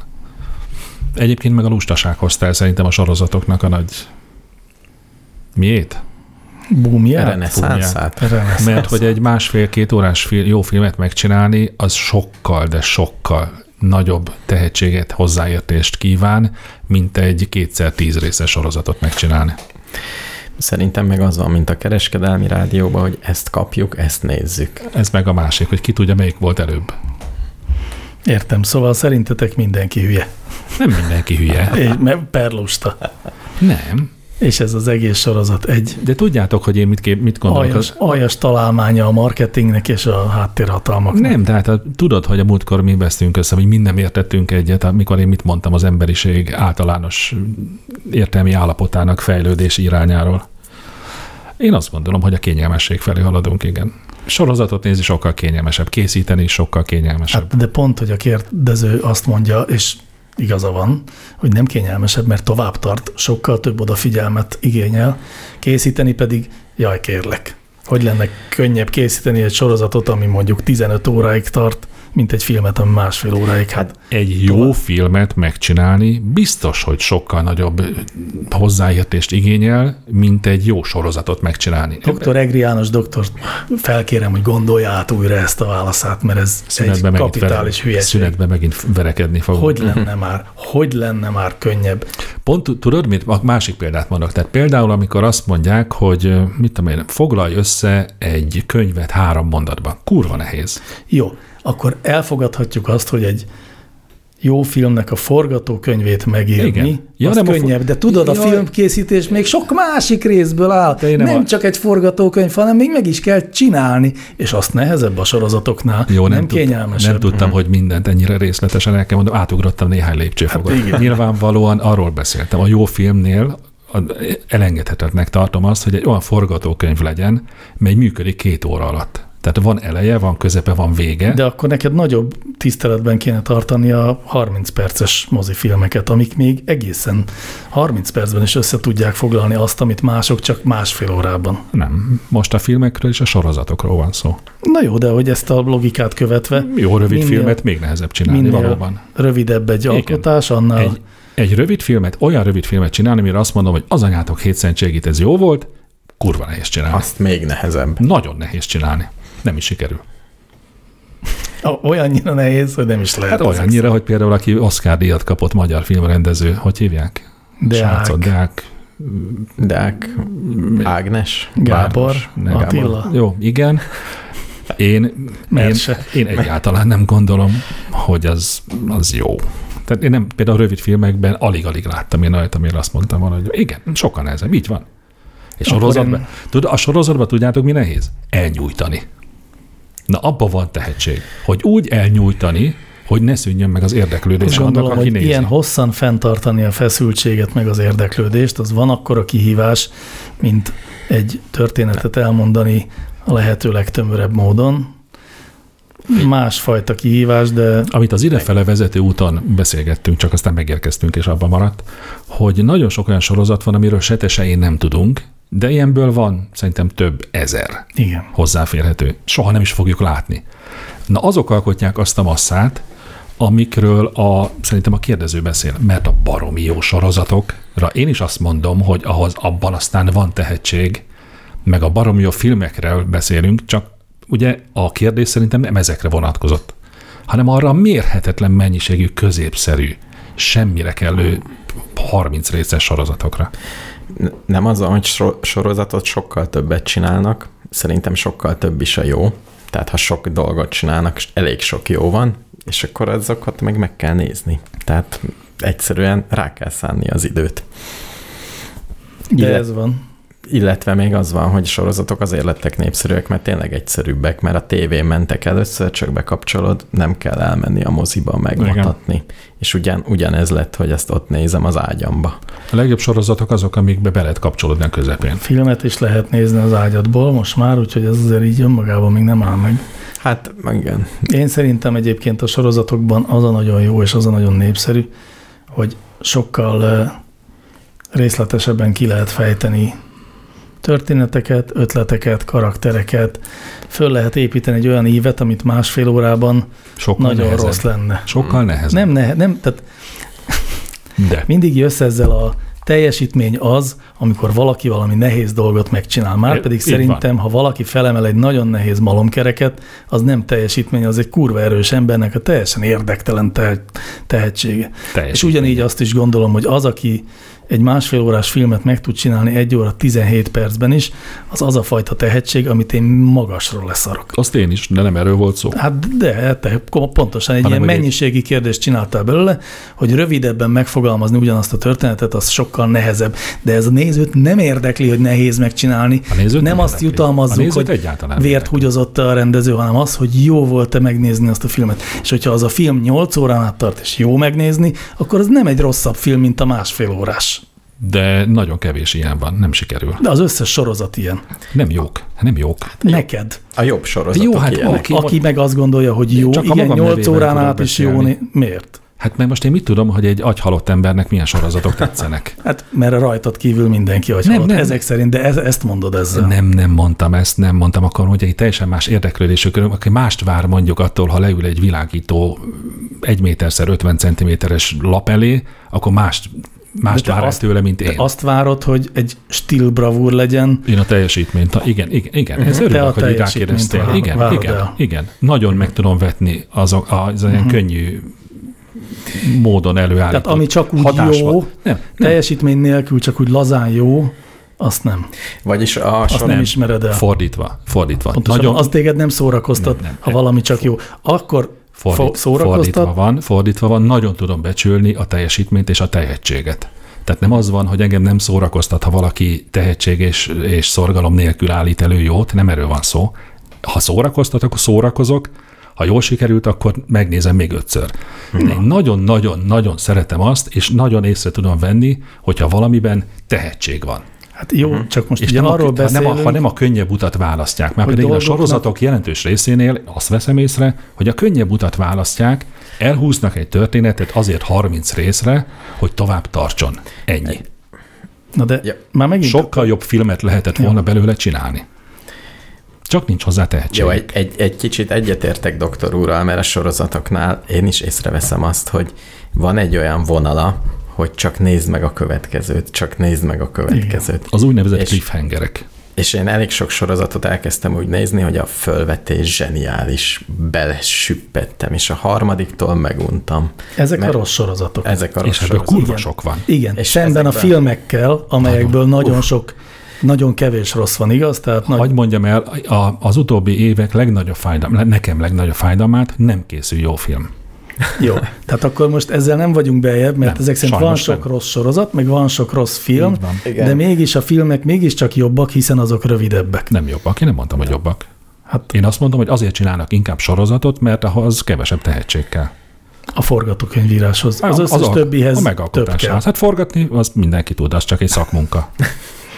Egyébként meg a lustaság hozta el szerintem a sorozatoknak a nagy... Miért? Búmját? Reneszánszát. Renesz. Mert hogy egy másfél-két órás fil, jó filmet megcsinálni, az sokkal, de sokkal nagyobb tehetséget, hozzáértést kíván, mint egy kétszer tíz részes sorozatot megcsinálni. Szerintem meg az van, mint a kereskedelmi rádióban, hogy ezt kapjuk, ezt nézzük. Ez meg a másik, hogy ki tudja, melyik volt előbb. Értem, szóval szerintetek mindenki hülye. Nem mindenki hülye. É, mert Perlusta. Nem. És ez az egész sorozat egy De tudjátok, hogy én mit, kép, mit gondolok? aljas, Az, aljas találmánya a marketingnek és a háttérhatalmaknak. nem, tehát a, tudod, hogy a múltkor mi vesztünk össze, hogy mi nem értettünk egyet, amikor én mit mondtam az emberiség általános értelmi állapotának fejlődés irányáról. Én azt gondolom, hogy a kényelmesség felé haladunk, igen. sorozatot nézni sokkal kényelmesebb, készíteni is sokkal kényelmesebb. Hát, de pont, hogy a kérdező azt mondja, és igaza van, hogy nem kényelmesebb, mert tovább tart, sokkal több odafigyelmet igényel, készíteni pedig, jaj, kérlek, hogy lenne könnyebb készíteni egy sorozatot, ami mondjuk 15 óráig tart, mint egy filmet, ami másfél óráig. Hát Egy jó filmet megcsinálni biztos, hogy sokkal nagyobb hozzáértést igényel, mint egy jó sorozatot megcsinálni. Dr. Egri János doktor, felkérem, hogy gondolja át újra ezt a válaszát, mert ez egy Szünetben megint, vere, kapitális hülyeség. szünetben megint verekedni fogunk. Hogy lenne már, hogy lenne már könnyebb? Pont tud- tudod, mit? A másik példát mondok. Tehát például, amikor azt mondják, hogy ö, mit tudom én, foglalj össze egy könyvet három mondatba. Kurva nehéz. Jó, akkor elfogadhatjuk azt, hogy egy jó filmnek a forgatókönyvét megírni, Igen. Igen. Ja, Ja, az nem a fo- könnyebb, de tudod, a Jaj. Hát, filmkészítés még sok másik részből áll. én nem nem a- csak egy forgatókönyv, hanem még meg is kell csinálni, és azt nehezebb a sorozatoknál, Jó, nem, nem tud- kényelmesebb. Mhm. nem tudtam, hogy mindent ennyire részletesen el kell mondom, átugrottam néhány lépcsőfokot. Hát igen. Nyilvánvalóan arról beszéltem, a jó filmnél a- elengedhetetlennek tartom azt, hogy egy olyan forgatókönyv legyen, mely működik két óra alatt. Tehát van eleje, van közepe, van vége. De akkor neked nagyobb tiszteletben kéne tartani a 30 perces mozifilmeket, amik még egészen 30 percben is össze tudják foglalni azt, amit mások csak másfél órában. Nem. Most a filmekről és a sorozatokról van szó. Na jó, de hogy ezt a logikát követve Jó rövid Minél- filmet még nehezebb csinálni, minél- valóban. rövidebb egy Igen. alkotás, annál Egy, egy rövid filmet, olyan rövid filmet csinálni, amire azt mondom, hogy az anyátok hétszentségét ez jó volt, kurva nehéz csinálni. Azt. Azt még nehezebb. Nagyon nehéz csinálni. Nem is sikerül. O- olyannyira nehéz, hogy nem is lehet. Hát olyannyira, hogy például aki Oscar díjat kapott magyar filmrendező, hogy hívják? Srácot, De Deák. Deák Ágnes. Gábor, Bárdos, nem, Gábor. Attila, Jó, igen. Én, én, Merse. én egyáltalán nem gondolom, hogy az, az jó. Tehát én nem, például a rövid filmekben alig-alig láttam én olyat, amire azt mondtam volna, hogy igen, sokkal nehezebb, így van. És Akkor sorozatban, én- tud, a sorozatban tudjátok, mi nehéz? Elnyújtani. Na, abba van tehetség, hogy úgy elnyújtani, hogy ne szűnjön meg az érdeklődés és annak, gondolom, aki hogy nézi. ilyen hosszan fenntartani a feszültséget, meg az érdeklődést, az van akkora kihívás, mint egy történetet elmondani a lehető legtömörebb módon. Másfajta kihívás, de amit az idefele vezető úton beszélgettünk, csak aztán megérkeztünk, és abban maradt, hogy nagyon sok olyan sorozat van, amiről se te, se én nem tudunk, de ilyenből van szerintem több ezer igen. hozzáférhető. Soha nem is fogjuk látni. Na azok alkotják azt a masszát, amikről a, szerintem a kérdező beszél, mert a baromi jó sorozatokra én is azt mondom, hogy ahhoz abban aztán van tehetség, meg a baromi jó filmekről beszélünk, csak ugye a kérdés szerintem nem ezekre vonatkozott, hanem arra a mérhetetlen mennyiségű középszerű, semmire kellő 30 részes sorozatokra. N- Nem az, hogy sor- sorozatot sokkal többet csinálnak, szerintem sokkal több is a jó. Tehát ha sok dolgot csinálnak, s- elég sok jó van, és akkor azokat meg meg kell nézni. Tehát egyszerűen rá kell szánni az időt. De Illet- ez van. Illetve még az van, hogy sorozatok azért lettek népszerűek, mert tényleg egyszerűbbek, mert a tévén mentek először, csak bekapcsolod, nem kell elmenni a moziba megmutatni. Igen. És ugyan, ugyanez lett, hogy ezt ott nézem az ágyamba. A legjobb sorozatok azok, amikbe be lehet kapcsolódni a közepén. Filmet is lehet nézni az ágyadból most már, úgyhogy ez azért így önmagában még nem áll meg. Hát igen, Én szerintem egyébként a sorozatokban az a nagyon jó és az a nagyon népszerű, hogy sokkal eh, részletesebben ki lehet fejteni történeteket, ötleteket, karaktereket. Föl lehet építeni egy olyan ívet, amit másfél órában Sokkal nagyon nehezebb. rossz lenne. Sokkal nehezebb. Nem, ne, nem, tehát De. mindig jössz ezzel a teljesítmény az, amikor valaki valami nehéz dolgot megcsinál. Már Így pedig van. szerintem, ha valaki felemel egy nagyon nehéz malomkereket, az nem teljesítmény, az egy kurva erős embernek a teljesen érdektelen te- tehetsége. És Teljesen. ugyanígy azt is gondolom, hogy az, aki egy másfél órás filmet meg tud csinálni egy óra 17 percben is, az az a fajta tehetség, amit én magasról leszarok. Azt én is, de nem erről volt szó. Hát de, te kom- pontosan egy Hanem, ilyen hogy egy- mennyiségi kérdést csináltál belőle, hogy rövidebben megfogalmazni ugyanazt a történetet, az sokkal nehezebb. De ez a nézőt nem érdekli, hogy nehéz megcsinálni. A nézőt nem azt érdekli. a jutalmazzuk, nézőt hogy egyáltalán nem vért érdekli. húgyozott a rendező, hanem az, hogy jó volt-e megnézni azt a filmet. És hogyha az a film 8 órán át tart, és jó megnézni, akkor az nem egy rosszabb film, mint a másfél órás. de nagyon kevés ilyen van, nem sikerül. De az összes sorozat ilyen. Nem jók, nem jók. Neked. A jobb sorozatok Jó, hát ilyenek. Aki- Aki, aki meg azt gondolja, hogy jó, Csak a igen, magam 8 nevével órán tudok át is jó. beszélni. né- Miért? Hát mert most én mit tudom, hogy egy agyhalott embernek milyen sorozatok tetszenek. Hát mert rajtad kívül mindenki vagy Nem, halott. nem. Ezek szerint, de ez, ezt mondod ezzel. Nem, nem mondtam ezt, nem mondtam akkor, hogy egy teljesen más érdeklődésű köröm, aki mást vár mondjuk attól, ha leül egy világító 1 méterszer 50 centiméteres lap elé, akkor mást, mást De te vár azt, azt- tőle, mint én. Te azt várod, hogy egy stíl bravúr legyen, Én a teljesítményt, ha- igen, igen, igen, ez Mhm. Te a örülök, hogy így teljesítményt rákérdeztél. várod- Igen, várod igen, el. Mhm. igen. Nagyon meg tudom vetni azok, az olyan könnyű módon előállított tehát ami csak úgy hatás jó, volt. Nem, nem, teljesítmény nélkül csak úgy lazán jó, azt nem. Vagyis a Azt sor... nem, nem ismered el. fordítva, fordítva. Pontosan, Nagyon Nagyon... az téged nem szórakoztat, Nem, nem, nem. nem, ha valami csak jó. Akkor fo- fordít, fordítva szórakoztat, van, fordítva van, nagyon tudom becsülni a teljesítményt és a tehetséget. Tehát nem az van, hogy engem nem szórakoztat, ha valaki tehetség és, és szorgalom nélkül állít elő jót, nem erről van szó. Ha szórakoztat, akkor szórakozok, ha jól sikerült, akkor megnézem még ötször. Hmm. De én nagyon-nagyon-nagyon szeretem azt, és nagyon észre tudom venni, hogyha valamiben tehetség van. hát jó, csak most És ugye nem a, arról ha, nem a, beszélünk, ha nem a könnyebb utat választják, már Hogy pedig a dolgoknak- sorozatok jelentős részénél azt veszem észre, hogy a könnyebb utat választják, elhúznak egy történetet azért 30 részre, hogy tovább tartson. Ennyi. Hát, na de Ja. már megint Sokkal jobb filmet lehetett volna belőle csinálni. Csak nincs hozzá tehetség. Jó, egy, egy, egy kicsit egyetértek doktor úrral, mert a sorozatoknál én is észreveszem azt, hogy van egy olyan vonala, hogy csak nézd meg a következőt, csak nézd meg a következőt. Az úgynevezett És- cliffhangerek. És én elég sok sorozatot elkezdtem úgy nézni, hogy a fölvetés zseniális, belesüppettem, és a harmadiktól meguntam. ezek mert- a rossz sorozatok. Ezek a rossz És ebből sorozatok. kurva sok van. Igen, És és szemben a ezekben- filmekkel, amelyekből nagyon, nagyon sok, nagyon kevés rossz van, igaz? Tehát nagy, Hogy mondjam el, a, az utóbbi évek legnagyobb fájdalmát, nekem legnagyobb fájdalmát, nem készül jó film. Jó, tehát akkor most ezzel nem vagyunk beljebb, mert Nem, nem, ezek szerint van sajnos sok nem. nem. rossz sorozat, meg van sok rossz film, Így van. Igen. de mégis a filmek mégiscsak jobbak, hiszen azok rövidebbek. Nem jobbak, én nem mondtam, hogy jobbak. Hát Én azt mondom, hogy azért csinálnak inkább sorozatot, mert ahhoz kevesebb tehetség kell. a forgatókönyvíráshoz, az összes az alk- többihez a több kell. megalkotásához. Hát forgatni, azt mindenki tud, az csak egy szakmunka.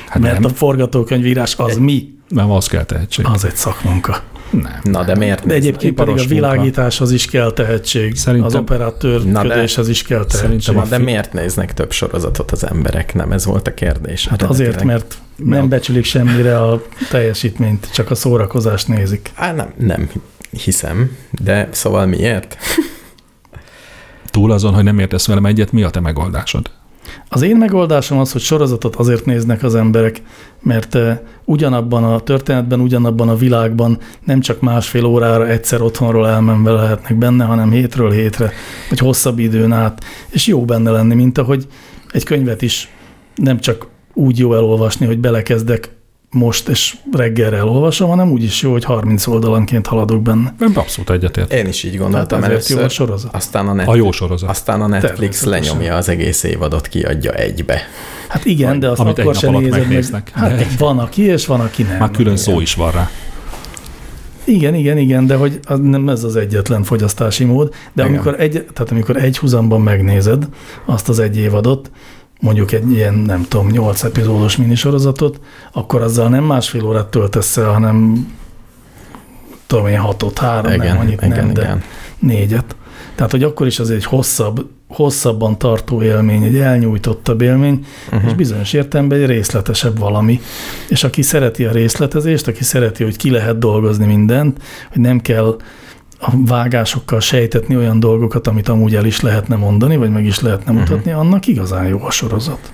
Hát Mert nem, a forgatókönyvírás az mi? nem, az kell tehetség. Az egy szakmunka. Nem. Na, de miért De nézd egyébként iparos pedig a munka. világításhoz is kell tehetség, Szerintem- Szerintem, az operatőrködéshez is kell tehetség. Szerintem Na, de miért néznek több sorozatot az emberek? Nem ez volt a kérdés. Hát azért, mert nem becsülik semmire a teljesítményt, csak a szórakozást nézik. Á, nem, nem hiszem, de szóval miért? Túl azon, hogy nem értesz velem egyet, mi a te megoldásod? Az én megoldásom az, hogy sorozatot azért néznek az emberek, mert eh, ugyanabban a történetben, ugyanabban a világban nem csak másfél órára egyszer otthonról elmenve lehetnek benne, hanem hétről hétre, vagy hosszabb időn át, és jó benne lenni, mint ahogy egy könyvet is nem csak úgy jó elolvasni, hogy belekezdek most és reggelre elolvasom, hanem úgy is jó, hogy 30 oldalanként haladok benne. Nem abszolút egyetért. Én is így Tehát gondoltam ezért jó a először. sorozat. Aztán a, net, A jó sorozat. aztán a Netflix Természetesen. lenyomja az egész évadot, kiadja egybe. Hát igen, de azt Amit egy akkor nap sem alatt nézed meg. megnéznek. De- Hát van aki, és van aki nem. Már külön Igen. szó is van rá. Igen, igen, igen, de hogy az nem ez az egyetlen fogyasztási mód, de Igen. amikor egy, tehát amikor egy húzamban megnézed azt az egy évadot, mondjuk egy ilyen, nem tudom, nyolc epizódos minisorozatot, akkor azzal nem másfél órát töltesz el, hanem tudom én, hatot, három, igen, nem annyit, igen, nem, de igen. négyet. Tehát, hogy akkor is az egy hosszabb, hosszabban tartó élmény, egy elnyújtottabb élmény, Mhm. uh-huh. és bizonyos értelemben egy részletesebb valami. És aki szereti a részletezést, aki szereti, hogy ki lehet dolgozni mindent, hogy nem kell a vágásokkal sejtetni olyan dolgokat, amit amúgy el is lehetne mondani, vagy meg is lehetne Mhm. mutatni, uh-huh. annak igazán jó a sorozat.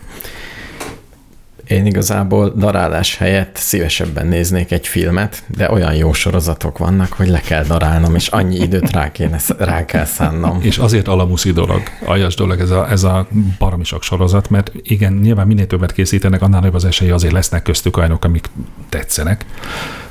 Én igazából darálás helyett szívesebben néznék egy filmet, de olyan jó sorozatok vannak, hogy le kell darálnom, és annyi időt rá, kéne, rá kell szánnom. És azért alamuszi dolog, aljas dolog ez a, ez a baromi sok sorozat, mert igen, nyilván minél többet készítenek, annál nagyobb az esély, azért lesznek köztük olyanok, amik tetszenek,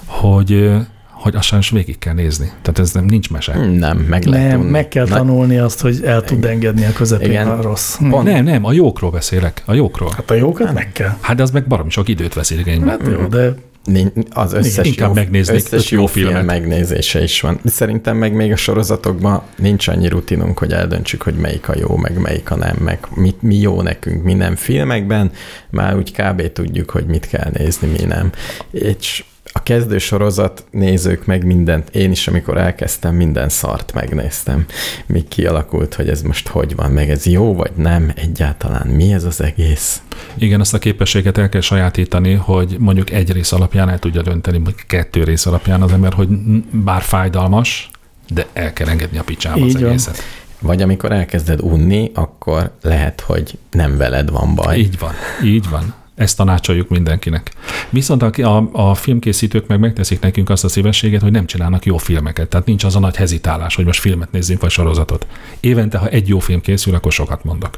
hogy, ö, hogy azt sajnos végig kell nézni. Tehát ez nem nincs mese. Hmm. Nem, meg lehet Nem, unni. meg kell Na, tanulni azt, hogy el tud engedni a közepén Igen. a rossz. Pont. Nem, nem, a jókról beszélek, a jókról. Hát a jókat meg kell. Mhm. Hát de az meg baromi sok időt vesz igénybe. Hát jó, de Nin- Az összes inkább jó, megnéznék öt összes jó jó film filmet. megnézése is van. Szerintem meg még a sorozatokban nincs annyi rutinunk, hogy eldöntsük, hogy melyik a jó, meg melyik a nem, meg mit, mi jó nekünk, mi nem filmekben, már úgy kb. tudjuk, hogy mit kell nézni, mi nem. És a kezdő sorozat nézők meg mindent, én is, amikor elkezdtem, minden szart megnéztem, míg kialakult, hogy ez most hogy van, meg ez jó vagy nem, egyáltalán mi ez az egész. Igen, ezt a képességet el kell sajátítani, hogy mondjuk egy rész alapján el tudja dönteni, mondjuk kettő rész alapján az ember, hogy n- bár fájdalmas, de el kell engedni a picsába az Így van. egészet. Vagy amikor elkezded unni, akkor lehet, hogy nem veled van baj. Így van, így van. Ezt tanácsoljuk mindenkinek. Viszont aki- a, a filmkészítők meg megteszik nekünk azt a szívességet, hogy nem csinálnak jó filmeket. Tehát nincs az a nagy hezitálás, hogy most filmet nézzünk, vagy sorozatot. Évente, ha egy jó film készül, akkor sokat mondok.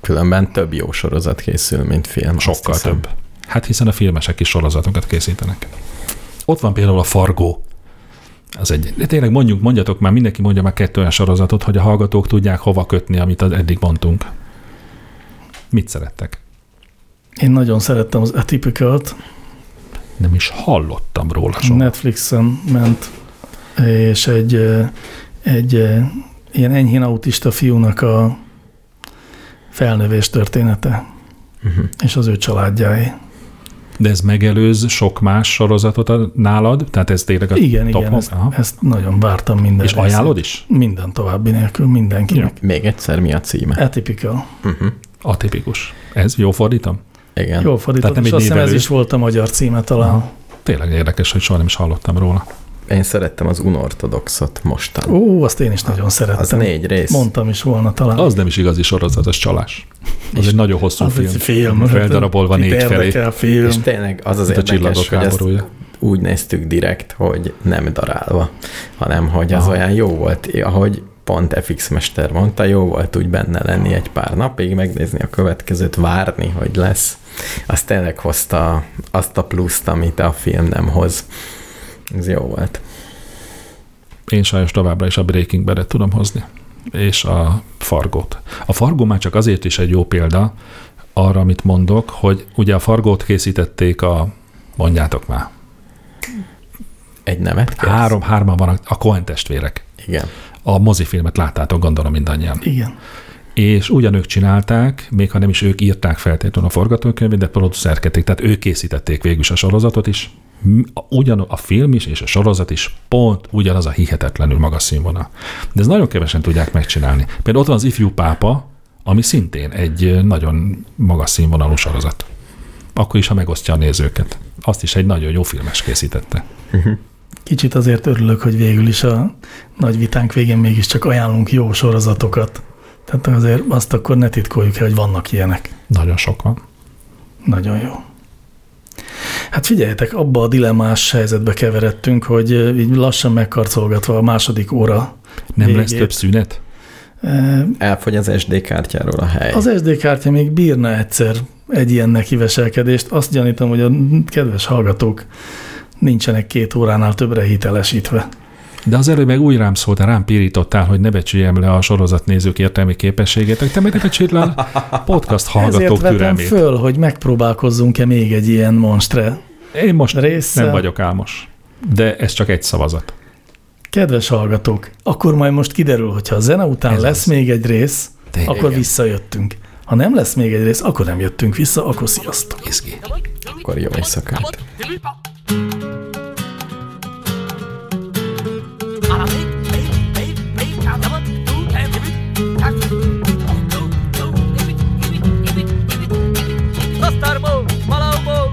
Különben több jó sorozat készül, mint film. azt Sokkal hiszem. több. Hát hiszen a filmesek is sorozatokat készítenek. Ott van például a Fargó. Az egy, de tényleg mondjuk, mondjatok már, mindenki mondja már kettő olyan sorozatot, hogy a hallgatók tudják hova kötni, amit az eddig mondtunk. Mit szerettek? Én nagyon szerettem az Atypical-t, Nem is hallottam róla soha. Netflixen ment, és egy, ö, egy ö, ilyen enyhén autista fiúnak a felnövés története, Mhm. és az ő családjáé. De ez megelőz sok más sorozatot a, nálad? Tehát ez tényleg a Igen, top igen, hop? ezt, Aha. ezt nagyon vártam minden És részét. ajánlod is? Minden további nélkül, mindenkinek. Még egyszer mi a E- címe? Atypical. Uh-huh. Atipikus. Ez jó fordítom? Igen. Jól fordított, Tehát nem és egy azt hiszem ez névelő. is volt a magyar címe talán. Tényleg érdekes, hogy soha nem is hallottam róla. Én szerettem az unortodoxot mostan. Ó, azt én is nagyon szerettem. az négy rész. Mondtam is volna talán. Az nem is igazi sorozat, az csalás. Az egy nagyon hosszú az film. egy film. hát, Feldarabolva Kit négy felé. érdekel film. És tényleg az az Mint a érdekes, csillagok hogy ezt háborúja. úgy néztük direkt, hogy nem darálva, hanem hogy az Aha. olyan jó volt, ahogy pont FX Mester mondta, jó volt úgy benne lenni egy pár napig, megnézni a következőt, várni, hogy lesz. Az tényleg hozta azt a pluszt, amit a film nem hoz. Ez jó volt. Én sajnos továbbra is a Breaking Bad-et tudom hozni, és a Fargót. A Fargó már csak azért is egy jó példa arra, amit mondok, hogy ugye a Fargót készítették a, mondjátok már, Egy nevet kérsz? három, hárman vannak a Cohen testvérek. Igen. A mozifilmet láttátok, gondolom mindannyian. Igen. És ugyanők csinálták, még ha nem is ők írták feltétlenül a forgatókönyvét, de producerkedték, tehát ők készítették végül is a sorozatot is. M- a- Ugyan a film is és a sorozat is pont ugyanaz a hihetetlenül magas színvonal. De ez nagyon kevesen tudják megcsinálni. Például ott van az ifjú pápa, ami szintén egy ö, nagyon magas színvonalú sorozat. Akkor is, ha megosztja a nézőket. Azt is egy nagyon jó filmes készítette. Kicsit azért örülök, hogy végül is a nagy vitánk végén mégiscsak ajánlunk jó sorozatokat. Tehát azért azt akkor ne titkoljuk el, hogy vannak ilyenek. Nagyon sok van. Nagyon jó. Hát figyeljetek, abba a dilemmás helyzetbe keveredtünk, hogy ö, így lassan megkarcolgatva a második óra. Nem végét. lesz több szünet? Ö, Elfogy az SD kártyáról a hely. Az SD kártya még bírna egyszer egy ilyen nekiveselkedést. Azt gyanítom, hogy a kedves hallgatók nincsenek két óránál többre hitelesítve. De az előbb meg úgy rám szóltál, rám pirítottál, hogy ne becsüljem le a sorozatnézők értelmi képességét, te meg ne becsüld le a podcast hallgatók Ezért vetem türelmét. föl, hogy megpróbálkozzunk-e még egy ilyen monstre. Én most Része. nem vagyok álmos, de ez csak egy szavazat. Kedves hallgatók, akkor majd most kiderül, hogyha a zene után Ez Ez lesz az. még egy rész, Tényleg. akkor visszajöttünk. Ha nem lesz még egy rész, akkor nem jöttünk vissza, akkor sziasztok. Izgi. Akkor jó éjszakát. Asztalból, malomból.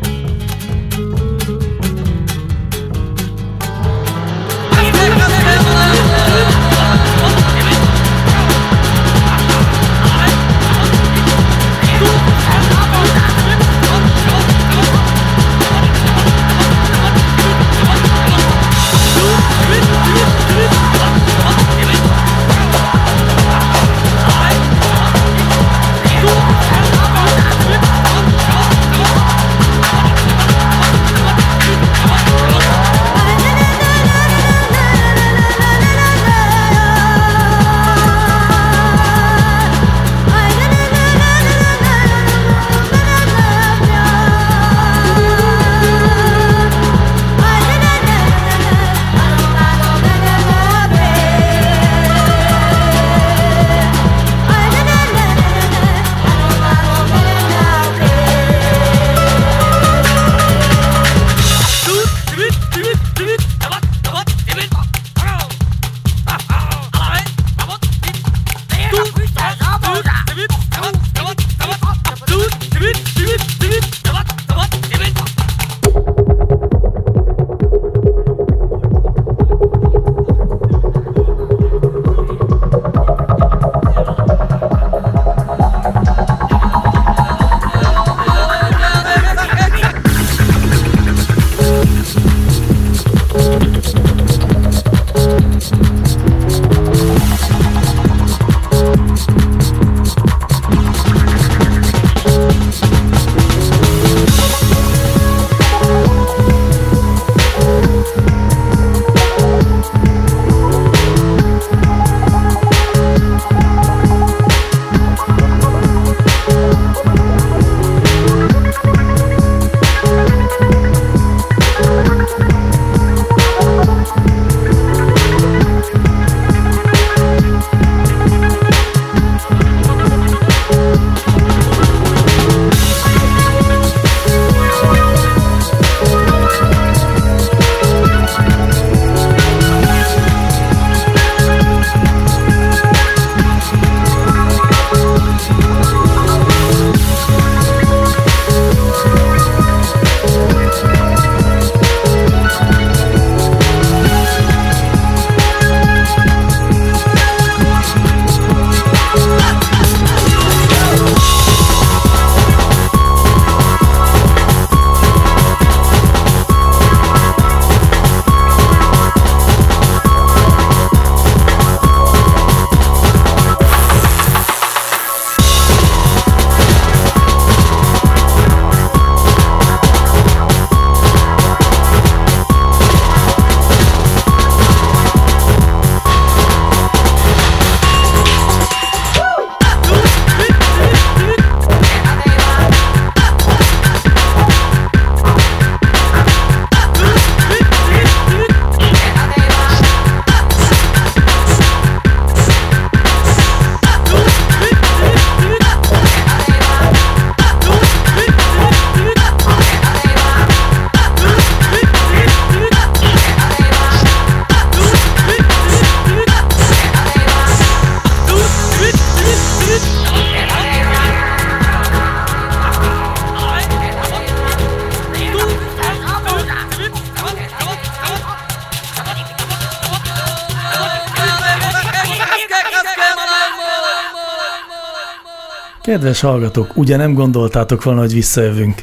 Kedves hallgatók, ugye nem gondoltátok volna, hogy visszajövünk.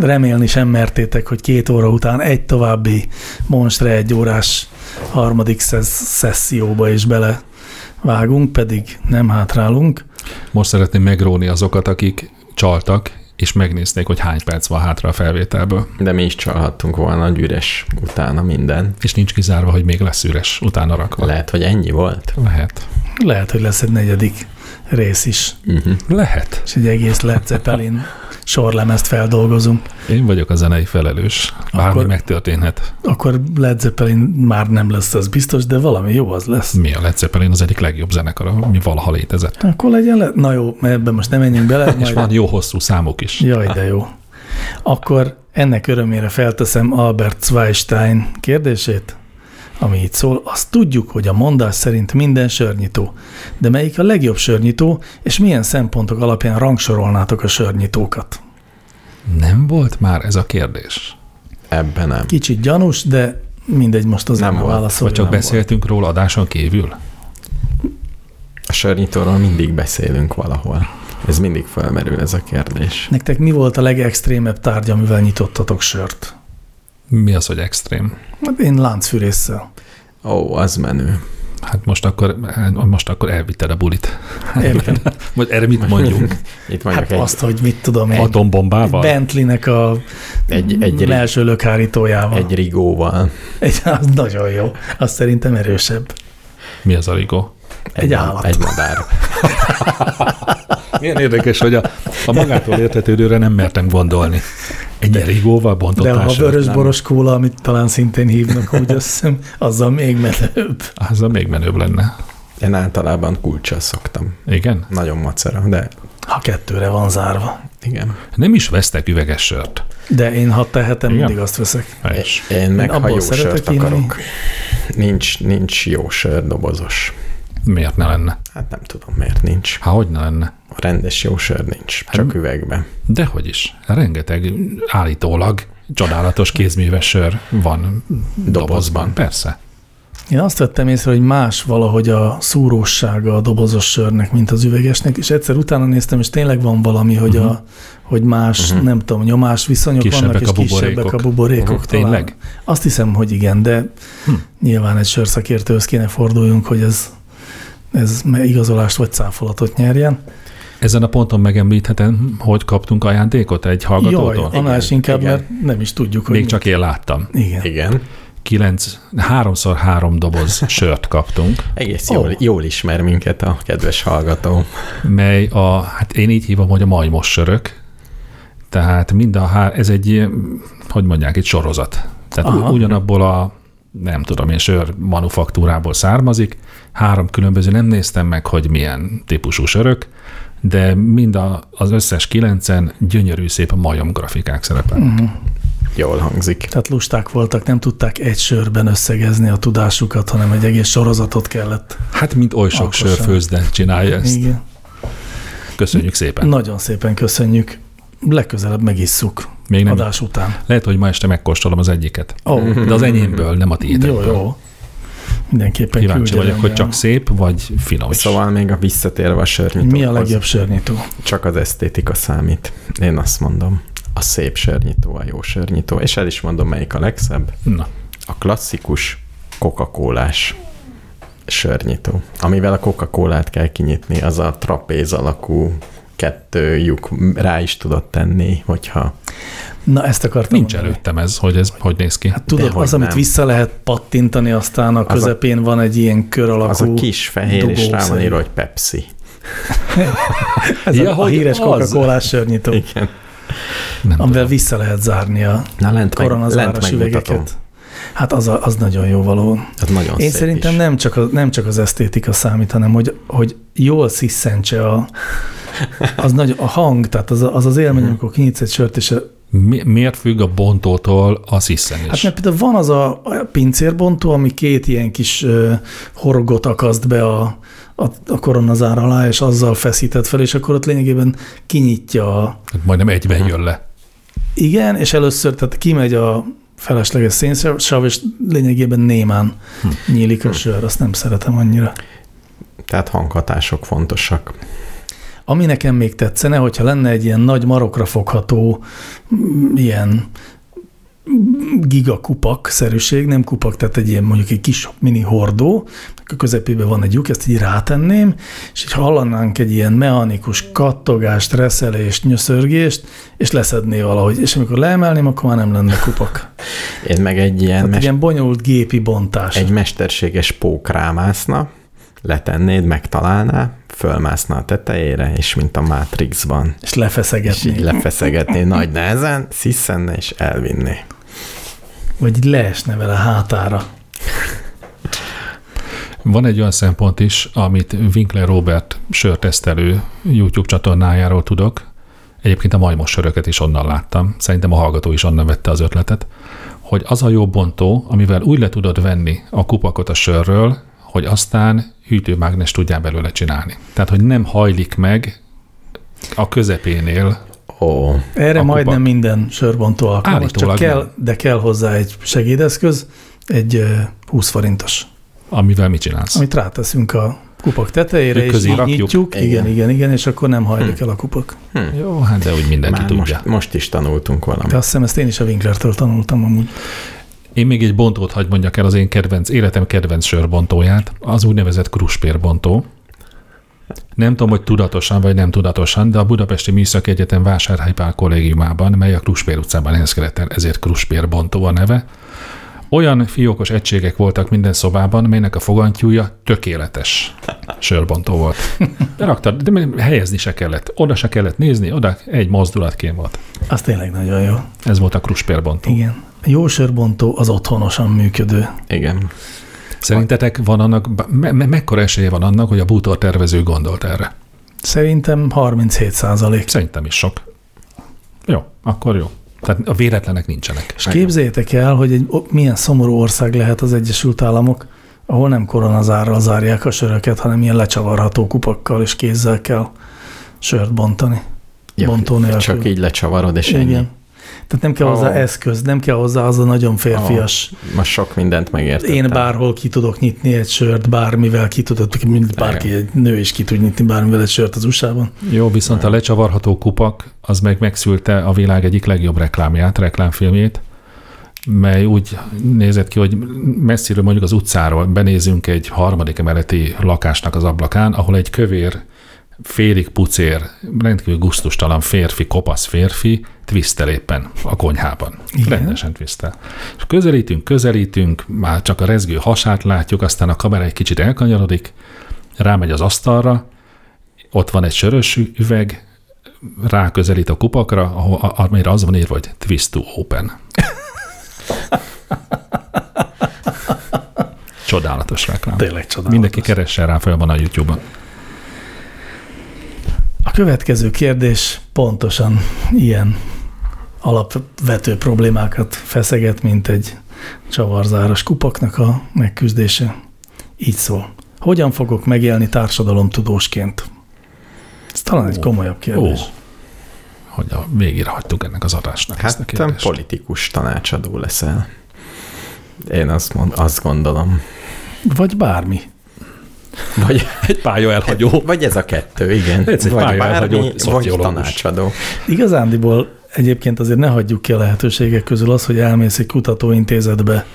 Remélni sem mertétek, hogy két óra után egy további monstre egy órás harmadik szesz- szesszióba is bele vágunk, pedig nem hátrálunk. Most szeretném megróni azokat, akik csaltak, és megnézték, hogy hány perc van hátra a felvételből. De mi is csalhattunk volna üres utána minden. És nincs kizárva, hogy még lesz üres, utána rakva. Lehet, hogy ennyi volt. Lehet. Lehet, hogy lesz egy negyedik rész is, Uh-huh. Lehet. és egy egész Led Zeppelin sorlemezt feldolgozunk. Én vagyok a zenei felelős. Bármi Akkor- Akkor... megtörténhet. Akkor Led Zeppelin már nem lesz, az biztos, de valami jó az lesz. Mi a Led Zeppelin az egyik legjobb zenekar, ami valaha létezett. Akkor legyen le... Na jó, mert ebben most nem menjünk bele. És van jó hosszú számuk is. Jaj, de jó. Akkor ennek örömére felteszem Albert Zweistein kérdését, ami így szól. Azt tudjuk, hogy a mondás szerint minden sörnyitó. De melyik a legjobb sörnyitó, és milyen szempontok alapján rangsorolnátok a sörnyitókat? Nem volt már ez a kérdés? Ebben nem. Kicsit gyanús, de mindegy, most az Nem nem volt, válaszol. Vagy csak nem beszéltünk róla adáson kívül? A sörnyitóról mindig beszélünk valahol. Ez mindig felmerül ez a kérdés. Nektek mi volt a legextrémebb tárgy, amivel nyitottatok sört? Mi az, hogy extrém? Hát én láncfűrésszel. Ó, az menő. Hát most akkor, most akkor elvitted a bulit. Értem. Vagy erre mit mondjuk? Itt vagyok Hát egy, azt, hogy mit tudom én. Egy Atombombával? Bentleynek a egy, egy, egy, belső lökhárítójával. egy rigóval. Egy, az nagyon jó. Az szerintem erősebb. Mi az a rigó? Egy állat. Egy madár. Milyen érdekes, hogy a, a magától értetődőre nem mertem gondolni. Egy rigóval bontott De a társadalom. vörösboros kóla, amit talán szintén hívnak, úgy azt hiszem, azzal még menőbb. Hát Az a még menőbb lenne. Én általában kulcsal szoktam. Igen? Nagyon macera, de Ha kettőre van zárva. igen. Nem is vesztek üveges sört. De én, ha tehetem, Igen. mindig azt veszek. E- És Én meg, abból ha jó szeretek sört inni. akarok. Nincs, nincs jó sör dobozos. miért ne lenne? Hát nem tudom, miért nincs. Há, hogy ne lenne? A rendes jó sör nincs, Hát- csak üvegben. Dehogy is. Rengeteg állítólag csodálatos kézműves sör van dobozban. Persze. Én azt vettem észre, hogy más valahogy a szúróssága a dobozos sörnek, mint az üvegesnek, és egyszer utána néztem, és tényleg van valami, hogy, uh-huh. a, hogy más, uh-huh. nem tudom, nyomás viszonyok Mhm. Kisebbek vannak, és a kisebbek buborékok. a buborékok. Uh-huh. talán. Tényleg? Azt hiszem, hogy igen, de hm. nyilván egy sörszakértőhöz kéne forduljunk, hogy ez, ez igazolást vagy cáfolatot nyerjen. Ezen a ponton megemlíthetem, hogy kaptunk ajándékot egy Jaj, hallgatótól. annál is inkább, igen. mert nem is tudjuk, hogy... Még mi. csak én láttam. Igen. Igen. 9, 3x3 doboz sört kaptunk, Egész Ó. jól, jól ismer minket a kedves hallgató. mely a, hát én így hívom, hogy a majmos sörök, tehát mind a hár, ez egy, ilyen, hogy mondják, egy sorozat. Tehát Aha. Aha. ugyanabból a, nem tudom én, sör manufaktúrából származik, három különböző, nem néztem meg, hogy milyen típusú sörök, de mind a, az összes kilencen gyönyörű szép majom grafikák szerepelnek. Hm. Mm. Jól hangzik. Tehát lusták voltak, nem tudták egy sörben összegezni a tudásukat, hanem egy egész sorozatot kellett. Hát, mint oly sok Alkossam. sörfőzde csinálja ezt. Igen. Köszönjük szépen. Nagyon szépen köszönjük. Legközelebb megisszuk. Még nem. Adás után. Lehet, hogy ma este megkóstolom az egyiket. Ó, oh, De az enyémből, nem a jó, tiédből. jó. Mindenképpen Kíváncsi küldje vagyok, hogy rendben. csak szép, vagy finom is. Szóval még a visszatérve a sörnyitóhoz. Mi a legjobb sörnyitó? Csak az esztétika számít. Én azt mondom. A szép sörnyitó, a jó sörnyitó. És el is mondom, melyik a legszebb. Na, A klasszikus coca cola sörnyitó. Amivel a coca cola kell kinyitni, az a trapéz alakú kettő lyuk rá is tudod tenni, hogyha Na, ezt akartam nincs mondani. előttem ez, hogy ez hogy néz ki. Hát tudod, Dehogy az, amit nem. vissza lehet pattintani, aztán a a- közepén van egy ilyen kör alakú... az a kis fehér, és rá van dugószerű. írva, hogy Pepsi. Ez Ja, ja, a, a hogy híres az. coca cola sörnyitó, Igen. Nem tudom. amivel vissza lehet zárni a Na lent, meg, lent koronazáros megmutatom. üvegeket. Hát az, a, az nagyon jó valóban. Az nagyon Én szép szerintem is. nem csak, az, nem csak az esztétika számít, hanem hogy, hogy jól sziszentse a, az nagy, a hang, tehát az a- az, az élmény, amikor kinyitsz egy sört, Mhm. és a- Mi, miért függ a bontótól a hát sziszenés? mert például van az a a pincérbontó, ami két ilyen kis ö, horogot akaszt be a, a, a koronazár alá, és azzal feszített fel, és akkor ott lényegében kinyitja a, Hát Majdnem egyben jön le. Igen, és először, tehát kimegy a felesleges szénsav, és lényegében némán hm. nyílik a sör, azt nem szeretem annyira. Tehát hanghatások fontosak. Ami nekem még tetszene, hogyha lenne egy ilyen nagy marokra fogható, mm, ilyen gigakupak szerűség, nem kupak, tehát egy ilyen mondjuk egy kis mini hordó, a közepében van egy lyuk, ezt így rátenném, és így hallanánk egy ilyen mechanikus kattogást, reszelést, nyöszörgést, és leszedné valahogy. És amikor leemelném, akkor már nem lenne kupak. Én meg egy ilyen, Tehát mes- ilyen bonyolult gépi bontás. egy mesterséges pók rámászna, letennéd, megtalálná, fölmászna a tetejére, és mint a Matrixban. és És így lefeszegetni, lefeszegetné nagy nehezen, sziszenne és elvinné. vagy így leesne vele hátára. Van egy olyan szempont is, amit Winkler Robert sörtesztelő YouTube csatornájáról tudok. Egyébként a majmos söröket is onnan láttam. Szerintem a hallgató is onnan vette az ötletet, hogy az a jó bontó, amivel úgy le tudod venni a kupakot a sörről, hogy aztán hűtőmágnes tudjál belőle csinálni. Tehát, hogy nem hajlik meg a közepénél. Ó, Erre A majdnem kupak. minden sörbontó alkalmas, csak Állítólag kell, nem. de kell hozzá egy segédeszköz, egy ö, 20 forintos, Amivel mit csinálsz? amit ráteszünk a kupak tetejére, és Közé így rakjuk. Hm. nyitjuk, igen. igen, igen, igen, és akkor nem hajlik el a kupak. Jó, hát de úgy mindenki már tudja. most, most is tanultunk valamit. De azt hiszem, ezt én is a Winklertől tanultam amúgy. Én még egy bontót hagy mondjak el az én kedvenc, életem kedvenc sörbontóját, az úgynevezett kruspérbontó. Nem tudom, hogy tudatosan vagy nem tudatosan, de a Budapesti Műszaki Egyetem Vásárhelypál kollégiumában, mely a Kruspér utcában helyezkedett el, ezért Kruspérbontó a neve, olyan fiókos egységek voltak minden szobában, melynek a fogantyúja tökéletes sörbontó volt. Beraktad, de helyezni se kellett. Oda se kellett nézni, oda egy mozdulatként volt. Az tényleg nagyon jó. Ez volt a kruspérbontó. Igen. A jó sörbontó az otthonosan működő. Igen. Szerintetek van annak, me, me, mekkora esélye van annak, hogy a bútor tervező gondolt erre? Szerintem 37 százalék. Szerintem is sok. Jó, akkor jó. Tehát a véletlenek nincsenek. És képzeljétek el, hogy egy o- milyen szomorú ország lehet az Egyesült Államok, ahol nem koronazárral zárják a söröket, hanem ilyen lecsavarható kupakkal és kézzel kell sört bontani. Ja, Bontó nélkül. Csak így lecsavarod, és ennyi. Igen. Tehát nem kell hozzá Ó. eszköz, nem kell hozzá az a nagyon férfias. Most sok mindent megértettem. Én bárhol ki tudok nyitni egy sört, bármivel ki tudod, mind bárki, egy nő is ki tud nyitni bármivel egy sört az USA-ban. Jó, viszont a lecsavarható kupak, az meg megszülte a világ egyik legjobb reklámját, reklámfilmjét, mely úgy nézett ki, hogy messziről mondjuk az utcáról benézünk egy harmadik emeleti lakásnak az ablakán, ahol egy kövér, félig pucér, rendkívül guztustalan férfi, kopasz férfi twisztel éppen a konyhában. Igen. Rendesen twisztel. És közelítünk, közelítünk, már csak a rezgő hasát látjuk, aztán a kamera egy kicsit elkanyarodik, rámegy az asztalra, ott van egy sörös üveg, ráközelít a kupakra, ahol, a- amire az van írva, hogy twist to open. Csodálatos reklám. Tényleg csodálatos. Mindenki keresse rá, fel van a YouTube-on. A következő kérdés pontosan ilyen alapvető problémákat feszeget, mint egy csavarzáras kupaknak a megküzdése. Így szól. Hogyan fogok megélni társadalomtudósként? Ez talán egy Ó. komolyabb Ó, kérdés. hogy a végére hagytuk ennek az adásnak ezt a Hát te kérdést. politikus tanácsadó leszel. Én azt, mond, azt gondolom. Vagy bármi. Vagy, Egy pálya elhagyó. vagy ez a kettő, igen. Ez egy vagy pályaelhagyó vagy szociológus. tanácsadó. Igazándiból egyébként azért ne hagyjuk ki a lehetőségek közül az, hogy elmész egy kutatóintézetbe,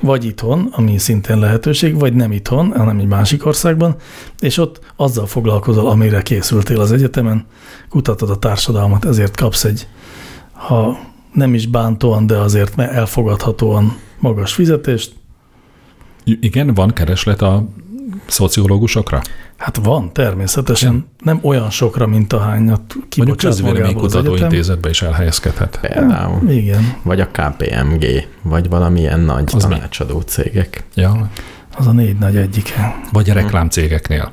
vagy itthon, ami szintén lehetőség, vagy nem itthon, hanem egy másik országban, és ott azzal foglalkozol, amire készültél az egyetemen, kutatod a társadalmat, ezért kapsz egy, ha nem is bántóan, de azért ne elfogadhatóan magas fizetést. Igen, van kereslet a szociológusokra? Hát van, természetesen, nem olyan sokra, mint ahányat Mondjuk kibocsát magából az egyetem. közvéleménykutatóintézetbe is elhelyezkedhet. Például. Igen, Vagy a KPMG, vagy valamilyen nagy Az az mi? tanácsadó cégek. Ja. az a négy nagy egyike. Vagy a reklámcégeknél.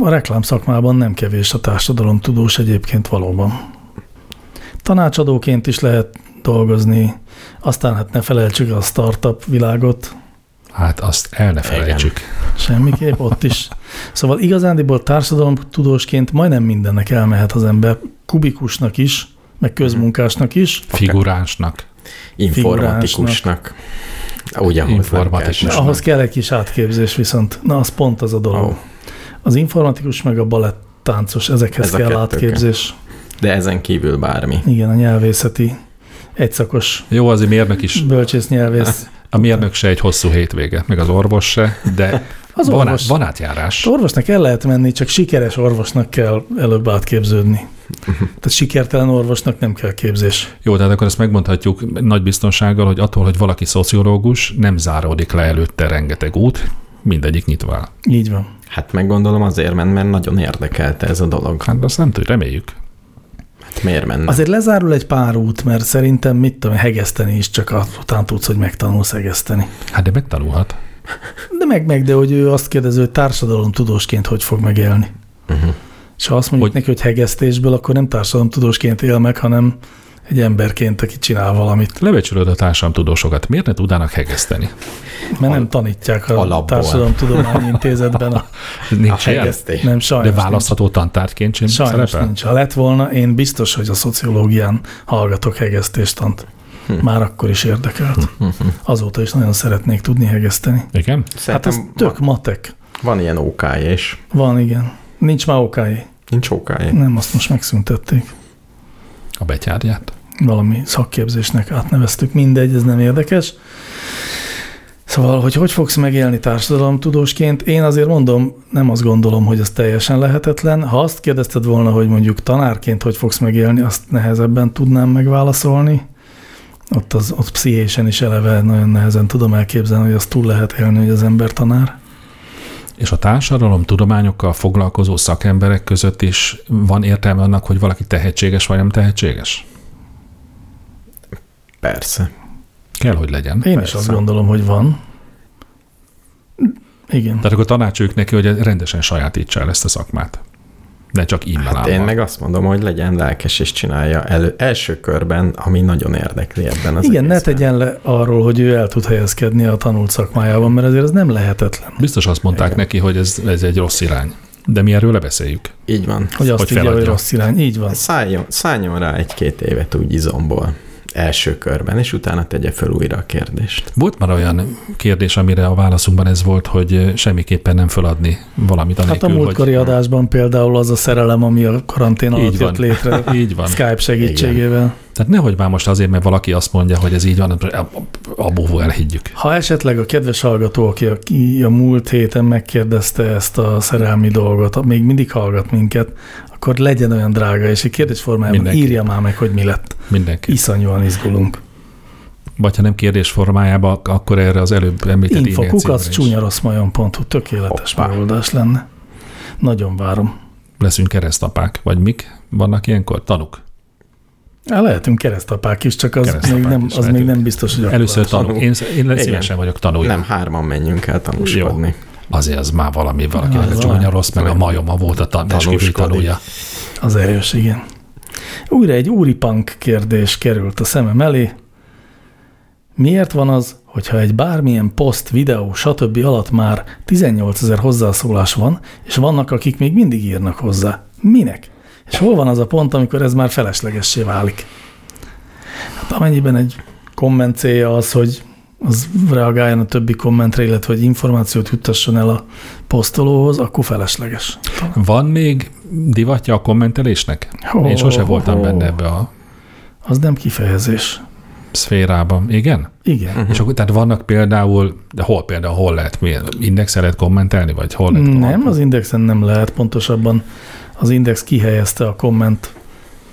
A reklámszakmában nem kevés a társadalomtudós egyébként valóban. Tanácsadóként is lehet dolgozni, aztán hát ne felejtsük a startup világot Hát azt el ne felejtsük. semmiképp, ott is. Szóval igazándiból társadalomtudósként majdnem mindennek elmehet az ember, kubikusnak is, meg közmunkásnak is, Figuránsnak. Informatikusnak. Ugyanhoz nem Informatikusnak. kell ahhoz kell egy kis átképzés viszont. Na, az pont az a dolog. Ó. Az informatikus meg a balett táncos, ezekhez Ez a kell kettő átképzés. De ezen kívül bármi. Igen, a nyelvészeti egyszakos Jó, azért mérnök is. bölcsész nyelvész. A mérnök se egy hosszú hétvége, meg az orvos se, de Az az van, orvos- orvos. van átjárás. Orvosnak el lehet menni, csak sikeres orvosnak kell előbb átképződni. Tehát sikertelen orvosnak nem kell képzés. Jó, tehát akkor ezt megmondhatjuk nagy biztonsággal, hogy attól, hogy valaki szociológus, nem záródik le előtte rengeteg út, mindegyik nyitva áll. Így van. Hát meggondolom azért ment, mert nagyon érdekelte ez a dolog. Hát azt nem tudjuk, reméljük. Hát miért menne? Azért lezárul egy pár út, mert szerintem mit tudom, én, hegeszteni is csak után tudsz, hogy megtanulsz hegeszteni. Hát de megtanulhat. De meg, meg, de hogy ő azt kérdező, hogy társadalomtudósként hogy fog megélni. Uh-huh. És ha azt mondjuk hogy... Hogy- neki, hogy hegesztésből, akkor nem társadalomtudósként él meg, hanem egy emberként, aki csinál valamit. Lebecsülöd a társam tudósokat. Miért ne tudnának hegeszteni? Mert nem tanítják a alapból. Társadalomtudományi Intézetben. A, Nincs ilyen? hegesztés. nem, De sajnos választható tantárként sem nincs. Sajnos szerepel? nincs. Ha lett volna, én biztos, hogy a szociológián hallgatok hegesztéstant. Már akkor is érdekelt. Azóta is nagyon szeretnék tudni hegeszteni. Igen? Hát ez Szerintem tök van, matek. van ilyen ok és Van, igen. Nincs már okáé. nincs ok Nem, azt most megszüntették. A betyárját? valami szakképzésnek átneveztük, mindegy, ez nem érdekes. Szóval, hogy hogy fogsz megélni társadalomtudósként, én azért mondom, nem azt gondolom, hogy ez teljesen lehetetlen. Ha azt kérdezted volna, hogy mondjuk tanárként hogy fogsz megélni, azt nehezebben tudnám megválaszolni. Ott, az, ott pszichésen is eleve nagyon nehezen tudom elképzelni, hogy azt túl lehet élni, hogy az ember tanár. És a társadalom tudományokkal foglalkozó szakemberek között is van értelme annak, hogy valaki tehetséges vagy nem tehetséges? Persze. Kell, hogy legyen. Én Persze. is azt Persze. gondolom, hogy van. Igen. Tehát akkor tanácsoljuk neki, hogy rendesen sajátítsa el ezt a szakmát. Ne csak e-mail Hát én meg azt mondom, hogy legyen lelkes és csinálja elő, első körben, ami nagyon érdekli ebben az Igen, ne egészben. tegyen le arról, hogy ő el tud helyezkedni a tanult szakmájában, mert azért ez nem lehetetlen. Biztos azt mondták Igen. neki, hogy ez, ez egy rossz irány. De mi erről lebeszéljük. Így van. Hogy azt Hogy hogy így, hogy feladja. rossz irány. Így van. Szálljon, szálljon rá egy-két évet úgy izomból első körben, és utána tegye fel újra a kérdést. Volt már olyan kérdés, amire a válaszunkban ez volt, hogy eh, semmiképpen nem föladni valamit Hát anélkül, a múltkori hogy... adásban például az a szerelem, ami a karantén alatt Így van. jött létre. Így van. Skype segítségével. Igen. Tehát nehogy már most azért, mert valaki azt mondja, hogy ez így van, abból elhiggyük. Ha esetleg a kedves hallgató, aki a, ki a múlt héten megkérdezte ezt a szerelmi dolgot, még mindig hallgat minket, akkor legyen olyan drága, és egy kérdésformájában Mindenki. írja már meg, hogy mi lett. Mindenki. Iszonyúan izgulunk. Vagy ha nem kérdés formájában, akkor erre az előbb említett e-mail Infokuk címre az is csúnya rossz tökéletes Hoppá. megoldás lenne. Nagyon várom. Leszünk keresztapák, vagy mik vannak ilyenkor? Tanuk. Á, lehetünk keresztapák is, csak az, Keresztapák még, nem, is az még lehetünk. nem biztos, hogy Először akkor. tanuk. Én, én szívesen vagyok tanulni. Nem, hárman menjünk el tanúskodni. Azért az már valami, valaki Az az valami. csúnya rossz, meg a majoma volt a tan- esküvői Tanúskodik. tanulja. Az erős, igen. Újra egy úripunk kérdés került a szemem elé. Miért van az, hogyha egy bármilyen poszt, videó, stb. alatt már 18 ezer hozzászólás van, és vannak, akik még mindig írnak hozzá? Minek? És hol van az a pont, amikor ez már feleslegessé válik? Hát amennyiben egy komment célja az, hogy az reagáljon a többi kommentre, illetve hogy információt juttasson el a posztolóhoz, akkor felesleges. Van még divatja a kommentelésnek? Ho, Én sose voltam ho. benne ebbe a Az nem kifejezés. szférában. Igen? Mhm. Igen. És akkor tehát vannak például, de hol például, hol lehet, milyen indexel lehet kommentelni, vagy hol lehet Hm, Nem, az indexen nem lehet, pontosabban az index kihelyezte a komment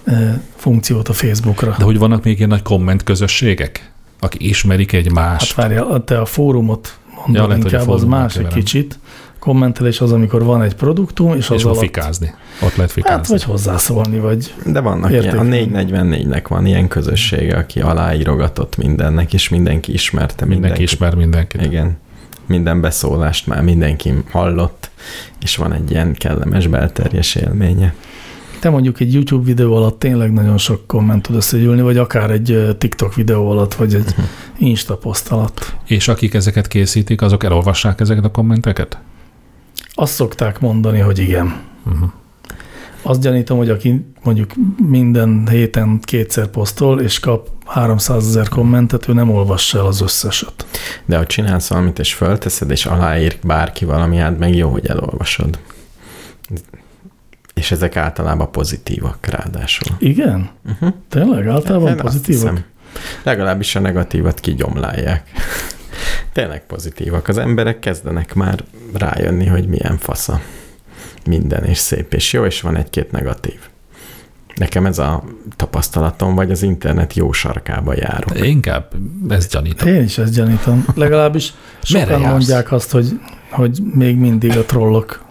eh, funkciót a Facebookra. De hogy vannak még ilyen nagy komment közösségek, akik ismerik Hát egymást? várjál, a- te a fórumot mondod Ja, ja, lehet, hogy a inkább, az fórumot más egy keverem. kicsit. Kommentelés az, amikor van egy produktum, és az és hol alatt... fikázni. Ott lehet fikázni. Hát, vagy hozzászólni, vagy... De vannak ilyen, a Értékelni. 444-nek van ilyen közössége, aki aláírogatott mindennek, és mindenki ismerte mindenki, mindenki. ismer mindenkit. Igen. Minden beszólást már mindenki hallott, és van egy ilyen kellemes belterjes élménye. Te mondjuk egy YouTube videó alatt tényleg nagyon sok komment tud összegyűlni, vagy akár egy eh, TikTok videó alatt, vagy egy Mhm. Insta poszt alatt. És akik ezeket készítik, azok elolvassák ezeket a kommenteket? Azt szokták mondani, hogy igen. Uh-huh. Azt gyanítom, hogy aki mondjuk minden héten kétszer posztol, és kap 300 ezer kommentet, ő nem olvassa el az összeset. De ha csinálsz valamit, és fölteszed, és aláír bárki valami, hát meg jó, hogy elolvasod. és ezek általában pozitívak ráadásul. Igen? Uh-huh. Tényleg? Általában Hát azt pozitívak? hiszem. Legalábbis a negatívat kigyomlálják. Tényleg pozitívak. Az emberek kezdenek már rájönni, hogy milyen fasza. Minden és szép és jó, és van egy-két negatív. Nekem ez a tapasztalatom, vagy az internet jó sarkába járok. Inkább ezt gyanítom. Én is ezt gyanítom. Legalábbis Merre sokan jársz? mondják azt, hogy, hogy még mindig a trollok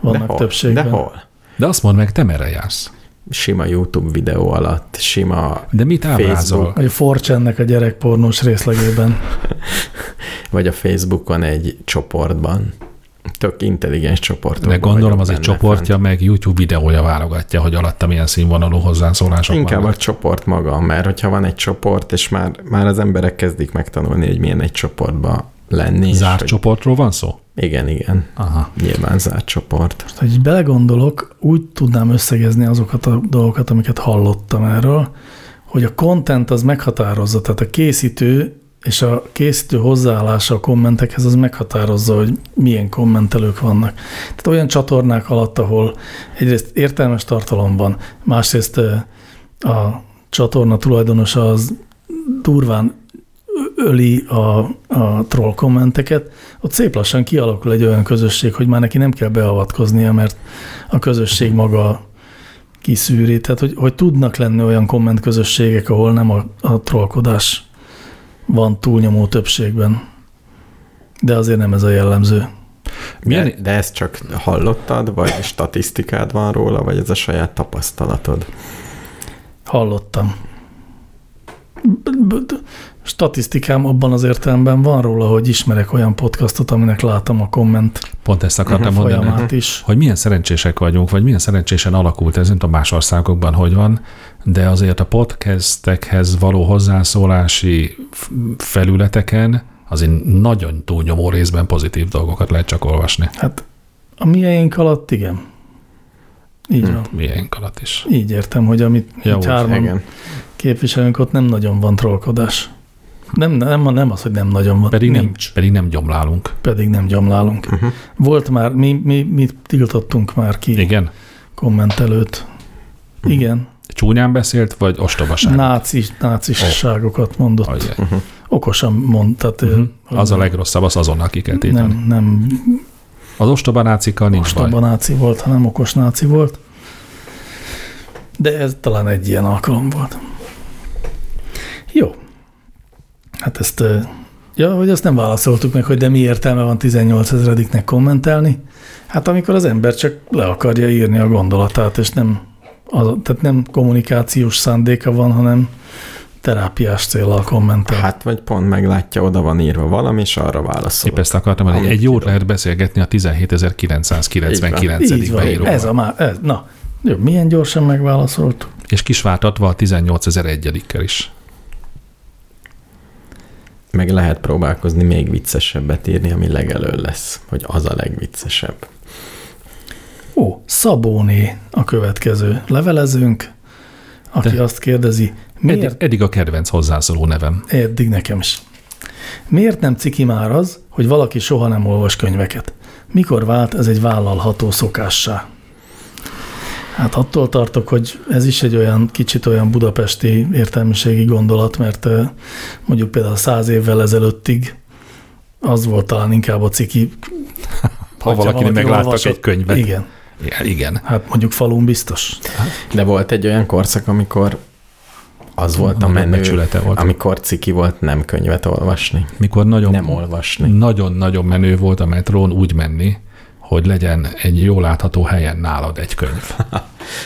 vannak de hol? többségben. De hol? De azt mondd meg, te merre jársz? Sima YouTube videó alatt, sima, De mit ábrázol? Facebook. Vagy a forcsennek a gyerekpornós részlegében. vagy a Facebookon egy csoportban. Tök intelligens csoport. De gondolom az egy csoportja, meg YouTube videója válogatja, hogy alatta milyen színvonalú hozzászólások Inkább vannak. a csoport maga, mert hogyha van egy csoport, és már, már az emberek kezdik megtanulni, hogy milyen egy csoportba lenni. és Zárt hogy- csoportról van szó? Igen, igen. Aha. Nyilván zárt csoport. Ha így belegondolok, úgy tudnám összegezni azokat a dolgokat, amiket hallottam erről, hogy a content az meghatározza, tehát a készítő és a készítő hozzáállása a kommentekhez az meghatározza, hogy milyen kommentelők vannak. Tehát olyan csatornák alatt, ahol egyrészt értelmes tartalom van, másrészt ö, a csatorna tulajdonosa az durván ö- öli a, a troll kommenteket, ott szép lassan kialakul egy olyan közösség, hogy már neki nem kell beavatkoznia, mert a közösség maga kiszűri. Tehát, hogy, hogy tudnak lenni olyan komment közösségek, ahol nem a, a trollkodás van túlnyomó többségben. De azért nem ez a jellemző. De, Milyen, de ezt csak hallottad, vagy statisztikád van róla, vagy ez a saját tapasztalatod? Hallottam. B- b- d- Statisztikám abban az értelemben van róla, hogy ismerek olyan podcastot, aminek látom a komment pont ezt akartam mondani, folyamát is. hogy milyen szerencsések vagyunk, vagy milyen szerencsésen alakult ez, nem tudom más országokban hogy van, de azért a podcastekhez való hozzászólási f- felületeken azért nagyon túlnyomó részben pozitív dolgokat lehet csak olvasni. Hát a miénk alatt igen. Így Hm. van. Milyen alatt is. Így értem, hogy amit Ja, ja, úgy, hárman igen. Igen. képviselünk, ott nem nagyon van trollkodás. Nem, nem, nem az, hogy nem nagyon van. Pedig nem, Mhm. Nincs. pedig nem gyomlálunk. Pedig nem gyomlálunk. Uh-huh. Volt már, mi, mi, mi tiltottunk már ki igen. Igen. Mhm. kommentelőt. Igen, Csúnyán beszélt, vagy ostobaság? náci, nácisságokat mondott. Ajaj. Uh-huh. Okosan mond, tehát ő- Mhm. Az a nem- legrosszabb, az azonnal ki kell tétani. Nem, nem Az ostoba nácikkal nincs ostoba baj. náci volt, hanem okos náci volt. De ez talán egy ilyen alkalom volt. Jó. Hát ezt, ö, ja, hogy azt nem válaszoltuk meg, hogy de mi értelme van 18 ezrediknek kommentelni. Hát amikor az ember csak le akarja írni a gondolatát, és nem, az, tehát nem kommunikációs szándéka van, hanem terápiás célral kommentel. Hát vagy pont meglátja, oda van írva valami, és arra válaszol. Szóval. Épp ezt akartam mondani. Amit Egy jót tudom. lehet beszélgetni a 17.999 Így van, beíróval. ez a már, ez, na, jó, milyen gyorsan megválaszoltuk. És kisváltatva a 18.001-kel is. Meg lehet próbálkozni még viccesebbet írni, ami legelő lesz, hogy az a legviccesebb. Ó, Szabóné a következő levelezőnk, aki De- De. azt kérdezi, Eddig, miért eddig a kedvenc hozzászóló nevem. eddig. eddig nekem is. Miért nem ciki már az, hogy valaki soha nem olvas könyveket? Mikor vált ez egy vállalható szokássá? Hát attól tartok, hogy ez is egy olyan kicsit olyan budapesti értelmiségi gondolat, mert ö, mondjuk például száz évvel ezelőttig az volt talán inkább a ciki. Ha valakinek megláttak olvasott. egy könyvet. Igen. Igen, Ja, igen. hát mondjuk falun biztos. De volt egy olyan korszak, amikor az volt a Nagyon menő, becsülete volt. amikor ciki volt nem könyvet olvasni, Mikor nagyon, nem olvasni. nagyon-nagyon menő volt a metrón úgy menni, hogy legyen egy jól látható helyen nálad egy könyv.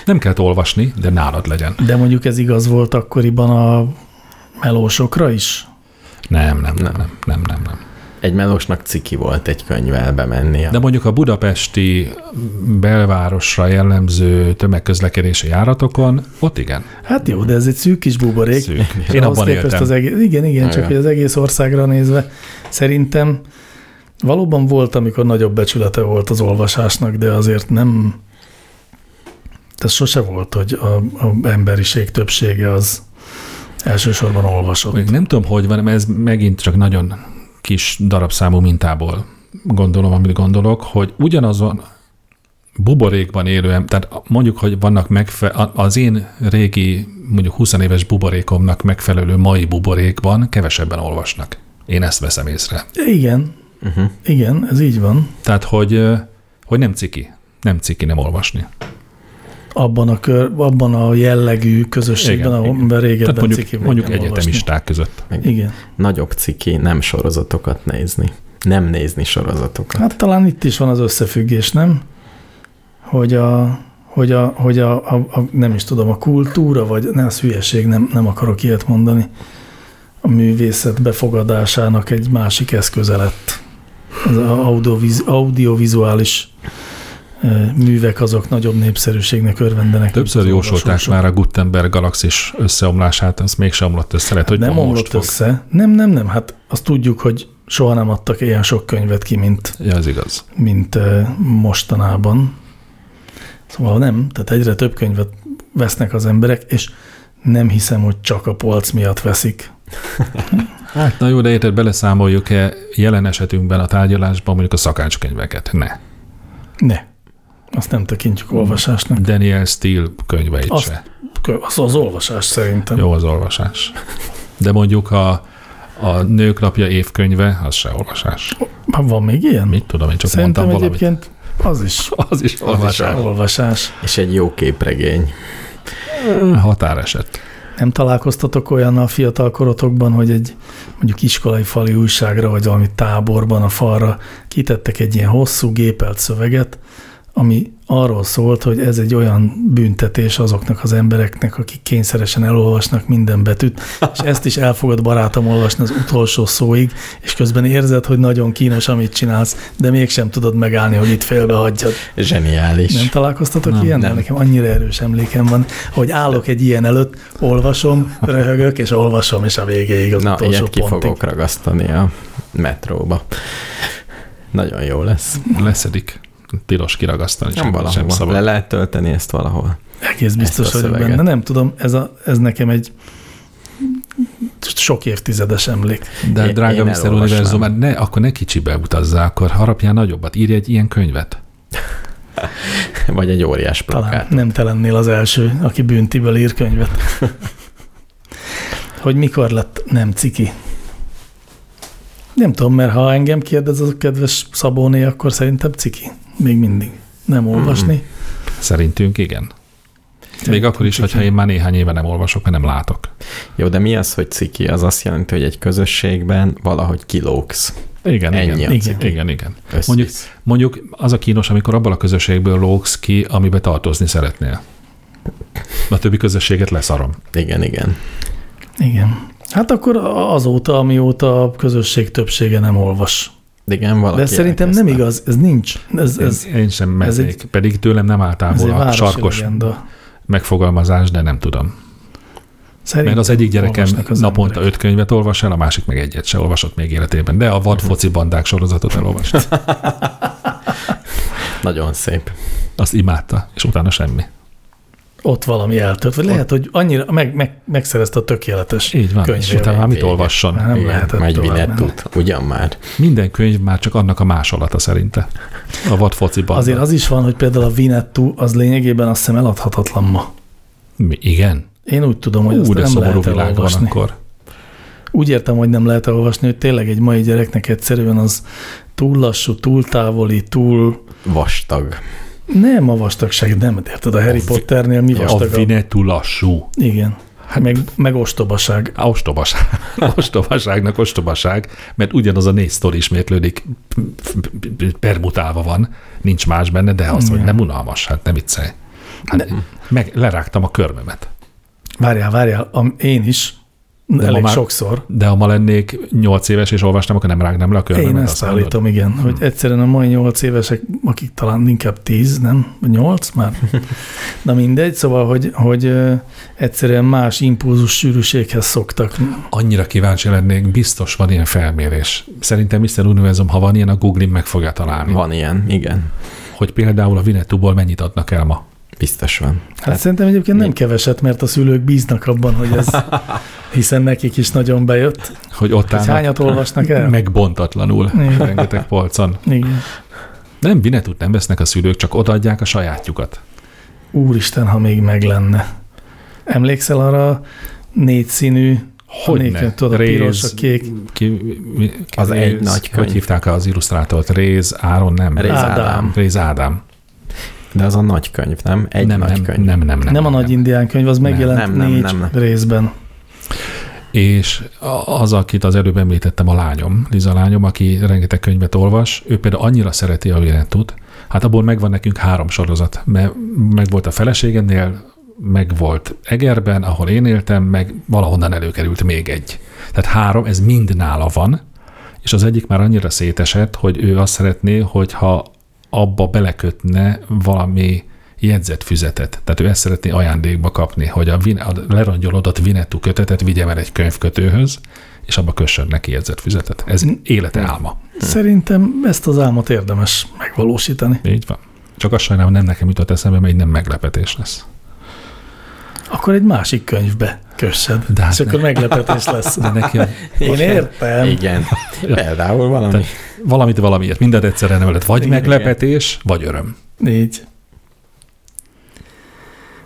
Nem kellett olvasni, de nálad legyen. De mondjuk ez igaz volt akkoriban a melósokra is? Nem, nem, nem, nem, nem, nem. nem. Egy melósnak ciki volt egy könyvvel bemenni. De De mondjuk a budapesti belvárosra jellemző tömegközlekedési járatokon, ott igen. Hát jó, de ez egy szűk kis buborék. Szűk. És Én ahhoz abban képest éltem. Az egész, igen, igen, csak Igen. hogy az egész országra nézve szerintem valóban volt, amikor nagyobb becsülete volt az olvasásnak, de azért nem ez sose volt, hogy a, a emberiség többsége az elsősorban olvasott. Még nem tudom, hogy van, mert ez megint csak nagyon kis darabszámú mintából gondolom, amit gondolok, hogy ugyanazon buborékban élő, em- tehát mondjuk, hogy vannak megfe- a- az én régi, mondjuk 20 éves buborékomnak megfelelő mai buborékban kevesebben olvasnak. Én ezt veszem észre. Igen, Uh-huh. igen, ez így van. Tehát, hogy, ö, hogy nem ciki. Nem ciki nem olvasni. Abban a, kör, abban a jellegű közösségben, Igen, ahol igen. igen. régebben Tehát ciki mondjuk, volt mondjuk nem olvasni. egyetemisták között. Igen. Nagyobb ciki nem sorozatokat nézni. Nem nézni sorozatokat. Hát talán itt is van az összefüggés, nem? Hogy a, hogy a, hogy a, a, a nem is tudom, a kultúra, vagy ne, az hülyeség, nem, nem akarok ilyet mondani. A művészet befogadásának egy másik eszköze lett. Az a audioviz, audiovizuális ö, művek azok nagyobb népszerűségnek örvendenek. Többször mint az jósolták olvasók. már a Gutenberg galaxis összeomlását, az mégsem omlott össze, lehet, hogy nem ma omlott most fog. össze. Nem, nem, nem. Hát azt tudjuk, hogy soha nem adtak ilyen sok könyvet ki, mint, Ja, az igaz. mint ö, mostanában. Szóval nem, tehát egyre több könyvet vesznek az emberek, és nem hiszem, hogy csak a polc miatt veszik. Hát na jó, de érted, beleszámoljuk-e jelen esetünkben a tárgyalásban mondjuk a szakácskönyveket? Ne. Ne. Azt nem Hmm. tekintjük olvasásnak. Daniel Steele könyveit Azt se. Kö- Az, az olvasás szerintem. Jó az olvasás. De mondjuk a, a Nők napja évkönyve, az se olvasás. Hát Van még ilyen? Mit tudom, én csak szerintem mondtam valamit. egyébként az is Az is olvasás. olvasás. És egy jó képregény. Határeset. Nem találkoztatok olyan a fiatal korotokban, hogy egy mondjuk iskolai fali újságra, vagy valami táborban a falra kitettek egy ilyen hosszú gépelt szöveget, ami arról szólt, hogy ez egy olyan büntetés azoknak az embereknek, akik kényszeresen elolvasnak minden betűt, és ezt is elfogad barátom olvasni az utolsó szóig, és közben érzed, hogy nagyon kínos, amit csinálsz, de mégsem tudod megállni, hogy itt félbehagyjad. Zseniális. Nem találkoztatok Nem, nem, ilyen? nem. Nem. Nekem annyira erős emlékem van, hogy állok egy ilyen előtt, olvasom, röhögök, és olvasom, és a végéig az Na, utolsó ilyet ki pontig. fogok ragasztani a metróba. Nagyon jó lesz. Leszedik. Tilos kiragasztani, Nem sem, sem valahova. szabad. Le lehet tölteni ezt valahol. Egész biztos Ezt a vagyok szöveget. benne. Nem tudom, ez, a, ez nekem egy sok évtizedes emlék. De Én- drága én Mr. elolvasnám. Univerzum, hát ne, akkor ne kicsibe utazzál, akkor harapjál nagyobbat, írj egy ilyen könyvet. Vagy egy óriás Talán plakát. nem te lennél az első, aki bűntiből ír könyvet. hogy mikor lett nem ciki? Nem tudom, mert ha engem kérdez az a kedves Szabóné, akkor szerintem ciki. Még mindig. Nem Hmm. olvasni. Szerintünk igen. Még akkor is, hogyha én már néhány éve nem olvasok, mert nem látok. Jó, de mi az, hogy ciki? Az azt jelenti, hogy egy közösségben valahogy kilóksz. Igen, Ennyi igen. a Igen. ciki. Igen, igen. Összvisz. Mondjuk, mondjuk az a kínos, amikor abban a közösségből lógsz ki, amibe tartozni szeretnél. A többi közösséget leszarom. Igen, igen. Igen. Hát akkor azóta, amióta a közösség többsége nem olvas. Igen, valaki De ez szerintem nem elkezdte. igaz, ez nincs. Ez, Ez, ez, én sem ez mennék, egy, pedig tőlem nem áll ez egy távol a városi sarkos legenda. megfogalmazás, de nem tudom. Szerintem Mert az egyik gyerekem olvasnak az naponta emberek. öt könyvet olvas el, a másik meg egyet se olvasott még életében. De a vadfoci bandák sorozatot elolvasta. Nagyon szép. Azt imádta, és utána semmi. Ott valami eltört. Vagy lehet, hogy annyira meg, meg, megszerezte a tökéletes Így van, és könyvélményt. utána már mit vége. olvasson? Már Nem igen, lehetett megy tovább Vinettut. Ugyan már. Minden könyv már csak annak a másolata szerinte. A vadfociban. Azért az is van, hogy például a Vinettu az lényegében azt hiszem eladhatatlan ma. Mi, igen? Én úgy tudom, hogy Ú, azt de nem szomorú lehet világ van elolvasni. akkor. Úgy értem, hogy nem lehet elolvasni, hogy tényleg egy mai gyereknek egyszerűen az túl lassú, túl távoli, túl... Vastag. Nem a vastagság, nem, de érted, a Harry vi- Potternél mi A vastagabb? vinetú lassú. Igen. Hát meg, meg ostobaság. Á, Ostobaság. Ostobaságnak ostobaság, mert ugyanaz a négy sztori ismétlődik, permutálva van, nincs más benne, de az, hogy Ja. nem unalmas, hát nem viccelj. Hát, meg lerágtam a körmömet. Várjál, várjál, am, én is. ma De elég már- már... sokszor. De ha ma lennék nyolc éves és olvastam, akkor nem rágnám le a körmömet. Én ezt azt mondod? Hm. állítom, igen, hogy egyszerűen a mai nyolc évesek, akik talán inkább tíz, nem? Vagy Nyolc már? Na mindegy, szóval, hogy, hogy ö, egyszerűen más impulzus sűrűséghez szoktak. Hát Annyira kíváncsi lennék, biztos van ilyen felmérés. Szerintem Mr. Univerzum, ha van ilyen, a Google meg fogja találni. Van ilyen, igen. Hogy például a Vinetúból mennyit adnak el ma. Biztos van. Hát, hát szerintem egyébként nem mi- keveset, mert a szülők bíznak abban, hogy ez, hiszen nekik is nagyon bejött. Hogy ott Hogy állnak hányat olvasnak el? megbontatlanul Hát Igen. rengeteg polcon. Igen. Nem vinetút nem vesznek a szülők, csak odaadják a sajátjukat. Úristen, ha még meg lenne. Emlékszel arra a négyszínű, Hogyne. Hogyne, tudod, a piros, a kék. Ki, mi, ki, Az egy Réz- nagy könyv. Hogy hívták az illusztrátort? Réz Áron, nem? Réz Ádám. Ádám. Réz Ádám. De az a nagy könyv, nem? Egy nem, nagy nem, könyv. nem, nem, nem. Nem, nem a nagy indián könyv, az megjelent nem, nem, négy nem, nem. Hm. részben. És a- az, akit az előbb említettem, a lányom, Liza lányom, aki rengeteg könyvet olvas, ő például annyira szereti a Virenetut, hát abból megvan nekünk három sorozat, mert meg volt a feleségemnél, meg volt Egerben, ahol én éltem, meg valahonnan előkerült még egy. Tehát három, ez mind nála van, és az egyik már annyira szétesett, hogy ő azt szeretné, hogyha abba belekötne valami jegyzetfüzetet. Tehát ő ezt szeretné ajándékba kapni, hogy a, vin- a lerongyolodott Vinetú kötetet vigyem el egy könyvkötőhöz, és abba kössön neki jegyzetfüzetet. Ez élete álma. Szerintem ezt az álmot érdemes megvalósítani. Így van. Csak azt sajnálom, nem nekem jutott eszembe, mert így nem meglepetés lesz. Akkor egy másik könyvbe kössed. De De hát és akkor ne. meglepetés lesz. De neki a, Én értem. Igen. Például valami. tehát valamit valamiért, mindent egyszerre nem lehet. Vagy Igen, meglepetés, vagy öröm. Így.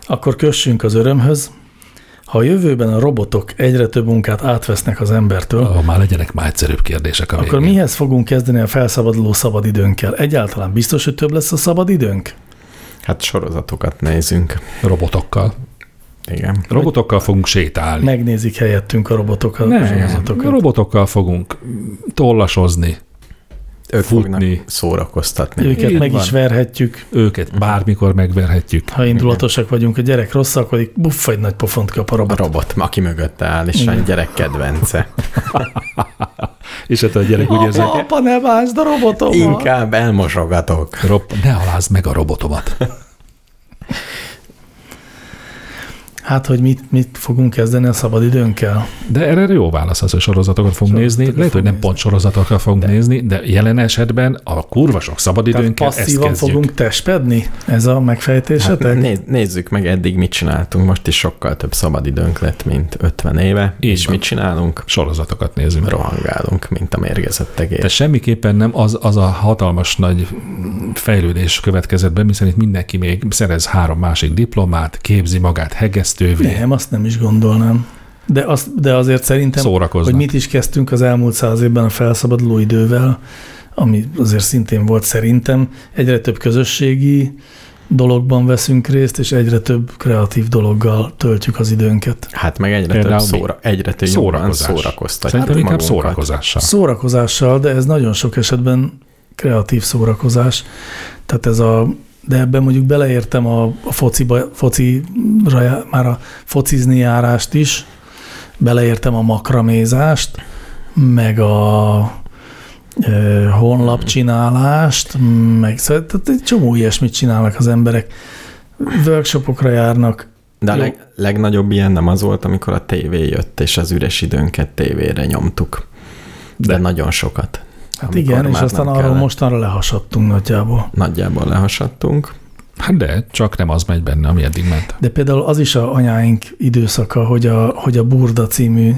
Akkor kössünk az örömhöz. Ha a jövőben a robotok egyre több munkát átvesznek az embertől, Oh, már legyenek már egyszerűbb kérdések a akkor végén. mihez fogunk kezdeni a felszabaduló szabadidőnkkel? Egyáltalán biztos, hogy több lesz a szabadidőnk? Hát sorozatokat nézünk. Robotokkal. Igen. Robotokkal fogunk sétálni. Megnézik helyettünk a robotok a Nem, sorozatokat. robotokkal fogunk tollasozni, Ők Futni. fognak szórakoztatni. Őket Így meg van. is verhetjük. őket bármikor megverhetjük. Ha indulatosak vagyunk, a gyerek rosszalkodik, buff, egy nagy pofont kap a A robot. robot, aki mögötte áll, és a gyerek kedvence. És hát a gyerek úgy érzi, Apa, apa, ne bántsd a robotomat! Inkább elmosogatok. rob, ne alázd meg a robotomat. Hát, hogy mit, mit fogunk kezdeni a szabadidőnkkel? De erre jó válasz az, hogy sorozatokat fogunk Sorozatokat nézni. Lehet, hogy nem fogunk pont sorozatokat fogunk de. nézni, de jelen esetben a kurva sok Tehát szabadidőnkkel ezt Hát passzívan kezdjük. Fogunk. fogunk testpedni? Ez a megfejtésetek? Hát, Néz, nézzük meg eddig mit csináltunk. Most is sokkal több szabadidőnk lett, mint 50 éve. Így és van. mit csinálunk? Sorozatokat nézünk. Rohangálunk, mint a mérgezettek De és semmiképpen nem az, az a hatalmas nagy fejlődés következett be, hiszen itt mindenki még szerez három másik diplomát, képzi magát hegesztővé, nem, azt nem is gondolnám. De, azt, de azért szerintem, szórakoznak. hogy mit is kezdtünk az elmúlt száz évben a felszabaduló idővel, ami azért szintén volt szerintem, egyre több közösségi dologban veszünk részt, és egyre több kreatív dologgal töltjük az időnket. Hát meg egyre Például több mi? szóra, egyre több Szórakozás. szórakoztatjuk Szerintem inkább magunkat. szórakozással. Szórakozással, de ez nagyon sok esetben kreatív szórakozás. Tehát ez a, de ebben mondjuk beleértem a, a fociba, focira, já- már a focizni járást is, beleértem a makramézást, meg a ö, Mm-hmm. honlapcsinálást, meg szóval, tehát egy csomó ilyesmit csinálnak az emberek. Workshopokra járnak, De a Jó. leg, legnagyobb ilyen nem az volt, amikor a tévé jött, és az üres időnket tévére nyomtuk. De, De. De nagyon sokat. hát Amikor igen, és már aztán nem arról kellett. mostanra lehasadtunk nagyjából. Nagyjából lehasadtunk. Hát de, csak nem az megy benne, ami eddig ment. De például az is a anyáink időszaka, hogy a, hogy a Burda című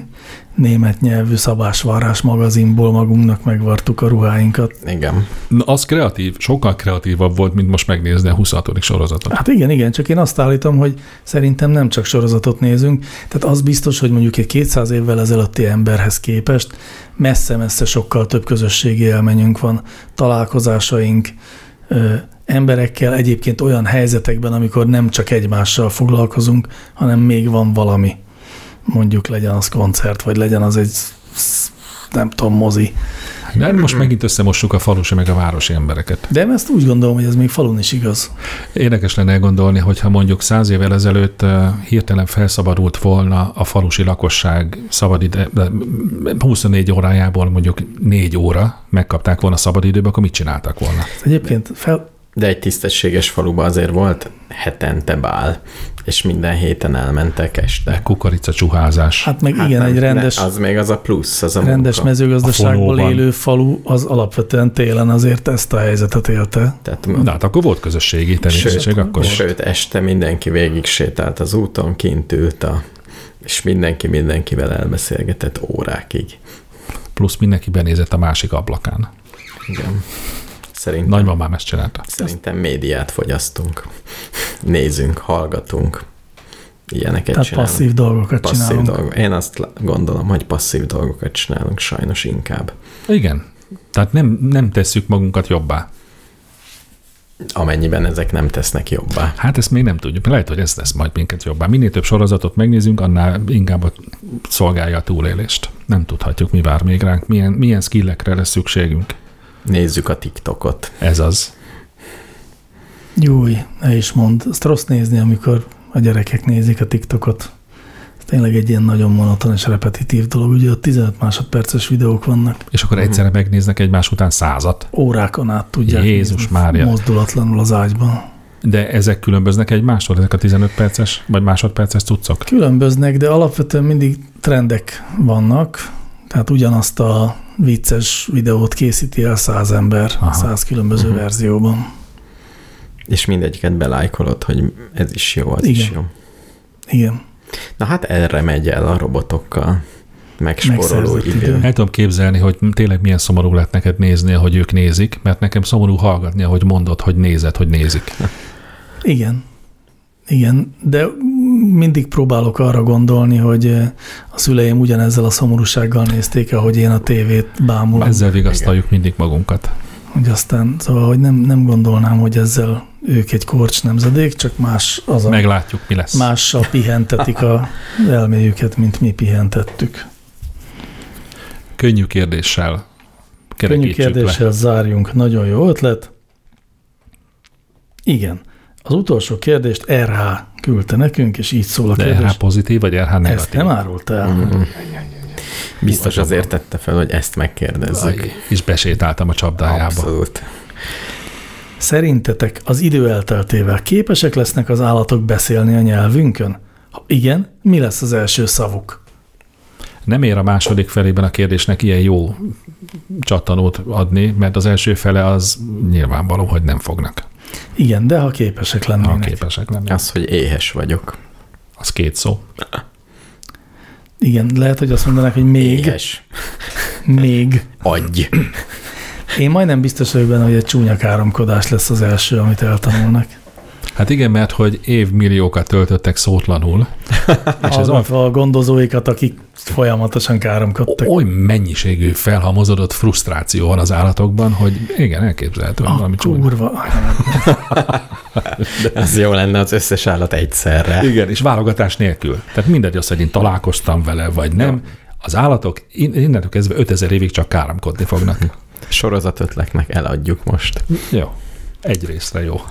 német nyelvű szabásvárás magazinból magunknak megvartuk a ruháinkat. Igen. Na, az kreatív, sokkal kreatívabb volt, mint most megnézni a 26. sorozatot. Hát igen, igen, csak én azt állítom, hogy szerintem nem csak sorozatot nézünk, tehát az biztos, hogy mondjuk egy 200 évvel ezelőtti emberhez képest messze-messze sokkal több közösségi élményünk van, találkozásaink, ö, emberekkel egyébként olyan helyzetekben, amikor nem csak egymással foglalkozunk, hanem még van valami. Mondjuk legyen az koncert, vagy legyen az egy sz- nem tudom, mozi. De most megint összemossuk a falusi meg a városi embereket. De én ezt úgy gondolom, hogy ez még falun is igaz. Érdekes lenne elgondolni, hogyha mondjuk száz évvel ezelőtt ö, hirtelen felszabadult volna a falusi lakosság szabadide, de 24 órájából mondjuk 4 óra megkapták volna szabadidőbe, akkor mit csináltak volna? Egyébként fel, De egy tisztességes faluban azért volt hetente bál, és minden héten elmentek De este. kukorica csuházás. Hát, hát meg hát igen, nem- egy rendes... ne, Az még az a plusz, az a rendes munka. A mezőgazdaságból fonóban. élő falu az alapvetően télen azért ezt a helyzetet élte. Tehát Na hát akkor volt közösségi tevékenység, akkor Sőt, este mindenki végig sétált az úton, kint ült a és mindenki mindenkivel elbeszélgetett órákig. plusz mindenki benézett a másik ablakán. Igen. Szerintem, Nagymamám ezt csinálta. szerintem médiát fogyasztunk, nézünk, hallgatunk, ilyeneket Tehát csinálunk. passzív dolgokat passzív csinálunk. dolgok. Én azt lá- gondolom, hogy passzív dolgokat csinálunk sajnos inkább, Igen. Tehát nem, nem tesszük magunkat jobbá. amennyiben ezek nem tesznek jobbá. Hát ezt még nem tudjuk. Lehet, hogy ez lesz majd minket jobbá. Minél több sorozatot megnézünk, annál inkább a- szolgálja a túlélést. Nem tudhatjuk, mi vár még ránk, milyen, milyen skillekre lesz szükségünk. Nézzük a TikTokot. Ez az. Júj, ne is mond. Azt rossz nézni, amikor a gyerekek nézik a TikTokot. Ez tényleg egy ilyen nagyon monoton és repetitív dolog. Ugye ott 15 másodperces videók vannak. És akkor egyszerre megnéznek egymás után százat. Órákon át tudják Jézus Mária. mozdulatlanul az ágyban. De ezek különböznek egymástól, ezek a 15 perces vagy másodperces cuccok. Különböznek, de alapvetően mindig trendek vannak, tehát ugyanazt a vicces videót készíti el száz ember Aha. száz különböző Mhm. verzióban. És mindegyiket belájkolod, hogy ez is jó, az is Igen. jó. Igen. Na hát erre megy el a robotokkal. Megspóroló Megszerzett idő. idő. El tudom képzelni, hogy tényleg milyen szomorú lett neked nézni, hogy ők nézik, mert nekem szomorú hallgatni, ahogy mondod, hogy nézed, hogy nézik. Igen. Igen, de mindig próbálok arra gondolni, hogy eh, a szüleim ugyanezzel a szomorúsággal nézték, ahogy én a tévét bámulom. Ezzel vigasztaljuk mindig magunkat. Hogy aztán, szóval, hogy nem, nem gondolnám, hogy ezzel ők egy korcs nemzedék, csak más az a, Meglátjuk, mi lesz. mással pihentetik a elméjüket, mint mi pihentettük. Könnyű kérdéssel Könnyű kerekítsük le. kérdéssel zárjunk. Nagyon jó ötlet. Igen. Az utolsó kérdést RH küldte nekünk, és így szól a De kérdés. RH pozitív, vagy RH negatív? Ezt nem árult el. Mhm. Biztos azért tette fel, hogy ezt megkérdezzük. Aj, És besétáltam a csapdájába. Abszolút. Szerintetek az idő elteltével képesek lesznek az állatok beszélni a nyelvünkön? Ha igen, mi lesz az első szavuk? Nem ér a második felében a kérdésnek ilyen jó csattanót adni, mert az első fele az nyilvánvaló, hogy nem fognak, Igen, de ha képesek ha lennének. képesek lenni. Az, hogy éhes vagyok. Az két szó. Igen, lehet, hogy azt mondanák, hogy még, Éhes. még. Adj. Én majdnem biztos vagyok benne, hogy egy csúnya káromkodás lesz az első, amit eltanulnak. Hát igen, mert hogy évmilliókat töltöttek szótlanul, És ez Hallgatva a gondozóikat, akik folyamatosan káromkodtak. oly mennyiségű felhamozódott frusztráció van az állatokban, hogy igen, elképzelhető, hogy A valami csúnya. kurva. Az jó lenne az összes állat egyszerre. Igen, és válogatás nélkül. Tehát mindegy az, hogy én találkoztam vele, vagy nem. Az állatok in- innentől kezdve 5000 évig csak káromkodni fognak. Sorozatötleknek eladjuk most. Jó. Egy részre jó.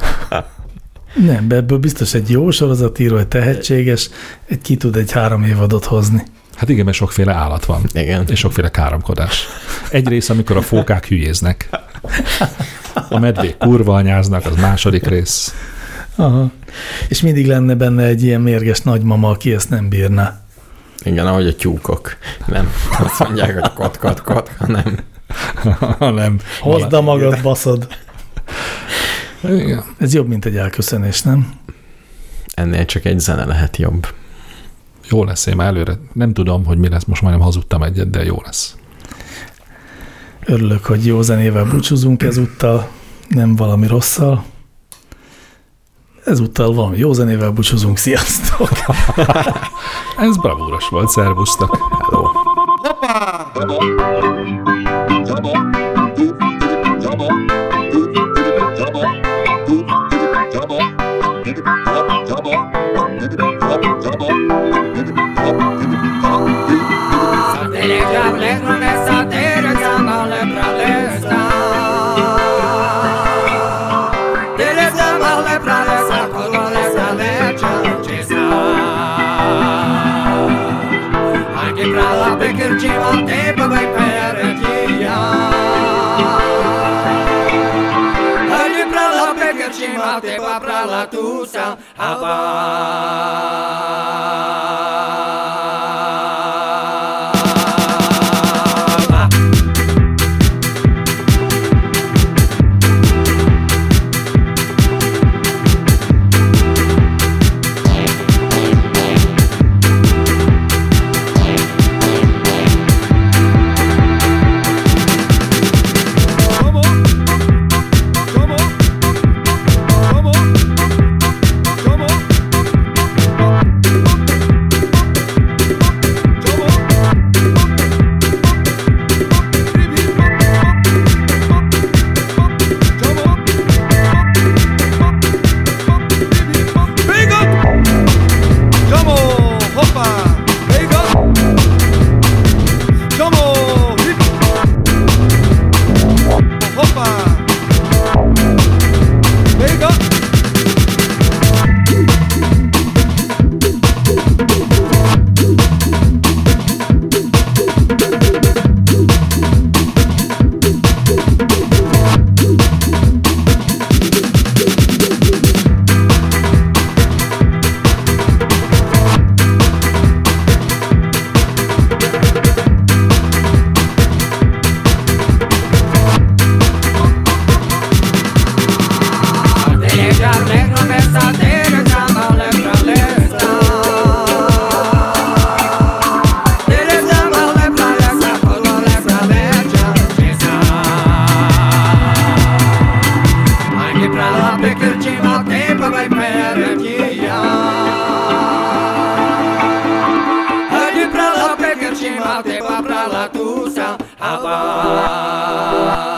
Nem, de ebből biztos egy jó sorozatíró, egy tehetséges, egy ki tud egy három évadot hozni. Hát igen, mert sokféle állat van. Igen. És sokféle káromkodás. Egyrészt, amikor a fókák hülyéznek. A medvék kurva anyáznak, az második rész. Aha. És mindig lenne benne egy ilyen mérges nagymama, aki ezt nem bírná. Igen, ahogy a tyúkok. Nem azt mondják, hogy kot, kot, kot, hanem nem. Hozd a magad, baszod. Igen. Ez jobb, mint egy elköszönés, nem? ennél csak egy zene lehet jobb. Jó lesz, én már előre. Nem tudom, hogy mi lesz, most majdnem hazudtam egyet, de jó lesz. Örülök, hogy jó zenével búcsúzunk ezúttal, nem valami rosszal. Ezúttal valami jó zenével búcsúzunk, sziasztok! Ez bravúros volt, szervusztok. Hello. Te pra la tusa, Havana. Come on. a la tusa hava.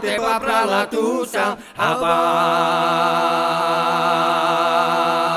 Te va pra la tusa, abba.